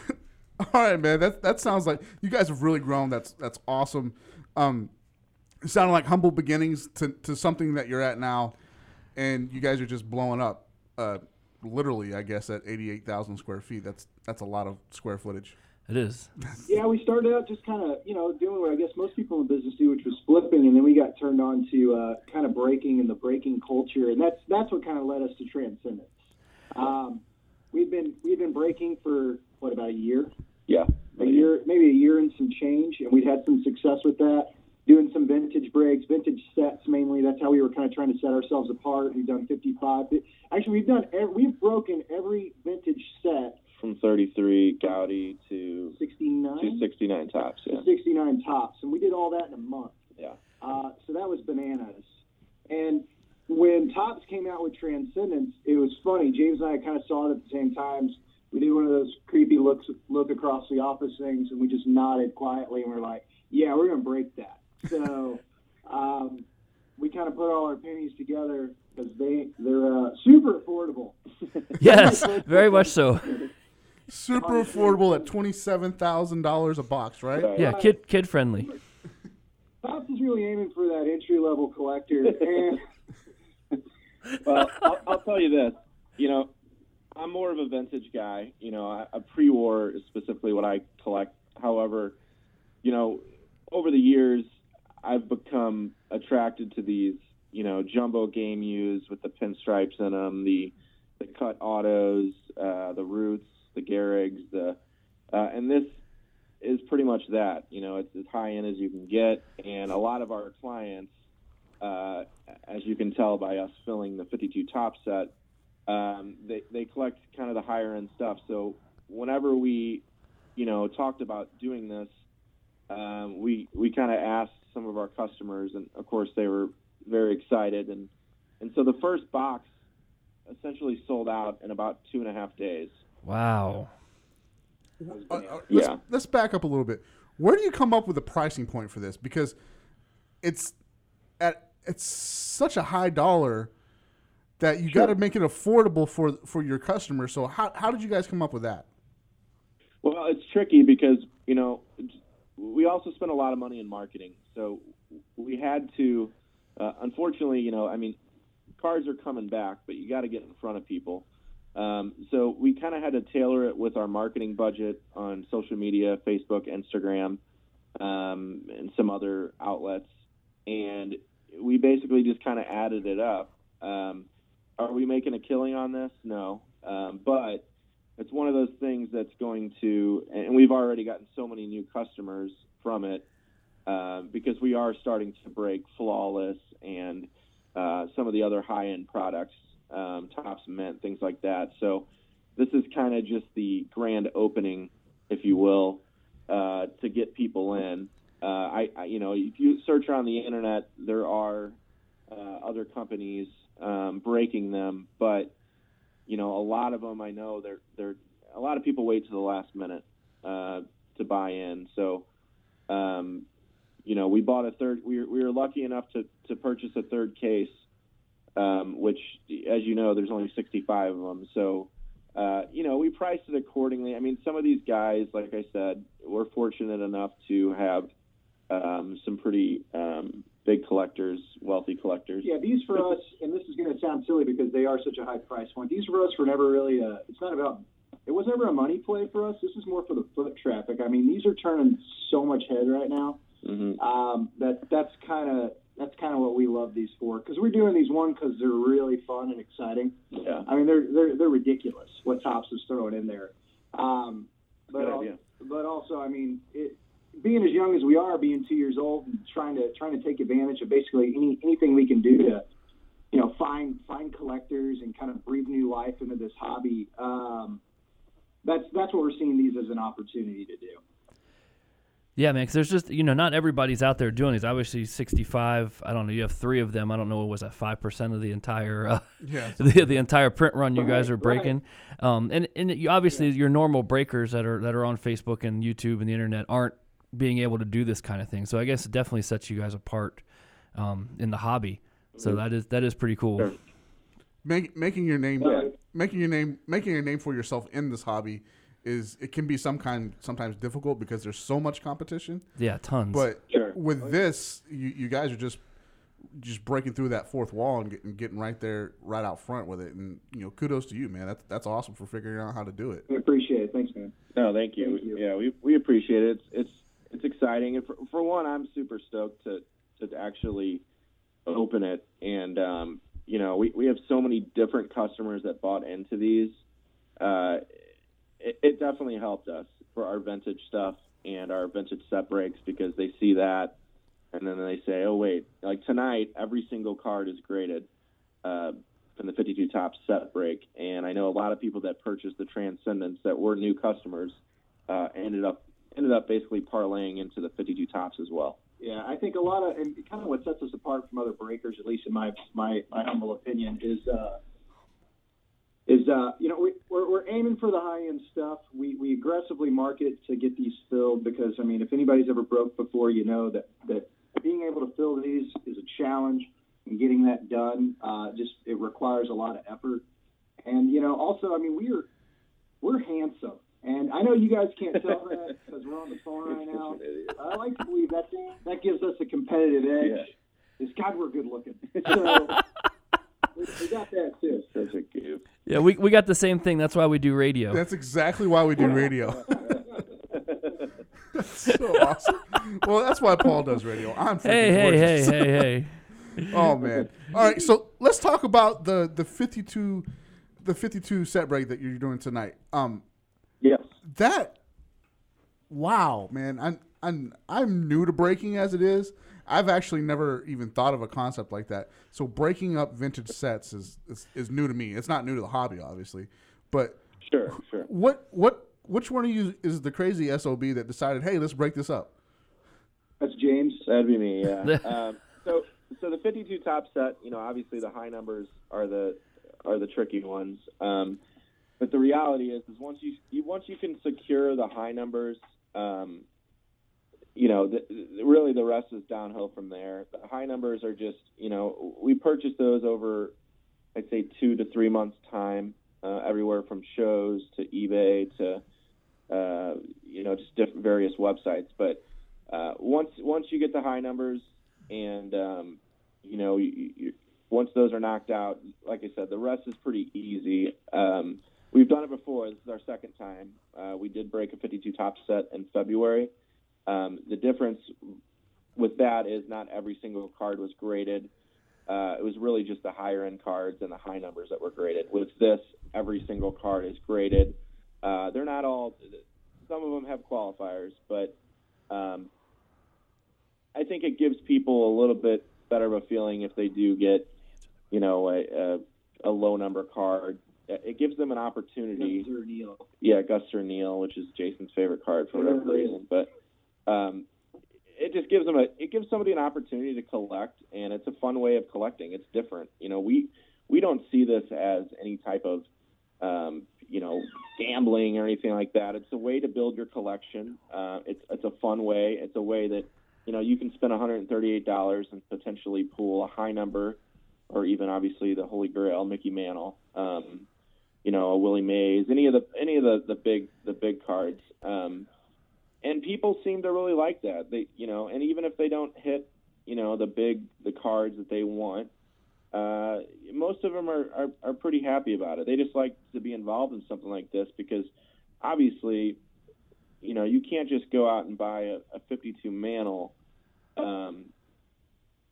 [SPEAKER 1] all right, man. That that sounds like you guys have really grown. That's that's awesome. Um, it sounded like humble beginnings to, to something that you're at now, and you guys are just blowing up. Uh, literally, I guess at 88,000 square feet. That's that's a lot of square footage.
[SPEAKER 2] It is.
[SPEAKER 7] yeah, we started out just kind of, you know, doing what I guess most people in business do, which was flipping, and then we got turned on to uh, kind of breaking and the breaking culture, and that's that's what kind of led us to Transcendence. Um, we've been we've been breaking for what about a year?
[SPEAKER 4] Yeah.
[SPEAKER 7] a year, maybe a year and some change, and we'd had some success with that, doing some vintage breaks, vintage sets mainly. That's how we were kind of trying to set ourselves apart. We've done 55. Actually, we've done ev- we've broken every vintage set,
[SPEAKER 4] From 33 Gaudi to
[SPEAKER 7] 69
[SPEAKER 4] 269 tops. Yeah.
[SPEAKER 7] to 69 tops, and we did all that in a month.
[SPEAKER 4] Yeah.
[SPEAKER 7] Uh, so that was bananas. And when Tops came out with Transcendence, it was funny. James and I kind of saw it at the same times. We did one of those creepy looks, look across the office things, and we just nodded quietly, and we're like, "Yeah, we're gonna break that." So um, we kind of put all our pennies together because they they're uh, super affordable.
[SPEAKER 2] Yes, very much so.
[SPEAKER 1] Super affordable at $27,000 a box, right?
[SPEAKER 4] Right.
[SPEAKER 2] Yeah, kid kid friendly.
[SPEAKER 7] Tops is really aiming for that entry level collector, and
[SPEAKER 4] well, I'll, I'll tell you this. You know, I'm more of a vintage guy. You know, I, a pre-war is specifically what I collect. However, you know, over the years, I've become attracted to these, you know, jumbo game used with the pinstripes in them, the the cut autos, uh, the roots, the Garrigs, the uh, and this is pretty much that. You know, it's as high end as you can get, and a lot of our clients uh, as you can tell by us filling the 52 top set, um, they, they collect kind of the higher end stuff. So whenever we, you know, talked about doing this, um, we we kind of asked some of our customers, and of course they were very excited, and and so the first box essentially sold out in about two and a half days.
[SPEAKER 2] Wow.
[SPEAKER 1] Uh, uh, let's,
[SPEAKER 4] Yeah.
[SPEAKER 1] let's back up a little bit. Where do you come up with a pricing point for this? Because it's at it's such a high dollar that you got to make it affordable for for your customer. So how how did you guys come up with that?
[SPEAKER 4] Well, it's tricky because you know we also spend a lot of money in marketing, so we had to. Uh, unfortunately, you know, I mean, cars are coming back, but you got to get in front of people. Um, so we kind of had to tailor it with our marketing budget on social media, Facebook, Instagram, um, and some other outlets, and we basically just kind of added it up. Um, are we making a killing on this? No, um, but it's one of those things that's going to, and we've already gotten so many new customers from it uh, because we are starting to break flawless and uh, some of the other high-end products, um, tops mint, things like that. So this is kind of just the grand opening, if you will, uh, to get people in. Uh, I, I, you know, if you search on the internet, there are uh, other companies um, breaking them, but you know, a lot of them I know they're they're a lot of people wait to the last minute uh, to buy in. So, um, you know, we bought a third. We were, we were lucky enough to to purchase a third case, um, which, as you know, there's only 65 of them. So, uh, you know, we priced it accordingly. I mean, some of these guys, like I said, we're fortunate enough to have um, some pretty um, big collectors, wealthy collectors.
[SPEAKER 7] Yeah, these for us, and this is going to sound silly because they are such a high price point. These for us were never really a. It's not about. It was never a money play for us. This is more for the foot traffic. I mean, these are turning so much head right now.
[SPEAKER 4] hmm
[SPEAKER 7] Um, that that's kind of that's kind of what we love these for because we're doing these one because they're really fun and exciting.
[SPEAKER 4] Yeah.
[SPEAKER 7] I mean, they're they're they're ridiculous what Tops is throwing in there. Um, but
[SPEAKER 4] Good
[SPEAKER 7] al-
[SPEAKER 4] idea.
[SPEAKER 7] but also, I mean, it, being as young as we are, being two years old, and trying to trying to take advantage of basically any anything we can do to, you know, find find collectors and kind of breathe new life into this hobby. Um, that's that's what we're seeing these as an opportunity to do.
[SPEAKER 2] Yeah, man. Because there's just you know not everybody's out there doing these. Obviously, 65. I don't know. You have three of them. I don't know. What was that? Five percent of the entire uh, [laughs]
[SPEAKER 1] Yeah.
[SPEAKER 2] the, the entire print run you guys
[SPEAKER 7] Right,
[SPEAKER 2] are breaking. Um, and and you, obviously your normal breakers that are that are on Facebook and YouTube and the internet aren't being able to do this kind of thing. So I guess it definitely sets you guys apart um, in the hobby.
[SPEAKER 1] Mm-hmm.
[SPEAKER 2] So that is that is pretty cool.
[SPEAKER 4] Sure.
[SPEAKER 1] Make, making your name,
[SPEAKER 4] Yeah.
[SPEAKER 1] making your name, making a name for yourself in this hobby is it can be some kind sometimes difficult because there's so much competition.
[SPEAKER 2] Yeah, tons.
[SPEAKER 1] But
[SPEAKER 4] Sure.
[SPEAKER 1] with this, you, you guys are just just breaking through that fourth wall and getting getting right there, right out front with it. And you know, kudos to you, man. That's that's awesome for figuring out how to do it.
[SPEAKER 7] I appreciate it. Thanks, man.
[SPEAKER 4] No, thank you.
[SPEAKER 7] Thank you.
[SPEAKER 4] Yeah, we, we appreciate it. It's it's, it's exciting, and for, for one, I'm super stoked to to actually open it. And um, you know, we, we have so many different customers that bought into these. Uh, it, it definitely helped us for our vintage stuff and our vintage set breaks because they see that, and then they say, oh wait, like tonight, every single card is graded. Uh, from the 52 top set break. And I know a lot of people that purchased the Transcendence that were new customers uh, ended up ended up basically parlaying into the 52 tops as well.
[SPEAKER 7] Yeah, I think a lot of and kind of what sets us apart from other breakers, at least in my my, my humble opinion, is uh, is uh, you know we, we're, we're aiming for the high end stuff. We we aggressively market to get these filled because I mean, if anybody's ever broke before, you know that that being able to fill these is a challenge, and getting that done uh, just it requires a lot of effort. And you know, also, I mean, we're we're handsome, and I know you guys can't tell that because we're on the phone right now. I like to believe that that gives us a competitive edge. Is God, we're good looking. So we, we got that too.
[SPEAKER 4] Such a goof.
[SPEAKER 2] yeah, we, we got the same thing. That's why we do radio.
[SPEAKER 1] That's exactly why we do radio. [laughs] that's so awesome. Well, that's why Paul does radio. I'm freaking
[SPEAKER 2] hey, hey, hey,
[SPEAKER 1] gorgeous.
[SPEAKER 2] hey, hey.
[SPEAKER 1] [laughs] Oh man. All right, so let's talk about the the 52 the 52 set break that you're doing tonight. Um
[SPEAKER 4] Yes.
[SPEAKER 1] that wow, man. I'm I'm I'm new to breaking as it is. I've actually never even thought of a concept like that. So breaking up vintage sets is is, is new to me. It's not new to the hobby obviously, but
[SPEAKER 4] Sure, sure.
[SPEAKER 1] what what which one of you is the crazy SOB that decided, "Hey, let's break this up?"
[SPEAKER 7] That's James.
[SPEAKER 4] That'd be me, yeah. um, so so the 52 top set, you know, obviously the high numbers are the are the tricky ones. Um, but the reality is, is once you, you once you can secure the high numbers, um, you know, the, the- really the rest is downhill from there. The high numbers are just, you know, we purchase those over, I'd say two to three months time, uh, everywhere from shows to eBay to, uh, you know, just diff- various websites. But uh, once once you get the high numbers, and um, you know, you, you, once those are knocked out, like I said, the rest is pretty easy. Um, we've done it before. This is our second time. Uh, we did break a 52 top set in February. Um, the difference with that is not every single card was graded. Uh, it was really just the higher end cards and the high numbers that were graded. With this, every single card is graded. Uh, they're not all. Some of them have qualifiers, but um, I think it gives people a little bit better of a feeling if they do get, you know, a, a, a low number card. It it gives them an opportunity
[SPEAKER 7] Mr. Neal.
[SPEAKER 4] yeah, Gus or Neil, which is Jason's favorite card for whatever reason. But um, it just gives them a it gives somebody an opportunity to collect, and it's a fun way of collecting. It's different, you know. We we don't see this as any type of um, you know gambling or anything like that. It's a way to build your collection. Uh, it's it's a fun way. It's a way that you know you can spend 138 dollars and potentially pull a high number, or even obviously the Holy Grail, Mickey Mantle. Um, you know, a Willie Mays, any of the any of the, the big the big cards. Um, and people seem to really like that. They you know, and even if they don't hit, you know, the big the cards that they want, uh, most of them are, are are pretty happy about it. They just like to be involved in something like this because obviously, you know, you can't just go out and buy a, a 52 mantle. Um,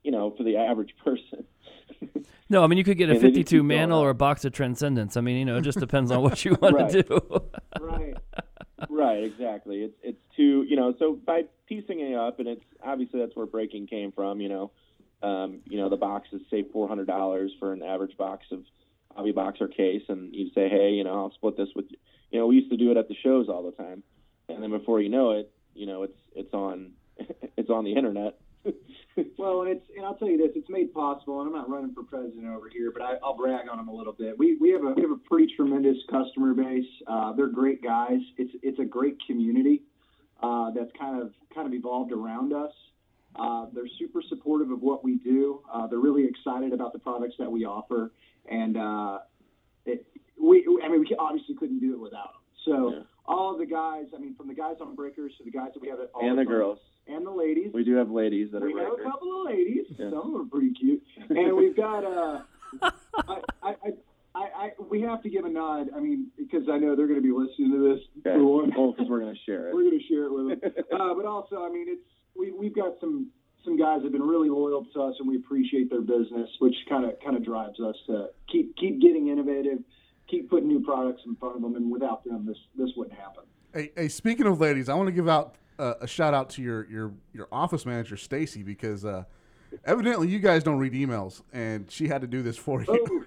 [SPEAKER 4] you know, for the average [laughs] person.
[SPEAKER 2] No, I mean you could get a
[SPEAKER 4] Yeah, they just keep
[SPEAKER 2] 52
[SPEAKER 4] going
[SPEAKER 2] mantle
[SPEAKER 4] up.
[SPEAKER 2] or a box of Transcendence. I mean, you know, it
[SPEAKER 4] [laughs]
[SPEAKER 2] just depends on what you want
[SPEAKER 4] Right.
[SPEAKER 2] to do. [laughs]
[SPEAKER 7] Right.
[SPEAKER 4] right exactly it's it's too you know so by piecing it up and it's obviously that's where breaking came from you know um, you know the box is say four hundred dollars for an average box of hobby box or case and you say hey you know i'll split this with you you know we used to do it at the shows all the time and then before you know it you know it's it's on [laughs] it's on the internet
[SPEAKER 7] Well, and it's and I'll tell you this, it's made possible, and I'm not running for president over here, but I, I'll brag on them a little bit. We we have a we have a pretty tremendous customer base. Uh, they're great guys. It's it's a great community. uh, that's kind of kind of evolved around us. Uh, they're super supportive of what we do. Uh, they're really excited about the products that we offer, and uh, it, we I mean we obviously couldn't do it without them. So
[SPEAKER 4] Yeah.
[SPEAKER 7] all of the guys, I mean, from the guys on Breakers to the guys that we have at all
[SPEAKER 4] and the
[SPEAKER 7] time,
[SPEAKER 4] girls.
[SPEAKER 7] and the ladies.
[SPEAKER 4] We do have ladies that are
[SPEAKER 7] We have a
[SPEAKER 4] breakers.
[SPEAKER 7] couple of ladies.
[SPEAKER 4] Yeah.
[SPEAKER 7] Some of them are pretty cute, and we've got.
[SPEAKER 4] [laughs]
[SPEAKER 7] Uh, I, I, I, I, we have to give a nod. I mean, because I know they're going to be listening to this.
[SPEAKER 4] Okay.
[SPEAKER 7] For one,
[SPEAKER 4] Well, because we're gonna share
[SPEAKER 7] [laughs] we're
[SPEAKER 4] it.
[SPEAKER 7] going to share it
[SPEAKER 4] [laughs]
[SPEAKER 7] with them. Uh, but also, I mean, it's we, we've got some some guys that have been really loyal to us, and we appreciate their business, which kind of kind of drives us to keep keep getting innovative, keep putting new products in front of them. And without them, this this wouldn't happen.
[SPEAKER 1] Hey, hey, speaking of ladies, I want to give out uh, a shout out to your your your office manager Stacy because uh, evidently you guys don't read emails, and she had to do this for you.
[SPEAKER 7] Oh,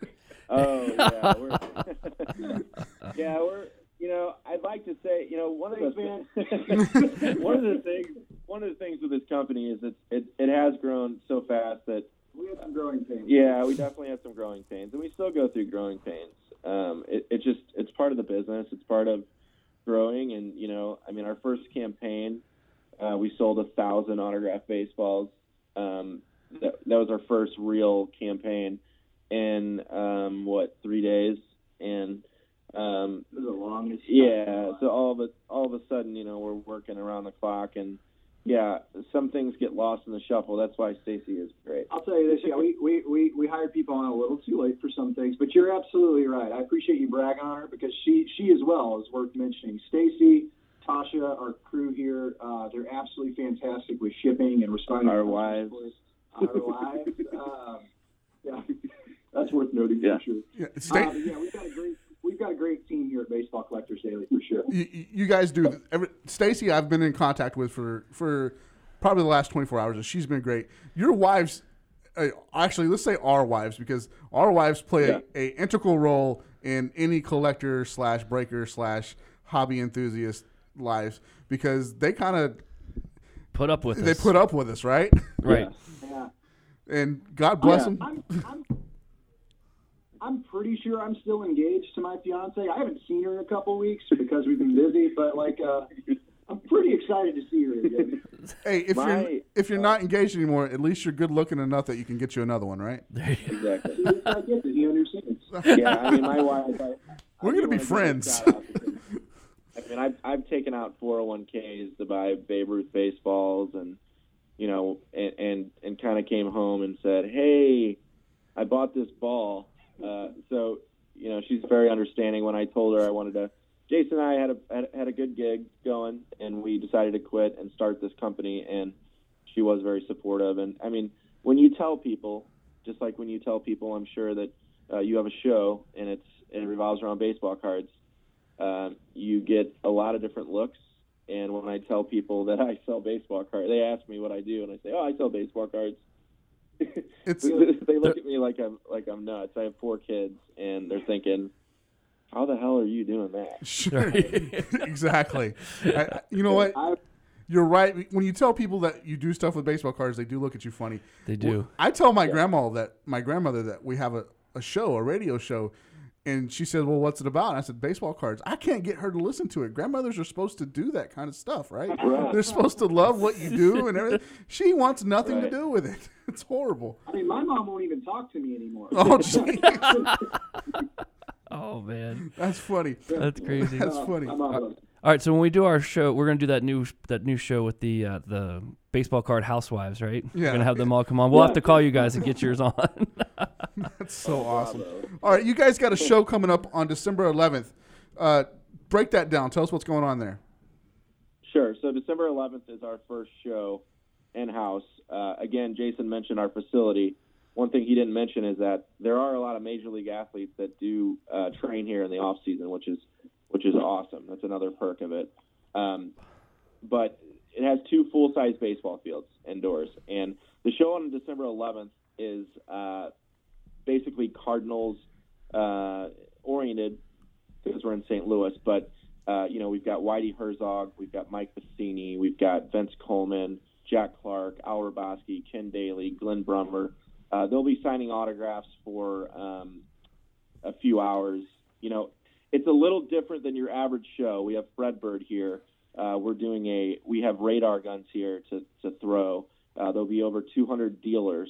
[SPEAKER 4] Oh yeah, we're, [laughs] yeah, we're. You know, I'd like to say, you know, one of the
[SPEAKER 7] Thanks,
[SPEAKER 4] one of the things [laughs] one of the things with this company is it's, it it has grown so fast that
[SPEAKER 7] we had some growing pains.
[SPEAKER 4] yeah, we definitely had some growing pains, and we still go through growing pains. Um, it, it just it's part of the business. It's part of growing, and you know, I mean, our first campaign, uh, we sold a thousand autographed baseballs. Um, that that was our first real campaign in um, what three days, and um,
[SPEAKER 7] It was the longest.
[SPEAKER 4] yeah, so all of a all of a sudden, you know, we're working around the clock, and yeah, some things get lost in the shuffle. That's why Stacy is great.
[SPEAKER 7] I'll tell you this, yeah, we, we, we, we hired people on a little too late for some things, but you're absolutely right. I appreciate you bragging on her because she, she as well is worth mentioning. Stacy, Tasha, our crew here, uh, they're absolutely fantastic with shipping and responding.
[SPEAKER 4] Our
[SPEAKER 7] to
[SPEAKER 4] wives.
[SPEAKER 7] customers. Our wives. Um, [laughs] yeah, that's worth noting
[SPEAKER 8] Yeah.
[SPEAKER 7] for sure.
[SPEAKER 1] [laughs] Yeah,
[SPEAKER 7] Uh,
[SPEAKER 1] Sta-
[SPEAKER 7] but yeah, we've got a great we've got a great team here at Baseball Collectors Daily for sure.
[SPEAKER 1] you, you- you guys do every, Stacy. I've been in contact with for for probably the last twenty four hours, and she's been great. Your wives, uh, actually, let's say our wives, because our wives play
[SPEAKER 4] Yeah.
[SPEAKER 1] a, integral role in any collector slash breaker slash hobby enthusiast lives because they kind of
[SPEAKER 2] Put up with
[SPEAKER 1] they
[SPEAKER 2] us.
[SPEAKER 1] put up with us, right? [laughs]
[SPEAKER 2] right.
[SPEAKER 7] Yeah.
[SPEAKER 1] And God
[SPEAKER 4] Oh,
[SPEAKER 1] bless them.
[SPEAKER 7] I'm, I'm, I'm pretty sure I'm still engaged to my fiance. I haven't seen her in a couple weeks because we've been busy, but like, uh, I'm pretty excited to see her again.
[SPEAKER 1] Hey, if you're
[SPEAKER 4] My-
[SPEAKER 1] if you're not engaged anymore, at least you're good looking enough that you can get you another one, right?
[SPEAKER 4] Exactly.
[SPEAKER 7] He just not gets it. He understands.
[SPEAKER 4] yeah, I mean, my wife.
[SPEAKER 1] We're
[SPEAKER 4] I, I
[SPEAKER 1] gonna
[SPEAKER 4] do
[SPEAKER 1] be
[SPEAKER 4] wanna give a
[SPEAKER 1] friends.
[SPEAKER 4] shout out because, I mean, I've I've taken out 401ks to buy Babe Ruth baseballs, and you know, and and, and kind of came home and said, "Hey, I bought this ball." Uh, so you know, she's very understanding. When I told her I wanted to, Jason and I had a had, had a good gig going, and we decided to quit and start this company, and she was very supportive. And I mean, when you tell people, just like when you tell people, I'm sure that uh, you have a show and it's it revolves around baseball cards. Um, you get a lot of different looks, and when I tell people that I sell baseball cards, they ask me what I do, and I say, "Oh, I sell baseball cards."
[SPEAKER 1] [laughs]
[SPEAKER 4] [laughs]
[SPEAKER 1] It's
[SPEAKER 4] they look at me like I'm like I'm nuts. I have four kids, and they're thinking, "How the hell are you doing that?"
[SPEAKER 1] sure [laughs] exactly. I, I- you know what?
[SPEAKER 7] I,
[SPEAKER 1] You're right. When you tell people that you do stuff with baseball cards, they do look at you funny.
[SPEAKER 2] They do.
[SPEAKER 1] I tell my grandma that my grandmother that we have a, a show, a radio show, and she said, "Well, what's it about?" And I said, "Baseball cards." I can't get her to listen to it. Grandmothers are supposed to do that kind of stuff, right? They're supposed to love what you do and everything. She wants nothing
[SPEAKER 4] Right.
[SPEAKER 1] to do with it. [laughs] It's horrible.
[SPEAKER 7] I mean, my mom won't even talk to me anymore.
[SPEAKER 1] Oh, gee. [laughs]
[SPEAKER 2] Oh man,
[SPEAKER 1] that's funny.
[SPEAKER 2] that's crazy.
[SPEAKER 1] That's funny.
[SPEAKER 7] My mom loves it.
[SPEAKER 2] All right, so when we do our show, we're gonna do that new that new show with the uh, the baseball card housewives, right?
[SPEAKER 1] Yeah.
[SPEAKER 2] We're gonna have them all come on. We'll have to call you guys and get
[SPEAKER 1] [laughs]
[SPEAKER 2] yours on.
[SPEAKER 1] That's so awesome. All right, you guys got a show coming up on December 11th. Uh, break that down. Tell us what's going on there.
[SPEAKER 4] Sure. So December 11th is our first show in house. Uh, again, Jason mentioned our facility. One thing he didn't mention is that there are a lot of major league athletes that do uh, train here in the off season, which is which is awesome. That's another perk of it. Um, but it has two full size baseball fields indoors, and the show on December 11th is uh, basically Cardinals uh, oriented because we're in St. Louis. But uh, you know, we've got Whitey Herzog, we've got Mike Bassini, we've got Vince Coleman, Jack Clark, Al Roboski, Ken Daly, Glenn Brummer. Uh, they'll be signing autographs for um, a few hours. You know, it's a little different than your average show. We have Fred Bird here, uh, we're doing a we have radar guns here to to throw. Uh, there'll be over 200 dealers.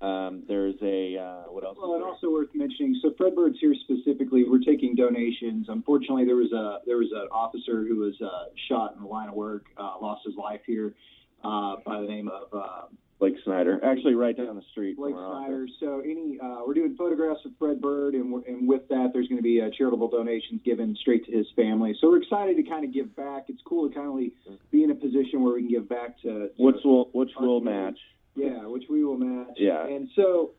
[SPEAKER 4] Um, there's a uh, what else? is
[SPEAKER 7] Well, and
[SPEAKER 4] there?
[SPEAKER 7] also worth mentioning. So Fredbird's here specifically. We're taking donations. Unfortunately, there was a there was an officer who was uh, shot in the line of work, uh, lost his life here uh, by the name of uh,
[SPEAKER 4] Blake Snyder, actually right down the street. from
[SPEAKER 7] Blake
[SPEAKER 4] our office.
[SPEAKER 7] Snyder. So any uh, we're doing photographs of Fred Bird, and, we're- and with that, there's going to be uh, charitable donations given straight to his family. So we're excited to kind of give back. It's cool to kind of be in a position where we can give back to. to
[SPEAKER 4] Which will which
[SPEAKER 7] Our
[SPEAKER 4] will
[SPEAKER 7] community.
[SPEAKER 4] match?
[SPEAKER 7] yeah, which we will match.
[SPEAKER 4] Yeah.
[SPEAKER 7] And so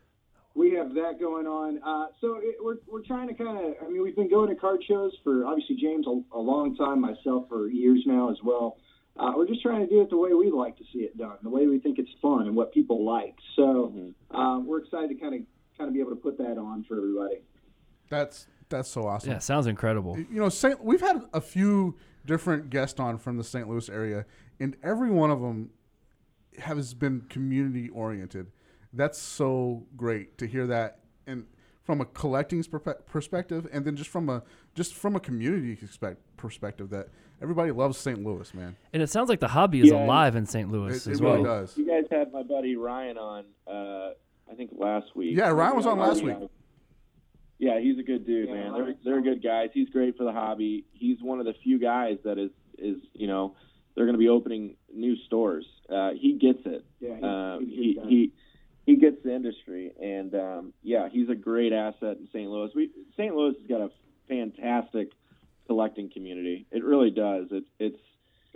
[SPEAKER 7] we have that going on. Uh, so it, we're, we're trying to kind of, I mean, we've been going to card shows for obviously James a, a long time, myself for years now as well. Uh, we're just trying to do it the way we like to see it done, the way we think it's fun and what people like. So
[SPEAKER 4] Mm-hmm.
[SPEAKER 7] um, we're excited to kind of kind of be able to put that on for everybody.
[SPEAKER 1] That's that's so awesome.
[SPEAKER 2] Yeah, sounds incredible.
[SPEAKER 1] You know, Saint, we've had a few different guests on from the St. Louis area, and every one of them has been community oriented. That's so great to hear that, and from a collecting perpe- perspective, and then just from a just from a community expect- perspective, that everybody loves St. Louis, man.
[SPEAKER 2] And it sounds like the hobby is
[SPEAKER 4] Yeah.
[SPEAKER 2] alive in St. Louis
[SPEAKER 1] It, it
[SPEAKER 2] as well.
[SPEAKER 1] really does.
[SPEAKER 4] You guys had my buddy Ryan on, uh, I think last week.
[SPEAKER 1] Yeah, Ryan was on last week.
[SPEAKER 4] Yeah, he's a good dude, man. They're they're good guys. He's great for the hobby. He's one of the few guys that is is you know they're going to be opening new stores. Uh, he gets it.
[SPEAKER 7] Yeah, he's-
[SPEAKER 4] um,
[SPEAKER 7] he's a good
[SPEAKER 4] he
[SPEAKER 7] guy.
[SPEAKER 4] he he gets the industry, and um, yeah, he's a great asset in St. Louis. We St. Louis has got a fantastic collecting community. It really does. It's it's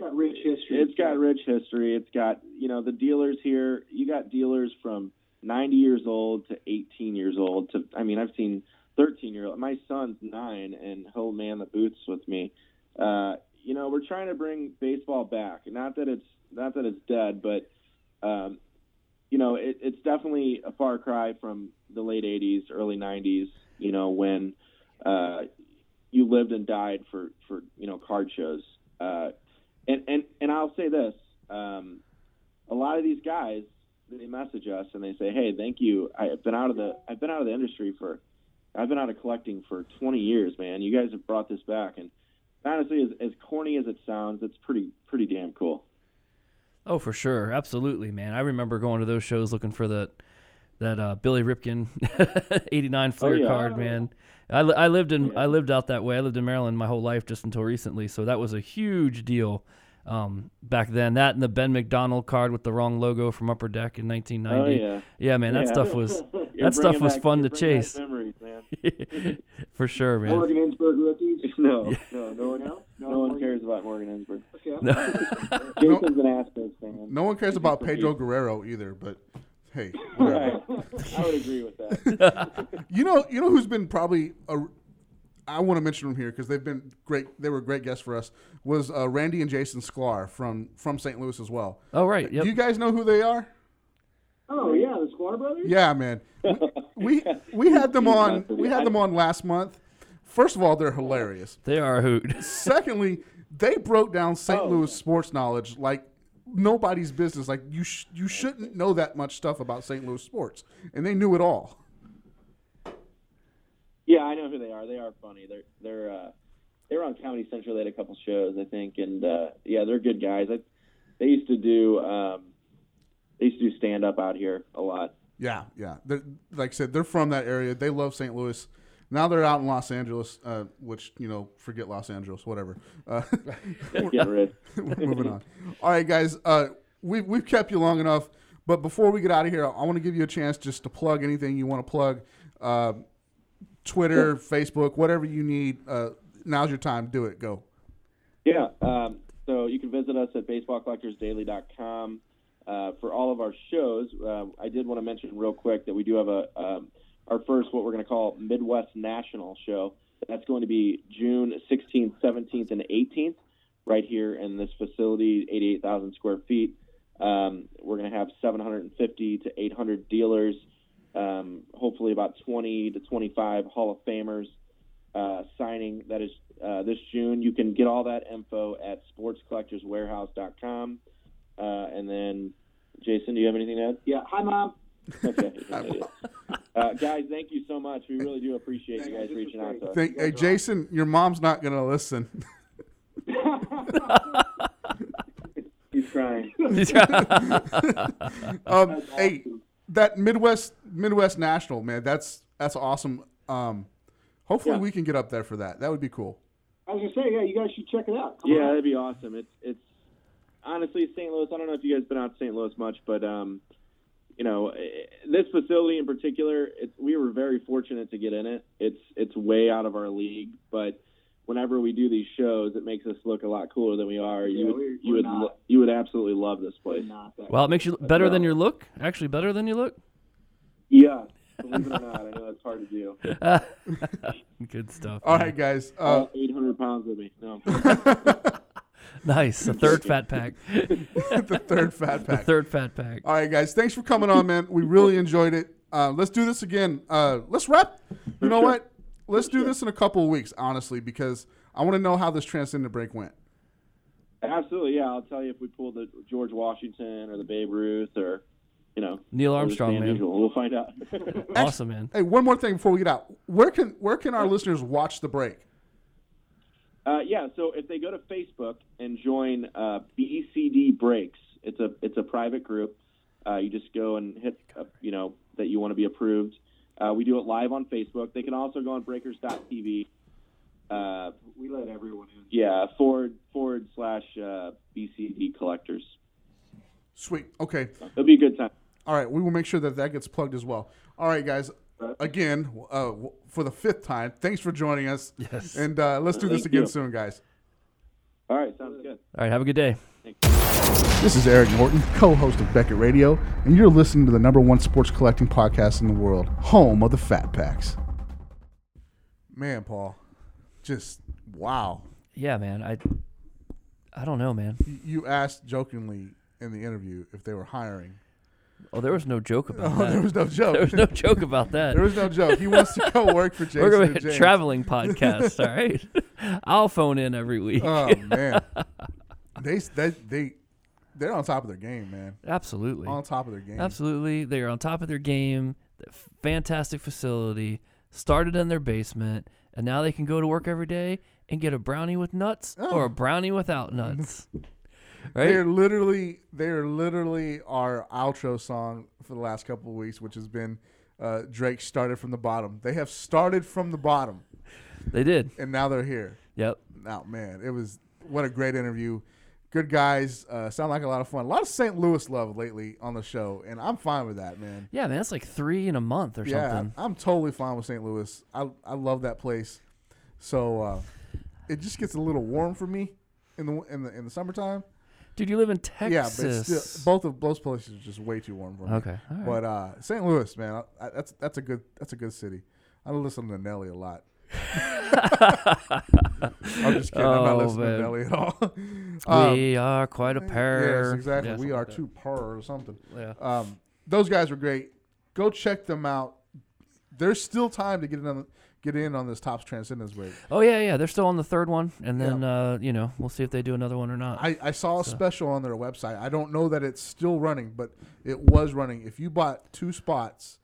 [SPEAKER 7] It's got rich history.
[SPEAKER 4] it's got rich history. It's got you know the dealers here. You got dealers from 90 years old to 18 years old to I mean I've seen 13 year old. My son's nine and he'll man the booths with me. Uh, you know we're trying to bring baseball back. Not that it's not that it's dead, but um, you know it, it's definitely a far cry from the late 80s, early 90s. You know when uh, you lived and died for for you know card shows. Uh, and and and I'll say this: um, a lot of these guys, they message us and they say, "Hey, thank you. I've been out of the I've been out of the industry for, I've been out of collecting for 20 years, man. You guys have brought this back." And honestly, as, as corny as it sounds, it's pretty pretty damn cool.
[SPEAKER 2] Oh, for sure, absolutely, man. I remember going to those shows looking for that that uh, Billy [laughs] Ripken '89 Flair
[SPEAKER 4] Oh, yeah.
[SPEAKER 2] card, man. I, li- I lived in I lived out that way. I lived in Maryland my whole life just until recently, so that was a huge deal um, back then. That and the Ben McDonald card with the wrong logo from Upper Deck in 1990.
[SPEAKER 4] Oh, yeah.
[SPEAKER 2] man, that
[SPEAKER 4] Yeah.
[SPEAKER 2] stuff was
[SPEAKER 4] [laughs] You're
[SPEAKER 2] that stuff
[SPEAKER 4] bringing
[SPEAKER 2] was
[SPEAKER 4] back-
[SPEAKER 2] fun to
[SPEAKER 4] you're bringing back
[SPEAKER 2] chase,
[SPEAKER 4] Memories,
[SPEAKER 2] [laughs]
[SPEAKER 4] man.
[SPEAKER 2] for sure, man.
[SPEAKER 7] Morgan Innsburg rookies.
[SPEAKER 4] [laughs] No, no, no one, no,
[SPEAKER 7] No,
[SPEAKER 4] one
[SPEAKER 7] Morgan-
[SPEAKER 4] cares about Morgan Ensberg. [laughs]
[SPEAKER 7] Okay.
[SPEAKER 4] Jason's an Astros fan.
[SPEAKER 1] No one cares about Pedro Guerrero either, but hey, whatever.
[SPEAKER 4] Right. [laughs] I would agree with
[SPEAKER 2] [laughs]
[SPEAKER 4] that.
[SPEAKER 1] You know, you know who's been probably a, I want to mention them here because they've been great. They were great guests for us. Was uh, Randy and Jason Sklar from from St. Louis as well.
[SPEAKER 2] Oh right, yep.
[SPEAKER 1] Do you guys know who they are?
[SPEAKER 7] Oh yeah, the Sklar brothers.
[SPEAKER 1] Yeah, man. We we,
[SPEAKER 4] [laughs]
[SPEAKER 1] we had them on. We had them on last month. First of all, they're hilarious.
[SPEAKER 2] they are a
[SPEAKER 4] [laughs]
[SPEAKER 2] hoot. [laughs]
[SPEAKER 1] Secondly, they broke down St.
[SPEAKER 4] Oh,
[SPEAKER 1] Louis sports knowledge like nobody's business. Like you sh- you shouldn't know that much stuff about St. Louis sports, and they knew it all.
[SPEAKER 4] Yeah, I know who they are. They are funny. They're they're uh, they were on Comedy Central. They had a couple shows, I think, and uh, yeah, they're good guys. I, they used to do um, they used to do stand up out here a lot.
[SPEAKER 1] Yeah, yeah. They're, like I said, they're from that area. They love St. Louis. Now they're out in Los Angeles, uh, which you know, forget Los Angeles, whatever. Uh, [laughs]
[SPEAKER 4] Get rid.
[SPEAKER 1] we're moving on. All right, guys, uh, we've we've kept you long enough, but before we get out of here, I, want to give you a chance just to plug anything you want to plug, uh, Twitter, Facebook, whatever you need. Uh, now's your time. Do it. Go.
[SPEAKER 4] Yeah. Um, so you can visit us at baseballcollectorsdaily.com uh, for all of our shows. Uh, I did want to mention real quick that we do have a um, our first what we're going to call Midwest National show. That's going to be June 16th, 17th, and 18th, right here in this facility, 88,000 square feet. Um, we're going to have 750 to 800 dealers, um, hopefully about 20 to 25 Hall of Famers uh, signing that is uh, this June. You can get all that info at sportscollectorswarehouse.com. Uh, and then, Jason, do you have anything to add?
[SPEAKER 7] Yeah. Hi, mom.
[SPEAKER 4] Okay. [laughs] uh, guys, thank you so much. We really do appreciate you
[SPEAKER 7] Thank you.
[SPEAKER 4] guys
[SPEAKER 7] This was
[SPEAKER 4] reaching out
[SPEAKER 7] great.
[SPEAKER 4] to us.
[SPEAKER 1] Thank, hey, Jason, your mom's not gonna listen.
[SPEAKER 7] trying.
[SPEAKER 1] [laughs] Um, hey, that Midwest Midwest National man, that's that's awesome. Um, hopefully
[SPEAKER 7] Yeah.
[SPEAKER 1] we can get up there for that. That would be cool.
[SPEAKER 7] I was gonna say, yeah, you guys should check it out. Come
[SPEAKER 4] Yeah,
[SPEAKER 7] on.
[SPEAKER 4] that'd be awesome. It's it's honestly St. Louis. I don't know if you guys been out to St. Louis much, but um, you know, eh, this facility in particular, it's we were very fortunate to get in it. It's it's way out of our league, but whenever we do these shows, it makes us look a lot cooler than we are.
[SPEAKER 7] Yeah,
[SPEAKER 4] you would
[SPEAKER 7] we're-
[SPEAKER 4] you
[SPEAKER 7] we're
[SPEAKER 4] would
[SPEAKER 7] not.
[SPEAKER 4] lo- you would absolutely love this place.
[SPEAKER 7] Not that
[SPEAKER 2] Well, it makes you look better than your look. Actually, better than you look.
[SPEAKER 4] Yeah, believe it
[SPEAKER 7] [laughs]
[SPEAKER 4] or not, I know that's hard to do.
[SPEAKER 2] Good stuff.
[SPEAKER 1] All right, guys. Uh,
[SPEAKER 4] All 800 pounds with me.
[SPEAKER 7] [laughs]
[SPEAKER 4] No,
[SPEAKER 2] Nice. A third
[SPEAKER 1] [laughs]
[SPEAKER 2] fat pack.
[SPEAKER 1] the
[SPEAKER 2] [laughs]
[SPEAKER 1] third fat
[SPEAKER 2] Oh. the
[SPEAKER 1] pack.
[SPEAKER 2] third fat pack.
[SPEAKER 1] All right, guys. Thanks for coming on, man. We really enjoyed it. Uh, let's do this again. Uh, let's wrap. You know what? Let's do this in a couple of weeks, honestly, because I want to know how this transcendent break went.
[SPEAKER 4] absolutely. Yeah, I'll tell you if we pull the George Washington or the Babe Ruth or. You know,
[SPEAKER 2] Neil
[SPEAKER 4] or the
[SPEAKER 2] Armstrong,
[SPEAKER 4] Stan
[SPEAKER 2] man.
[SPEAKER 4] Musial. We'll find out. [laughs]
[SPEAKER 2] Awesome, man.
[SPEAKER 1] Hey, one more thing before we get out. Where can where can our listeners watch the break?
[SPEAKER 4] Uh, yeah, so if they go to Facebook and join uh, BCD Breaks, it's a it's a private group. Uh, you just go and hit uh, you know that you want to be approved. Uh, we do it live on Facebook. They can also go on Breakers.tv. Uh,
[SPEAKER 7] we let everyone in.
[SPEAKER 4] yeah, forward forward slash uh, BCD Collectors.
[SPEAKER 1] Sweet. Okay.
[SPEAKER 4] It'll be a good time.
[SPEAKER 1] All right, we will make sure that that gets plugged as well. All right, guys. Again, uh, w- for the fifth time, thanks for joining us.
[SPEAKER 2] Yes.
[SPEAKER 1] And uh, let's do this
[SPEAKER 4] Thank
[SPEAKER 1] again
[SPEAKER 4] you.
[SPEAKER 1] soon, guys.
[SPEAKER 4] All right, sounds good.
[SPEAKER 2] All right. Have a good day.
[SPEAKER 1] This is Eric Norton, co host of Beckett Radio, and you're listening to the number one sports collecting podcast in the world, home of the Fat Packs. Man, Paul, just wow.
[SPEAKER 2] Yeah, man. I. I don't know, man.
[SPEAKER 1] Y- You asked jokingly in the interview if they were hiring.
[SPEAKER 2] Oh, there was no joke about
[SPEAKER 1] Oh,
[SPEAKER 2] that.
[SPEAKER 1] there was no joke.
[SPEAKER 2] [laughs] There was no joke about that.
[SPEAKER 1] There was no joke. He wants to go work for Jason.
[SPEAKER 2] We're going
[SPEAKER 1] and
[SPEAKER 2] to a
[SPEAKER 1] James. [laughs]
[SPEAKER 2] traveling podcast. all right. I'll phone in every week.
[SPEAKER 1] Oh man, they they they they're on top of their game, man.
[SPEAKER 2] Absolutely.
[SPEAKER 1] On top of their game.
[SPEAKER 2] Absolutely. They are on top of their game. Fantastic facility. Started in their basement, and now they can go to work every day and get a brownie with nuts
[SPEAKER 1] Oh.
[SPEAKER 2] or a brownie
[SPEAKER 1] [laughs]
[SPEAKER 2] without nuts.
[SPEAKER 1] They're
[SPEAKER 2] right?
[SPEAKER 1] literally they're literally our outro song for the last couple of weeks, which has been uh, Drake started from the bottom. They have started from the bottom,
[SPEAKER 2] They did.
[SPEAKER 1] and now they're here.
[SPEAKER 2] Yep.
[SPEAKER 1] Now, man, it was what a great interview. Good guys, uh, sound like a lot of fun. A lot of St. Louis love lately on the show, and I'm fine with that, man.
[SPEAKER 2] Yeah, man. That's like three in a month or
[SPEAKER 1] Yeah,
[SPEAKER 2] something.
[SPEAKER 1] I'm totally fine with St. Louis. I I love that place. So uh, it just gets a little warm for me in the in the in the summertime.
[SPEAKER 2] Dude, you live in
[SPEAKER 1] Yeah,
[SPEAKER 2] Texas.
[SPEAKER 1] but it's still, both of both places are just way too warm for me.
[SPEAKER 2] Okay, all right.
[SPEAKER 1] but uh, St. Louis, man, I, I, that's that's a good that's a good city. I listen to Nelly a
[SPEAKER 2] [laughs]
[SPEAKER 1] lot. I'm just kidding. I'm
[SPEAKER 2] Oh,
[SPEAKER 1] not listening
[SPEAKER 2] man.
[SPEAKER 1] to Nelly at all. [laughs] Um,
[SPEAKER 2] we are quite a pair.
[SPEAKER 1] Yes, exactly.
[SPEAKER 2] Yeah,
[SPEAKER 1] we
[SPEAKER 2] something
[SPEAKER 1] are
[SPEAKER 2] like that.
[SPEAKER 1] two per or something.
[SPEAKER 2] Yeah.
[SPEAKER 1] Um, those guys were great. Go check them out. There's still time to get in on get in on this tops transcendence break.
[SPEAKER 2] Oh, yeah, yeah. They're still on the third one. And then, uh, you know, we'll see if they do another one or not.
[SPEAKER 1] I, I saw a special on their website. I don't know that it's still running, but it was running. If you bought two spots,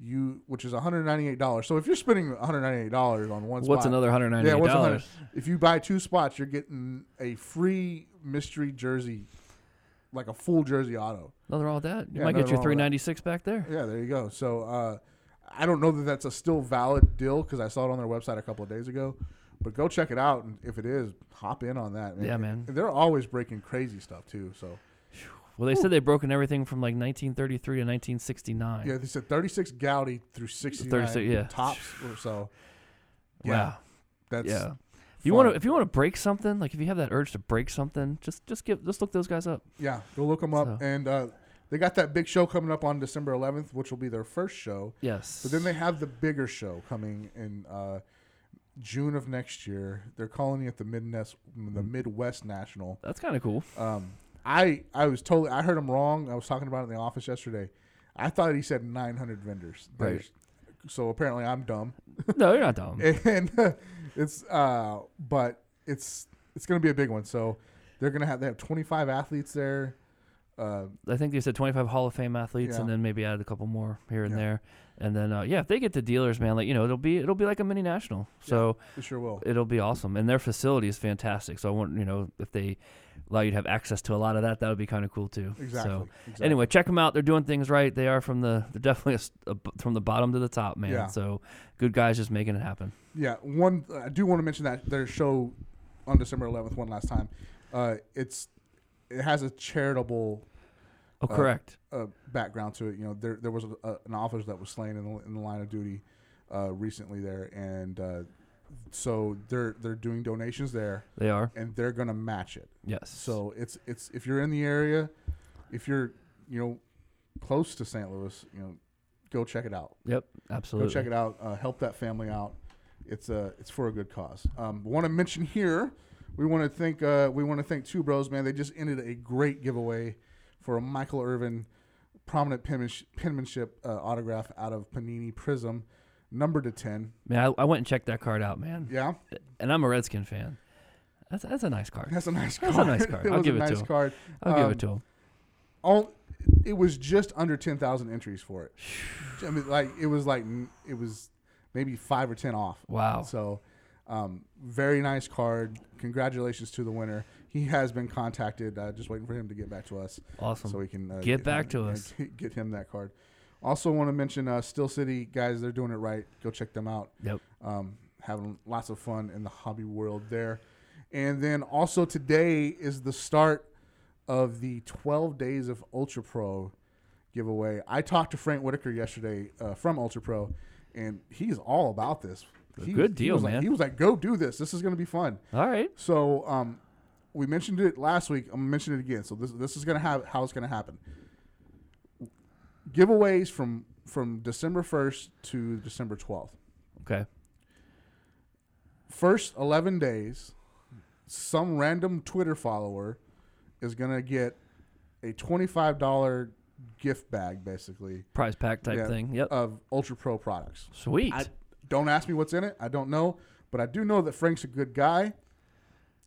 [SPEAKER 1] you which is $198. So if you're spending $198 on one spot,
[SPEAKER 2] What's another $198?
[SPEAKER 1] Yeah, what's another? If you buy two spots, you're getting a free mystery jersey, like a full jersey auto.
[SPEAKER 2] Nothing wrong with that. You
[SPEAKER 1] Yeah,
[SPEAKER 2] might get
[SPEAKER 1] nothing
[SPEAKER 2] your
[SPEAKER 1] wrong with that.
[SPEAKER 2] 396 back there.
[SPEAKER 1] Yeah, there you go. So uh, I don't know that that's a still valid deal because I saw it on their website a couple of days ago. But go check it out, and if it is, hop in on that.
[SPEAKER 2] Yeah, man.
[SPEAKER 1] And they're always breaking crazy stuff too. So
[SPEAKER 2] Well, they said they've broken everything from like 1933 to 1969.
[SPEAKER 1] yeah, they said 36 Gowdy through 69
[SPEAKER 2] 36, yeah.
[SPEAKER 1] tops or so.
[SPEAKER 2] Wow.
[SPEAKER 1] that's
[SPEAKER 2] Yeah. If you want to,
[SPEAKER 1] fun.
[SPEAKER 2] if you want to break something, like if you have that urge to break something, just just give, just look those guys up.
[SPEAKER 1] yeah. Go look them up,
[SPEAKER 2] So-
[SPEAKER 1] and uh, they got that big show coming up on December 11th, which will be their first show.
[SPEAKER 2] Yes.
[SPEAKER 1] But then they have the bigger show coming in uh, June of next year. They're calling it the Midwest, the
[SPEAKER 2] Mm-hmm.
[SPEAKER 1] Midwest National.
[SPEAKER 2] That's kind of cool.
[SPEAKER 1] Um, I I was totally I heard him wrong. I was talking about it in the office yesterday. I thought he said 900 vendors.
[SPEAKER 2] Right.
[SPEAKER 1] There's- So apparently I'm dumb,
[SPEAKER 2] [laughs]
[SPEAKER 1] [laughs]
[SPEAKER 2] no, you're not dumb.
[SPEAKER 1] and it's uh, but it's it's gonna be a big one. So they're gonna have they have 25 athletes there. Uh,
[SPEAKER 2] I think they said 25 Hall of Fame athletes, and
[SPEAKER 1] Yeah.
[SPEAKER 2] then maybe add a couple more here and
[SPEAKER 1] Yeah.
[SPEAKER 2] there. And then uh, yeah, if they get the dealers, man, like you know, it'll be it'll be like a mini national. So
[SPEAKER 1] they sure will.
[SPEAKER 2] it'll be awesome, and their facility is fantastic. So I want you know if they allow you to have access to a lot of that. That would be kind of cool too.
[SPEAKER 1] Exactly,
[SPEAKER 2] So
[SPEAKER 1] exactly.
[SPEAKER 2] anyway, check them out. They're doing things right. They are from the they're definitely a s- a b- from the bottom to the top, man.
[SPEAKER 1] Yeah.
[SPEAKER 2] So good guys just making it happen.
[SPEAKER 1] Yeah, one. I do want to mention that their show on December 11th, one last time. Uh, it's it has a charitable
[SPEAKER 2] Oh, correct.
[SPEAKER 1] uh, background to it. You know, there there was a, a, an officer that was slain in the, in the line of duty uh, recently there, and uh, so they're they're doing donations there,
[SPEAKER 2] They are.
[SPEAKER 1] and they're gonna match it.
[SPEAKER 2] Yes.
[SPEAKER 1] So it's it's if you're in the area, if you're you know close to St. Louis, you know, go check it out.
[SPEAKER 2] Yep.
[SPEAKER 1] Go
[SPEAKER 2] Absolutely.
[SPEAKER 1] check it out. Uh, help that family out. It's uh, it's for a good cause. Um, want to mention here, we want to thank uh, we want to thank Two Bros man. They just ended a great giveaway for a Michael Irvin prominent penmanship, penmanship uh, autograph out of Panini Prism, number to ten.
[SPEAKER 2] Man, I, I went and checked that card out, man.
[SPEAKER 1] Yeah,
[SPEAKER 2] And I'm a Redskin fan. That's that's a nice card.
[SPEAKER 1] that's a nice card.
[SPEAKER 2] [laughs] That's a nice
[SPEAKER 1] [laughs]
[SPEAKER 2] card.
[SPEAKER 1] it
[SPEAKER 2] I'll
[SPEAKER 1] was
[SPEAKER 2] give
[SPEAKER 1] a
[SPEAKER 2] it to
[SPEAKER 1] nice
[SPEAKER 2] him.
[SPEAKER 1] card.
[SPEAKER 2] I'll give
[SPEAKER 1] Um,
[SPEAKER 2] it to him.
[SPEAKER 1] all it was just under 10,000 entries for it. I mean like it was like n- it was maybe 5 or 10 off.
[SPEAKER 2] Wow.
[SPEAKER 1] So um, very nice card. Congratulations to the winner. He has been contacted. Uh, just waiting for him to get back to us.
[SPEAKER 2] Awesome.
[SPEAKER 1] So we can uh,
[SPEAKER 2] Get back to
[SPEAKER 1] [laughs] uh,
[SPEAKER 2] us.
[SPEAKER 1] Get him that card. Also want to mention uh, Still City guys. They're doing it right. Go check them out
[SPEAKER 2] Yep.
[SPEAKER 1] um, having lots of fun in the hobby world there. And then also today is the start of the 12 days of Ultra Pro giveaway. I talked to Frank Whitaker yesterday uh, from Ultra Pro, and he's all about this. He
[SPEAKER 2] Good
[SPEAKER 1] was- he
[SPEAKER 2] deal,
[SPEAKER 1] was like-
[SPEAKER 2] man.
[SPEAKER 1] he was like, "Go do this. This is going to be fun."
[SPEAKER 2] All right.
[SPEAKER 1] So um, we mentioned it last week. I'm gonna mention it again. So this this is gonna have how it's gonna happen. Giveaways from from December 1st to December 12th
[SPEAKER 2] Okay.
[SPEAKER 1] first 11 days, some random Twitter follower is going to get a $25 gift bag, basically,
[SPEAKER 2] Prize pack type
[SPEAKER 1] yeah,
[SPEAKER 2] thing. Yep.
[SPEAKER 1] of Ultra Pro products.
[SPEAKER 2] Sweet.
[SPEAKER 1] I, don't ask me what's in it. I don't know. But I do know that Frank's a good guy.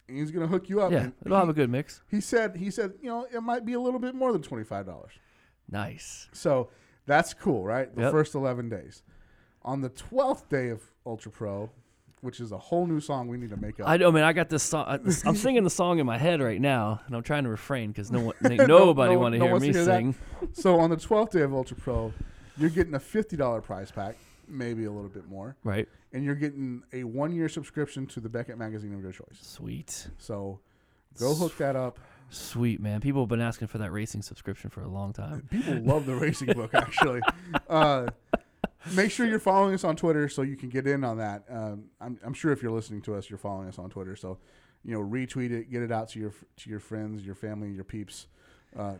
[SPEAKER 1] And he's going to hook you up.
[SPEAKER 2] yeah.
[SPEAKER 1] and
[SPEAKER 2] It'll
[SPEAKER 1] he,
[SPEAKER 2] have a good mix.
[SPEAKER 1] he said, he said, you know, it might be a little bit more than $25.
[SPEAKER 2] Nice.
[SPEAKER 1] So that's cool, right? The
[SPEAKER 2] Yep.
[SPEAKER 1] first 11 days. On the 12th day of Ultra Pro, which is a whole new song we need to make up.
[SPEAKER 2] I know, man. I got this song. I- I'm singing the song in my head right now, and I'm trying to refrain because no one,
[SPEAKER 1] [laughs]
[SPEAKER 2] ain't nobody
[SPEAKER 1] no-
[SPEAKER 2] want to
[SPEAKER 1] no
[SPEAKER 2] hear
[SPEAKER 1] wants
[SPEAKER 2] me
[SPEAKER 1] that.
[SPEAKER 2] sing.
[SPEAKER 1] [laughs] so on the 12th day of Ultra Pro, you're getting a $50 prize pack, maybe a little bit more,
[SPEAKER 2] Right.
[SPEAKER 1] and you're getting a one year subscription to the Beckett magazine of your choice.
[SPEAKER 2] Sweet.
[SPEAKER 1] So go hook that up.
[SPEAKER 2] Sweet, man. People have been asking for that racing subscription for a long time.
[SPEAKER 1] People love the racing
[SPEAKER 2] [laughs]
[SPEAKER 1] book, actually. Uh, make sure you're following us on Twitter so you can get in on that. Um, I'm, I'm sure if you're listening to us, you're following us on Twitter. So, you know, retweet it, get it out to your to your friends, your family, your peeps. Uh,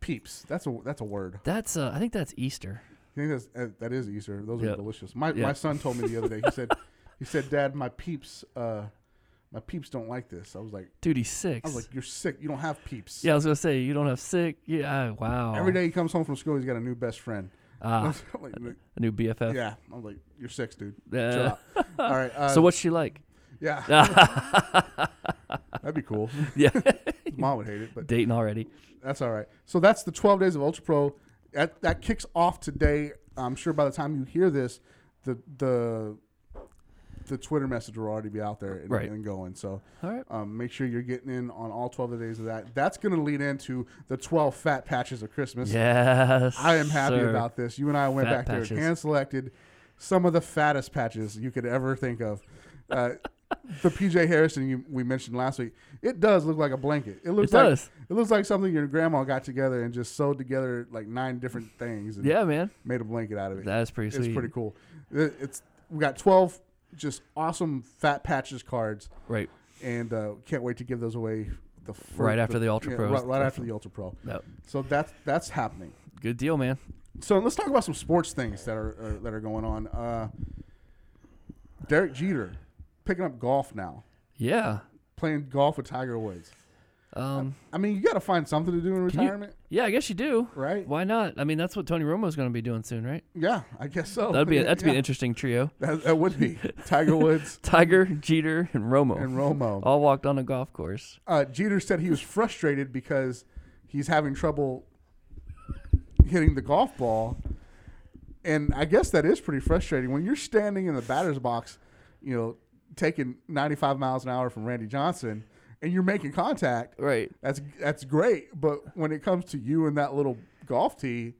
[SPEAKER 1] peeps. That's a that's a word.
[SPEAKER 2] That's. Uh, I think that's Easter.
[SPEAKER 1] I think that's uh, that is Easter. Those
[SPEAKER 2] Yeah.
[SPEAKER 1] are delicious. My
[SPEAKER 2] Yeah.
[SPEAKER 1] my son told me the other day. He
[SPEAKER 2] [laughs]
[SPEAKER 1] said, he said, Dad, my peeps, uh, my peeps don't like this. I was like,
[SPEAKER 2] Duty six.
[SPEAKER 1] I was like, you're sick. You don't have peeps.
[SPEAKER 2] yeah, I was gonna say you don't have sick. Yeah. Wow.
[SPEAKER 1] Every day he comes home from school, he's got a new best friend. [laughs]
[SPEAKER 2] Ah.
[SPEAKER 1] I'm like,
[SPEAKER 2] A new BFF.
[SPEAKER 1] yeah. I'm like, you're six, dude. Chill
[SPEAKER 2] Yeah.
[SPEAKER 1] out. All right. Uh,
[SPEAKER 2] [laughs] so what's she like? [laughs]
[SPEAKER 1] Yeah. That'd be cool.
[SPEAKER 2] Yeah. [laughs]
[SPEAKER 1] His mom would hate it, but
[SPEAKER 2] Dating already.
[SPEAKER 1] that's all right. So that's the 12 days of Ultra Pro. That that kicks off today. I'm sure by the time you hear this, the the the Twitter message will already be out there and,
[SPEAKER 2] Right.
[SPEAKER 1] and going. So
[SPEAKER 2] All right.
[SPEAKER 1] um, make sure you're getting in on all 12 of the days of that. That's going to lead into the 12 fat patches of Christmas.
[SPEAKER 2] Yes.
[SPEAKER 1] I am happy
[SPEAKER 2] sir.
[SPEAKER 1] about this. You and I went
[SPEAKER 2] Fat
[SPEAKER 1] back there
[SPEAKER 2] patches.
[SPEAKER 1] and hand selected some of the fattest patches you could ever think of.
[SPEAKER 2] [laughs]
[SPEAKER 1] Uh, the PJ Harrison you, we mentioned last week, it does look like a blanket. It looks
[SPEAKER 2] It
[SPEAKER 1] like
[SPEAKER 2] does.
[SPEAKER 1] it looks like something your grandma got together and just sewed together like nine different things. And
[SPEAKER 2] Yeah, man.
[SPEAKER 1] made a blanket out of it.
[SPEAKER 2] That is pretty sweet.
[SPEAKER 1] It's pretty cool. It- it's we got twelve just awesome fat patches cards,
[SPEAKER 2] Right.
[SPEAKER 1] and uh, can't wait to give those away. The fir-
[SPEAKER 2] Right after the Ultra Pros.
[SPEAKER 1] right, right after the Ultra Pro.
[SPEAKER 2] Yep.
[SPEAKER 1] So that's that's happening.
[SPEAKER 2] Good deal, man.
[SPEAKER 1] So let's talk about some sports things that are uh, that are going on. Uh, Derek Jeter picking up golf now,
[SPEAKER 2] Yeah.
[SPEAKER 1] playing golf with Tiger Woods.
[SPEAKER 2] Um.
[SPEAKER 1] I mean, you got to find something to do in
[SPEAKER 2] can you-
[SPEAKER 1] retirement,
[SPEAKER 2] yeah, I guess you do.
[SPEAKER 1] right?
[SPEAKER 2] Why not? I mean, that's what Tony Romo's going to be doing soon, right?
[SPEAKER 1] Yeah, I guess so. [laughs]
[SPEAKER 2] That'd be that'd be an
[SPEAKER 1] Oh, Yeah.
[SPEAKER 2] interesting trio:
[SPEAKER 1] That, that would be Tiger
[SPEAKER 2] [laughs]
[SPEAKER 1] Woods
[SPEAKER 2] Tiger, Jeter, and Romo.
[SPEAKER 1] Mm-hmm. and Romo.
[SPEAKER 2] all walked on a golf course.
[SPEAKER 1] Uh, Jeter said he was frustrated because he's having trouble hitting the golf ball, and I guess that is pretty frustrating when you're standing in the batter's box, you know, taking 95 miles an hour from Randy Johnson, and you're making contact,
[SPEAKER 2] Right.
[SPEAKER 1] that's that's great. But when it comes to you and that little golf tee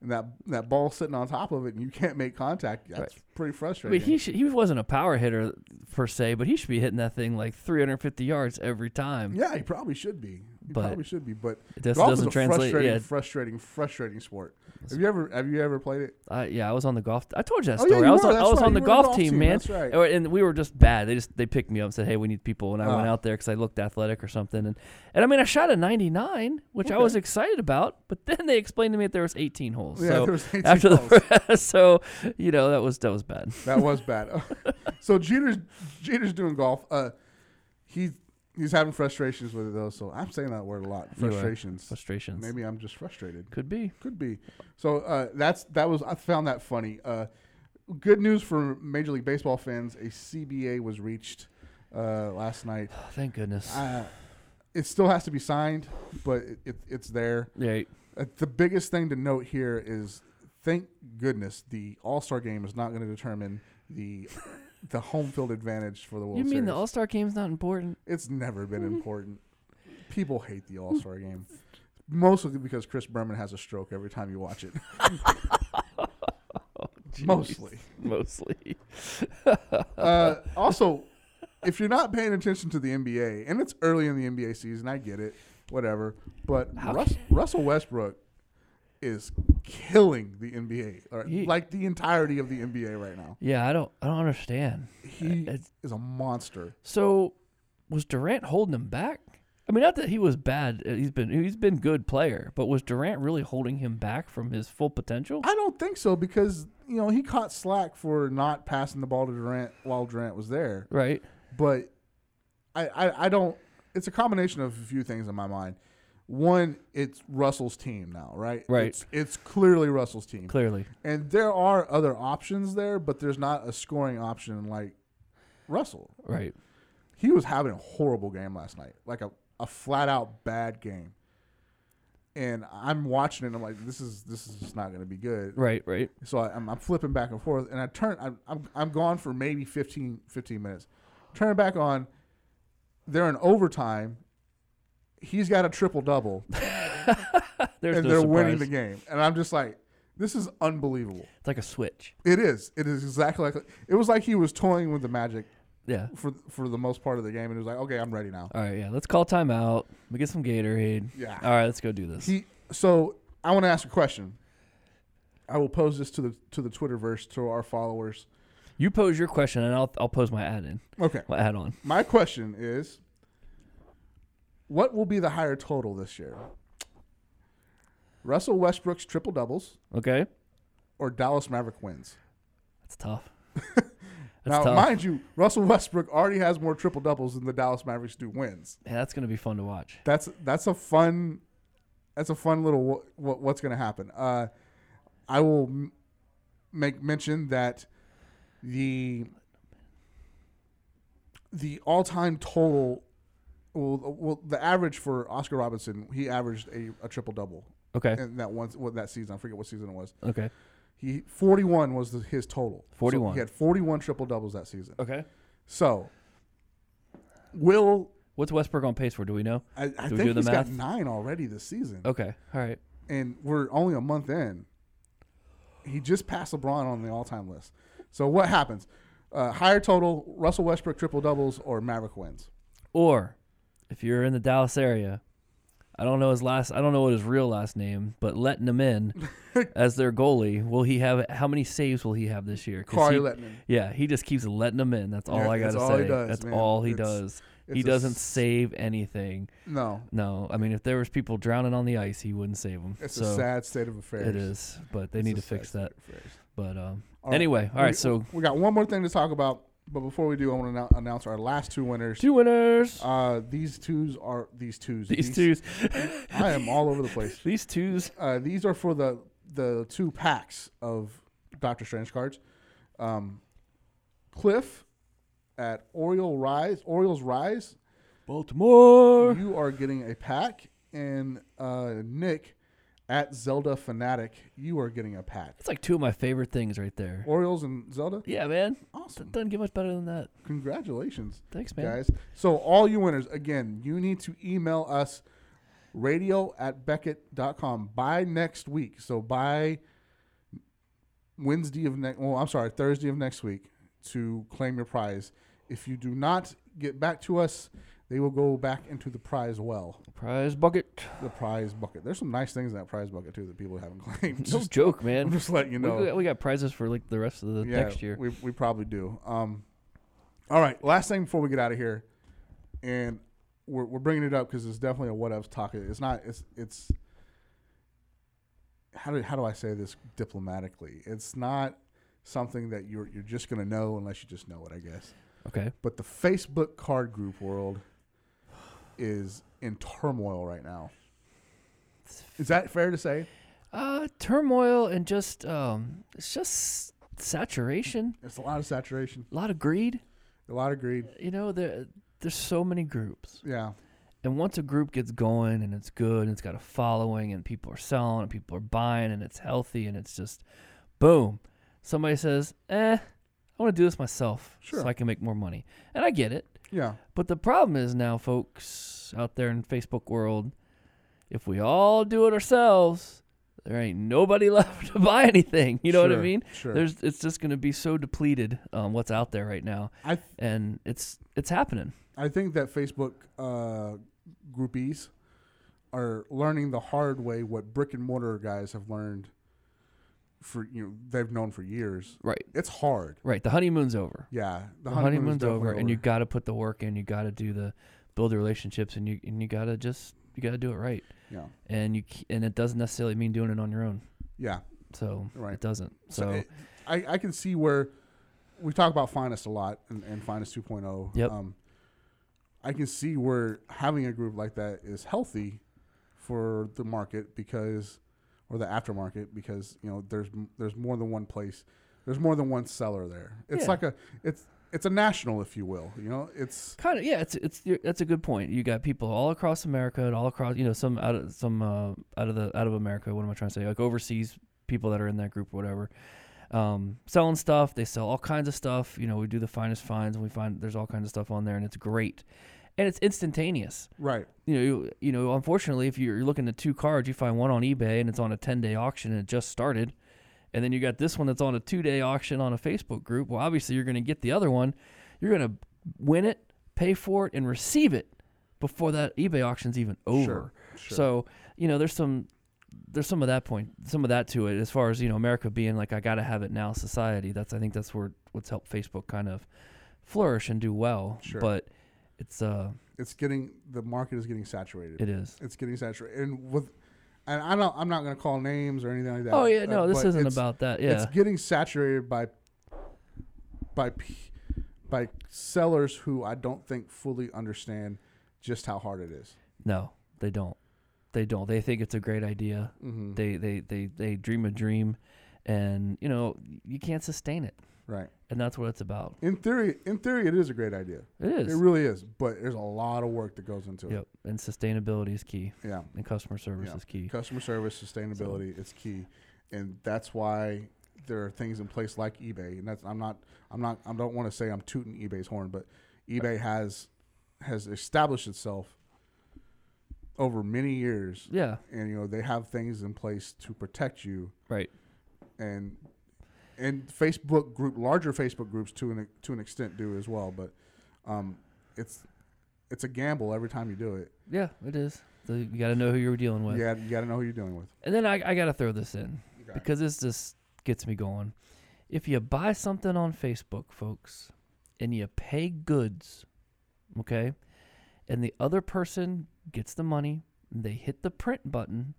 [SPEAKER 1] and that that ball sitting on top of it and you can't make contact, that's pretty
[SPEAKER 2] I
[SPEAKER 1] frustrating.
[SPEAKER 2] mean, he should, he wasn't a power hitter per se, but he should be hitting that thing like 350 yards every time.
[SPEAKER 1] yeah, he probably should be. He
[SPEAKER 2] But
[SPEAKER 1] probably should be. But
[SPEAKER 2] just
[SPEAKER 1] golf is
[SPEAKER 2] doesn't
[SPEAKER 1] a
[SPEAKER 2] translate,
[SPEAKER 1] frustrating,
[SPEAKER 2] yeah.
[SPEAKER 1] frustrating, frustrating sport. Have you ever have you ever played it?
[SPEAKER 2] I, yeah, I was on the golf. I told you that
[SPEAKER 1] Oh, yeah,
[SPEAKER 2] story.
[SPEAKER 1] you
[SPEAKER 2] I was
[SPEAKER 1] were.
[SPEAKER 2] on, I
[SPEAKER 1] That's
[SPEAKER 2] was
[SPEAKER 1] right.
[SPEAKER 2] on
[SPEAKER 1] You
[SPEAKER 2] the
[SPEAKER 1] were
[SPEAKER 2] golf,
[SPEAKER 1] golf
[SPEAKER 2] team,
[SPEAKER 1] team.
[SPEAKER 2] man.
[SPEAKER 1] That's right.
[SPEAKER 2] Or- And we were just bad. They just they picked me up and said, "Hey, we need people." And I went
[SPEAKER 1] Ah.
[SPEAKER 2] out there because I looked athletic or something. And and I mean, I shot a 99, which I was excited about. But then they explained to me that there was 18 holes.
[SPEAKER 1] Yeah, [laughs]
[SPEAKER 2] so
[SPEAKER 1] there was 18
[SPEAKER 2] after the [laughs] so you know that was that
[SPEAKER 1] [sighs]
[SPEAKER 2] was bad.
[SPEAKER 1] That was bad. [laughs] so Jeter's Jeter's doing golf. Uh, he he's having frustrations with it though. So I'm saying that word a lot.
[SPEAKER 2] You were.
[SPEAKER 1] Frustrations.
[SPEAKER 2] Frustrations.
[SPEAKER 1] Maybe I'm just frustrated.
[SPEAKER 2] Could be. [sighs]
[SPEAKER 1] Could be. So uh, that's that was I found that funny. Uh, good news for Major League Baseball fans: a CBA was reached uh, last night.
[SPEAKER 2] Oh, thank goodness.
[SPEAKER 1] Uh, it still has to be signed, but it, it, it's there.
[SPEAKER 2] yeah.
[SPEAKER 1] Uh, the biggest thing to note here is thank goodness the All Star Game is not going to determine the the home field advantage for the World
[SPEAKER 2] You mean
[SPEAKER 1] Series.
[SPEAKER 2] the Mm-hmm. All Star game's
[SPEAKER 1] [laughs]
[SPEAKER 2] not important?
[SPEAKER 1] it's never been important. People hate the All Star Game, mostly because Chris Berman has a stroke every time you watch
[SPEAKER 2] [laughs]
[SPEAKER 1] it. mostly.
[SPEAKER 2] Mostly. [laughs]
[SPEAKER 1] Uh, also, if you're not paying attention to the NBA, and it's early in the NBA season, I get it, whatever. But Rus- Russell Westbrook is killing the NBA, or
[SPEAKER 2] Ye-
[SPEAKER 1] like the entirety of the NBA right now.
[SPEAKER 2] Yeah, I don't I don't understand.
[SPEAKER 1] He
[SPEAKER 2] it's-
[SPEAKER 1] is a monster.
[SPEAKER 2] So was Durant holding him back? I mean, not that he was bad. uh, He's been he's been good player, but was Durant really holding him back from his full potential?
[SPEAKER 1] I don't think so because you know he caught slack for not passing the ball to Durant while Durant was there.
[SPEAKER 2] Right.
[SPEAKER 1] but I, I I don't. It's a combination of a few things in my mind. One, it's Russell's team now, right?
[SPEAKER 2] Right.
[SPEAKER 1] It's, it's clearly Russell's team,
[SPEAKER 2] Clearly.
[SPEAKER 1] and there are other options there, but there's not a scoring option like Russell.
[SPEAKER 2] Right.
[SPEAKER 1] He was having a horrible game last night, like a, a flat out bad game. And I'm watching it. and I'm like, this is this is just not going to be good.
[SPEAKER 2] Right. Right.
[SPEAKER 1] So I, I'm, I'm flipping back and forth, and I turn. I'm, I'm, I'm gone for maybe 15, 15 minutes. Turn it back on. They're in overtime. He's got a triple double,
[SPEAKER 2] There's
[SPEAKER 1] and
[SPEAKER 2] no
[SPEAKER 1] they're
[SPEAKER 2] surprise.
[SPEAKER 1] winning the game. And I'm just like, this is unbelievable.
[SPEAKER 2] It's like a switch.
[SPEAKER 1] It is. It is exactly like it was like he was toying with the magic
[SPEAKER 2] Yeah.
[SPEAKER 1] for for the most part of the game, and it was like, okay, I'm ready now.
[SPEAKER 2] All right. Yeah. Let's call timeout. We get some Gatorade.
[SPEAKER 1] Yeah.
[SPEAKER 2] All right. Let's go do this.
[SPEAKER 1] He, so I want to ask a question. I will pose this to the to the Twitterverse to our followers.
[SPEAKER 2] You pose your question, and I'll I'll pose my ad in.
[SPEAKER 1] Okay.
[SPEAKER 2] My add on.
[SPEAKER 1] My question is, what will be the higher total this year? Russell Westbrook's triple doubles
[SPEAKER 2] Okay.
[SPEAKER 1] or Dallas Maverick wins?
[SPEAKER 2] That's tough. That's
[SPEAKER 1] Now,
[SPEAKER 2] tough.
[SPEAKER 1] mind you, Russell Westbrook already has more triple doubles than the Dallas Mavericks do wins.
[SPEAKER 2] Man, that's gonna be fun to watch.
[SPEAKER 1] That's that's a fun, that's a fun little what, what what's going to happen. Uh, I will m- make mention that the the all time total, well, well, the average for Oscar Robinson, he averaged a, a triple double
[SPEAKER 2] Okay.
[SPEAKER 1] in that one what that season. I forget what season it was.
[SPEAKER 2] Okay.
[SPEAKER 1] He forty one was the, his total. So
[SPEAKER 2] 41.
[SPEAKER 1] he had forty one triple doubles that season.
[SPEAKER 2] Okay.
[SPEAKER 1] So, will
[SPEAKER 2] What's Westbrook on pace for? Do we know?
[SPEAKER 1] I, I
[SPEAKER 2] Do we
[SPEAKER 1] think
[SPEAKER 2] do
[SPEAKER 1] he's
[SPEAKER 2] the
[SPEAKER 1] got
[SPEAKER 2] math?
[SPEAKER 1] nine already this season,
[SPEAKER 2] Okay. All right.
[SPEAKER 1] and we're only a month in. He just passed LeBron on the all time list. So what happens? Uh, higher total: Russell Westbrook triple doubles or Maverick wins.
[SPEAKER 2] Or if you're in the Dallas area, I don't know his last I don't know what his real last name, but letting him in
[SPEAKER 1] [laughs]
[SPEAKER 2] as their goalie, will he have how many saves will he have this year? 'Cause
[SPEAKER 1] Carl
[SPEAKER 2] he-
[SPEAKER 1] Lettman.
[SPEAKER 2] Yeah, he just keeps letting them in. That's all
[SPEAKER 1] Yeah,
[SPEAKER 2] I gotta
[SPEAKER 1] that's
[SPEAKER 2] say.
[SPEAKER 1] all he does,
[SPEAKER 2] that's
[SPEAKER 1] man.
[SPEAKER 2] all he
[SPEAKER 1] It's-
[SPEAKER 2] does. He
[SPEAKER 1] it's a
[SPEAKER 2] doesn't
[SPEAKER 1] s-
[SPEAKER 2] save anything.
[SPEAKER 1] No,
[SPEAKER 2] No, I mean if there was people drowning on the ice, he wouldn't save them.
[SPEAKER 1] it's
[SPEAKER 2] so
[SPEAKER 1] a sad state of affairs.
[SPEAKER 2] It is, but they
[SPEAKER 1] It's
[SPEAKER 2] need
[SPEAKER 1] a
[SPEAKER 2] to fix
[SPEAKER 1] sad
[SPEAKER 2] that.
[SPEAKER 1] state of affairs.
[SPEAKER 2] But um,
[SPEAKER 1] All right.
[SPEAKER 2] anyway, all
[SPEAKER 1] We-
[SPEAKER 2] right. So
[SPEAKER 1] we got one more thing to talk about, but before we do, I want to announce our last two winners.
[SPEAKER 2] two winners.
[SPEAKER 1] Uh, these twos are these twos.
[SPEAKER 2] these twos,
[SPEAKER 1] I am all over the
[SPEAKER 2] [laughs]
[SPEAKER 1] place.
[SPEAKER 2] these twos.
[SPEAKER 1] uh, these are for the the two packs of Doctor Strange cards. Um, Cliff at Oriole Rise, Orioles Rise,
[SPEAKER 2] Baltimore.
[SPEAKER 1] you are getting a pack, and uh, Nick at Zelda Fanatic, you are getting a patch.
[SPEAKER 2] It's like two of my favorite things right there.
[SPEAKER 1] Orioles and Zelda.
[SPEAKER 2] Yeah, man.
[SPEAKER 1] Awesome.
[SPEAKER 2] Doesn't get much better than that.
[SPEAKER 1] Congratulations.
[SPEAKER 2] Thanks, man.
[SPEAKER 1] Guys. So, all you winners, again, you need to email us radio at Beckett.com by next week. So, by Wednesday of next, well, I'm sorry, Thursday of next week to claim your prize. If you do not get back to us, they will go back into the prize well,
[SPEAKER 2] Prize [laughs] bucket.
[SPEAKER 1] the prize bucket. There's some nice things in that prize bucket, too, that people haven't [laughs] claimed.
[SPEAKER 2] No
[SPEAKER 1] Just,
[SPEAKER 2] joke,
[SPEAKER 1] [laughs]
[SPEAKER 2] man.
[SPEAKER 1] I'm just letting you know.
[SPEAKER 2] We, got, we got prizes for like the rest of the next year.
[SPEAKER 1] We, we probably do. Um, all right, last thing before we get out of here, and we're, we're bringing it up because it's definitely a what ifs talk. It's not. It's it's. How do how do I say this diplomatically? It's not something that you're you're just gonna know unless you just know it, I guess.
[SPEAKER 2] okay.
[SPEAKER 1] But the Facebook card group world is in turmoil right now. Is that fair to say?
[SPEAKER 2] Uh, turmoil and just um, it's just saturation.
[SPEAKER 1] It's a lot of saturation,
[SPEAKER 2] A lot of greed.
[SPEAKER 1] a lot of greed.
[SPEAKER 2] You know, there there's so many groups,
[SPEAKER 1] Yeah,
[SPEAKER 2] and once a group gets going and it's good and it's got a following and people are selling and people are buying and it's healthy and it's just, boom. Somebody says, "Eh, I want to do this myself
[SPEAKER 1] Sure.
[SPEAKER 2] so I can make more money," and I get it.
[SPEAKER 1] yeah.
[SPEAKER 2] But the problem is now, folks out there in Facebook world, if we all do it ourselves, there ain't nobody [laughs] left to buy anything. You know what I
[SPEAKER 1] Sure,
[SPEAKER 2] mean?
[SPEAKER 1] sure.
[SPEAKER 2] There's it's just going to be so depleted um, what's out there right now,
[SPEAKER 1] I
[SPEAKER 2] and it's it's happening.
[SPEAKER 1] I think that Facebook uh, groupies are learning the hard way what brick and mortar guys have learned for you know they've known for years.
[SPEAKER 2] Right.
[SPEAKER 1] It's hard.
[SPEAKER 2] Right. The honeymoon's over.
[SPEAKER 1] Yeah, honeymoon
[SPEAKER 2] The,
[SPEAKER 1] is
[SPEAKER 2] honeymoon's
[SPEAKER 1] definitely
[SPEAKER 2] over, and you got to put the work in. You got to do the build the relationships, and you and you got to just you got to do it right.
[SPEAKER 1] yeah
[SPEAKER 2] And you c- and it doesn't necessarily mean doing it on your own.
[SPEAKER 1] yeah.
[SPEAKER 2] So
[SPEAKER 1] Right.
[SPEAKER 2] it doesn't. So,
[SPEAKER 1] it- I I can see where we talk about Finest a lot and, and Finest 2.0.
[SPEAKER 2] Yep.
[SPEAKER 1] Um, I can see where having a group like that is healthy for the market because, or the aftermarket because you know there's m- there's more than one place, there's more than one seller there. It's
[SPEAKER 2] Yeah.
[SPEAKER 1] like a it's it's a national, if you will. You know, it's
[SPEAKER 2] Kind of, yeah. It's it's you're- that's a good point. You got people all across America and all across, you know, some out of some uh, out of the out of America. What am I trying to say? Like overseas people that are in that group or whatever, um, selling stuff. They sell all kinds of stuff. You know, we do the finest finds and we find there's all kinds of stuff on there, and it's great, and it's instantaneous.
[SPEAKER 1] right.
[SPEAKER 2] You know, you, you know. Unfortunately, if you're looking at two cards, you find one on eBay and it's on a ten day auction and it just started, and then you got this one that's on a two day auction on a Facebook group. Well, obviously you're going to get the other one. You're going to win it, pay for it, and receive it before that eBay auction's even over.
[SPEAKER 1] sure.
[SPEAKER 2] So you know, there's some there's some of that point, some of that to it, as far as you know, America being like I got to have it now society. That's I think that's where what's helped Facebook kind of flourish and do well.
[SPEAKER 1] Sure.
[SPEAKER 2] But it's uh,
[SPEAKER 1] It's getting the market is getting saturated.
[SPEAKER 2] it is.
[SPEAKER 1] It's getting saturated, and with and I don't I'm not going to call names or anything like that.
[SPEAKER 2] Oh yeah,
[SPEAKER 1] uh,
[SPEAKER 2] no, this
[SPEAKER 1] but
[SPEAKER 2] isn't
[SPEAKER 1] it's-
[SPEAKER 2] about that. Yeah,
[SPEAKER 1] it's getting saturated by by p- by sellers who I don't think fully understand just how hard it is.
[SPEAKER 2] no, they don't. They don't. They think it's a great idea.
[SPEAKER 1] Mm-hmm.
[SPEAKER 2] They, they they they dream a dream, and you know you can't sustain it,
[SPEAKER 1] Right.
[SPEAKER 2] and that's what it's about.
[SPEAKER 1] In theory, in theory, it is a great idea.
[SPEAKER 2] It is.
[SPEAKER 1] It really is, but there's a lot of work that goes into
[SPEAKER 2] Yep. And sustainability is key,
[SPEAKER 1] it. Yeah.
[SPEAKER 2] and customer service
[SPEAKER 1] yeah.
[SPEAKER 2] is key.
[SPEAKER 1] Customer service, sustainability, it's key, and that's why there are things in place like eBay. And that's I'm not I'm not I don't want to say I'm tooting eBay's horn, but eBay has has established itself over many years
[SPEAKER 2] yeah.
[SPEAKER 1] and you know they have things in place to protect you
[SPEAKER 2] Right.
[SPEAKER 1] and and Facebook group larger Facebook groups to an to an extent do as well but um, it's it's a gamble every time you do it
[SPEAKER 2] Yeah, it is. So you got to know who you're dealing with.
[SPEAKER 1] yeah you got to know who you're dealing with
[SPEAKER 2] And then I, I got to throw this in because this just gets me going. If you buy something on Facebook, folks, and you pay goods, okay, and the other person gets the money, they hit the print button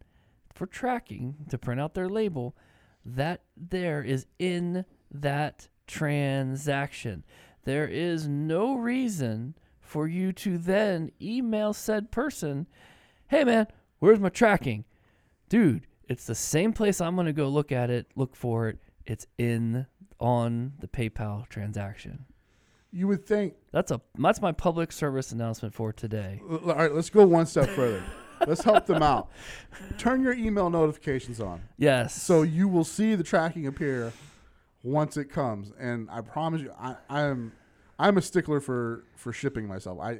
[SPEAKER 2] for tracking to print out their label, that there is in that transaction. There is no reason for you to then email said person, hey man, where's my tracking? dude, it's the same place I'm gonna go look at it, look for it. It's in on the PayPal transaction.
[SPEAKER 1] you would think
[SPEAKER 2] That's a that's my public service announcement for today.
[SPEAKER 1] all right let's go one step further Let's help them
[SPEAKER 2] [laughs]
[SPEAKER 1] out. Turn your email notifications on
[SPEAKER 2] Yes.
[SPEAKER 1] so you will see the tracking appear once it comes. And I promise you, I, I am I'm a stickler for for shipping myself. I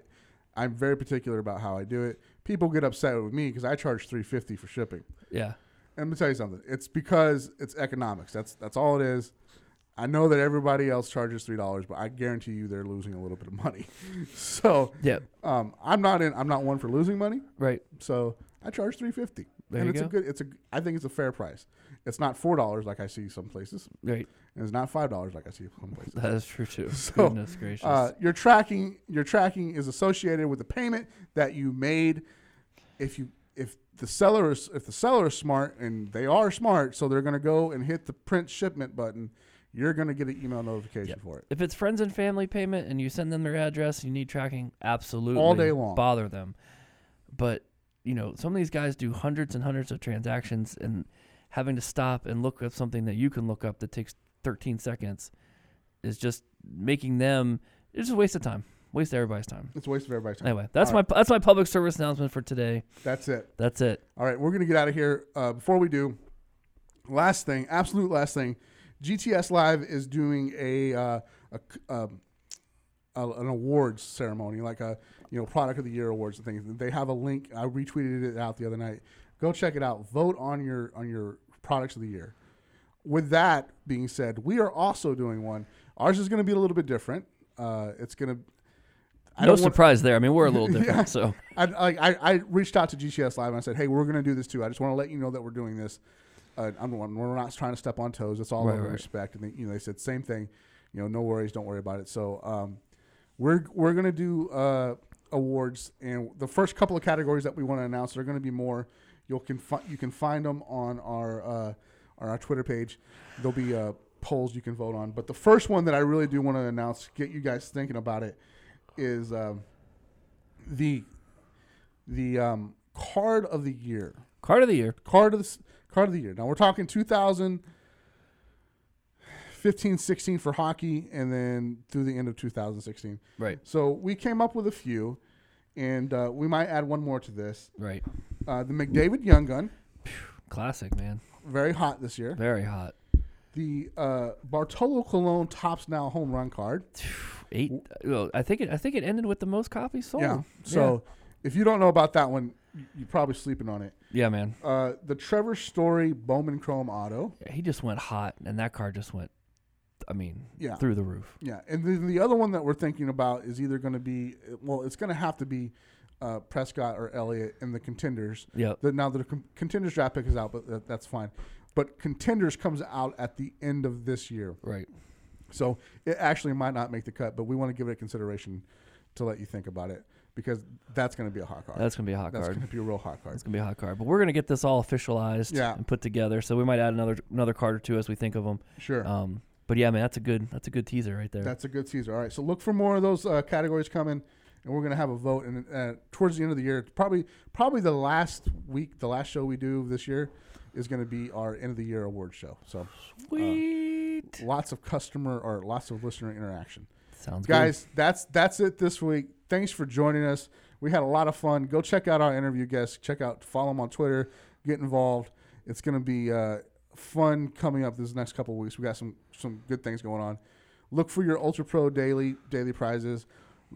[SPEAKER 1] I'm very particular about how I do it. People get upset with me because I charge 350 for shipping.
[SPEAKER 2] yeah.
[SPEAKER 1] And let me tell you something. It's because it's economics. That's that's all it is. I know that everybody else charges three dollars, but I guarantee you they're losing a little bit of money. [laughs] so
[SPEAKER 2] Yep.
[SPEAKER 1] um, I'm not in. I'm not one for losing money.
[SPEAKER 2] Right.
[SPEAKER 1] So I charge three fifty,
[SPEAKER 2] There
[SPEAKER 1] and
[SPEAKER 2] you
[SPEAKER 1] it's a
[SPEAKER 2] go.
[SPEAKER 1] good. It's a. I think it's a fair price. It's not four dollars like I see some places,
[SPEAKER 2] Right.
[SPEAKER 1] and it's not five dollars like I see some
[SPEAKER 2] [laughs]
[SPEAKER 1] places.
[SPEAKER 2] That is true too.
[SPEAKER 1] [laughs] So,
[SPEAKER 2] Goodness gracious.
[SPEAKER 1] Uh, your tracking your tracking is associated with the payment that you made. If you if the seller is if the seller is smart and they are smart, so they're going to go and hit the print shipment button. You're going to get an email notification for it.
[SPEAKER 2] if it's friends and family payment and you send them their address, you need tracking. Absolutely,
[SPEAKER 1] day long.
[SPEAKER 2] Bother them, but you know some of these guys do hundreds and hundreds of transactions, and having to stop and look up something that you can look up that takes 13 seconds is just making them. It's just a waste of time. Waste everybody's time.
[SPEAKER 1] It's a waste of everybody's time.
[SPEAKER 2] Anyway, that's my that's my public service announcement for today.
[SPEAKER 1] That's it.
[SPEAKER 2] That's it.
[SPEAKER 1] All right, we're gonna get out of here. Uh, before we do, last thing, absolute last thing, GTS Live is doing a, uh, a c- um, a an awards ceremony, like a you know product of the year awards and things. They have a link. I retweeted it out the other night. Go check it out. Vote on your on your products of the year. With that being said, we are also doing one. Ours is going to be a little bit different. Uh, it's going to I
[SPEAKER 2] no
[SPEAKER 1] don't want-
[SPEAKER 2] surprise there. I mean, we're
[SPEAKER 1] [laughs]
[SPEAKER 2] a little different, so
[SPEAKER 1] I, like, I, I reached out to GCS Live and I said, hey, we're going to do this too. I just want to let you know that we're doing this. Uh, I'm, I'm- we're not trying to step on toes. It's all
[SPEAKER 2] Right,
[SPEAKER 1] over
[SPEAKER 2] right.
[SPEAKER 1] respect. And they, you know, they said same thing. You know, no worries, don't worry about it. So um, we're we're going to do uh, awards, and the first couple of categories that we want to announce there are going to be more. You'll can fi- you can find them on our uh, on our Twitter page. There'll be uh, polls you can vote on. But the first one that I really do want to announce, get you guys thinking about it, is. Um, the the um, card of the year.
[SPEAKER 2] card of the year.
[SPEAKER 1] Card of the s- card of the year. Now we're talking 2015, 16 for hockey, and then through the end of 2016.
[SPEAKER 2] Right.
[SPEAKER 1] So we came up with a few, and uh, we might add one more to this.
[SPEAKER 2] Right.
[SPEAKER 1] Uh, the McDavid Young Gun,
[SPEAKER 2] Classic man.
[SPEAKER 1] very hot this year.
[SPEAKER 2] Very hot.
[SPEAKER 1] The uh, Bartolo Colon tops now home run card.
[SPEAKER 2] Eight. Well, I think it. I think it ended with the most copies sold.
[SPEAKER 1] Yeah. So if you don't know about that one, you- you're probably sleeping on it.
[SPEAKER 2] yeah, man.
[SPEAKER 1] Uh, the Trevor Story Bowman Chrome Auto.
[SPEAKER 2] He just went hot, and that car just went. I mean,
[SPEAKER 1] Yeah.
[SPEAKER 2] through the roof.
[SPEAKER 1] Yeah, and then the other one that we're thinking about is either going to be well, it's going to have to be uh, Prescott or Elliott in the contenders.
[SPEAKER 2] Yep.
[SPEAKER 1] The, now the con- contenders draft pick is out, but that, that's fine. But contenders comes out at the end of this year,
[SPEAKER 2] Right.
[SPEAKER 1] so it actually might not make the cut. But we want to give it a consideration to let you think about it because that's going to be a hot card.
[SPEAKER 2] That's gonna be a hot
[SPEAKER 1] That's
[SPEAKER 2] card.
[SPEAKER 1] going to be a real hot card.
[SPEAKER 2] It's gonna be a hot card, but we're gonna get this all officialized
[SPEAKER 1] Yeah.
[SPEAKER 2] and put together. So we might add another another card or two as we think of them.
[SPEAKER 1] Sure.
[SPEAKER 2] Um. But yeah, man, that's a good that's a good teaser right there.
[SPEAKER 1] That's uh, a good teaser. All right, so look for more of those uh, categories coming, and we're gonna have a vote. And uh, towards the end of the year, probably probably the last week, the last show we do this year is gonna be our end of the year award show. So
[SPEAKER 2] Sweet.
[SPEAKER 1] lots of customer or lots of listener interaction.
[SPEAKER 2] Sounds
[SPEAKER 1] Guys, that's that's it this week. Thanks for joining us. We had a lot of fun. Go check out our interview guests. Check out, follow them on Twitter. Get involved. It's going to be uh, fun coming up this next couple of weeks. We got some some good things going on. Look for your Ultra Pro daily daily prizes.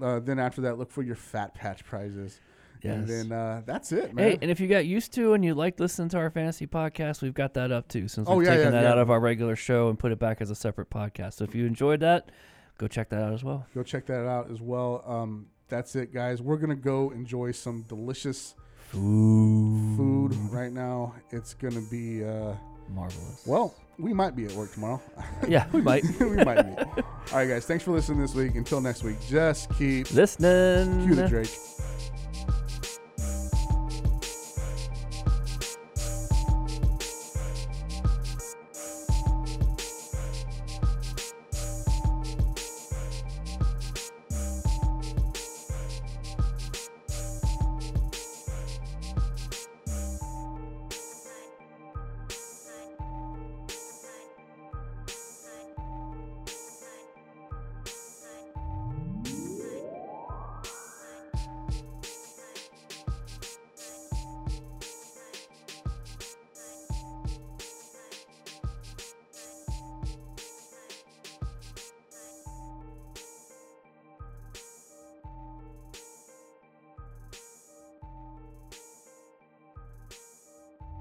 [SPEAKER 1] Uh, then after that, look for your Fat Patch prizes. And
[SPEAKER 2] Yes.
[SPEAKER 1] then uh, that's it,
[SPEAKER 2] good.
[SPEAKER 1] man.
[SPEAKER 2] Hey, and if you got used to and you liked listening to our fantasy podcast, we've got that up too. Since
[SPEAKER 1] Oh,
[SPEAKER 2] we've
[SPEAKER 1] yeah,
[SPEAKER 2] taken
[SPEAKER 1] yeah,
[SPEAKER 2] that
[SPEAKER 1] yeah.
[SPEAKER 2] out of our regular show and put it back as a separate podcast. So if you enjoyed that, go check that out as well.
[SPEAKER 1] go check that out as well. Um, that's it, guys. We're gonna go enjoy some delicious food right now. It's gonna be uh,
[SPEAKER 2] Marvelous.
[SPEAKER 1] well, [laughs] we might be at work tomorrow. [laughs]
[SPEAKER 2] Yeah, we might.
[SPEAKER 1] we might be. All right, guys. Thanks for listening this week. Until next week, just keep
[SPEAKER 2] Listening.
[SPEAKER 1] cue the Drake.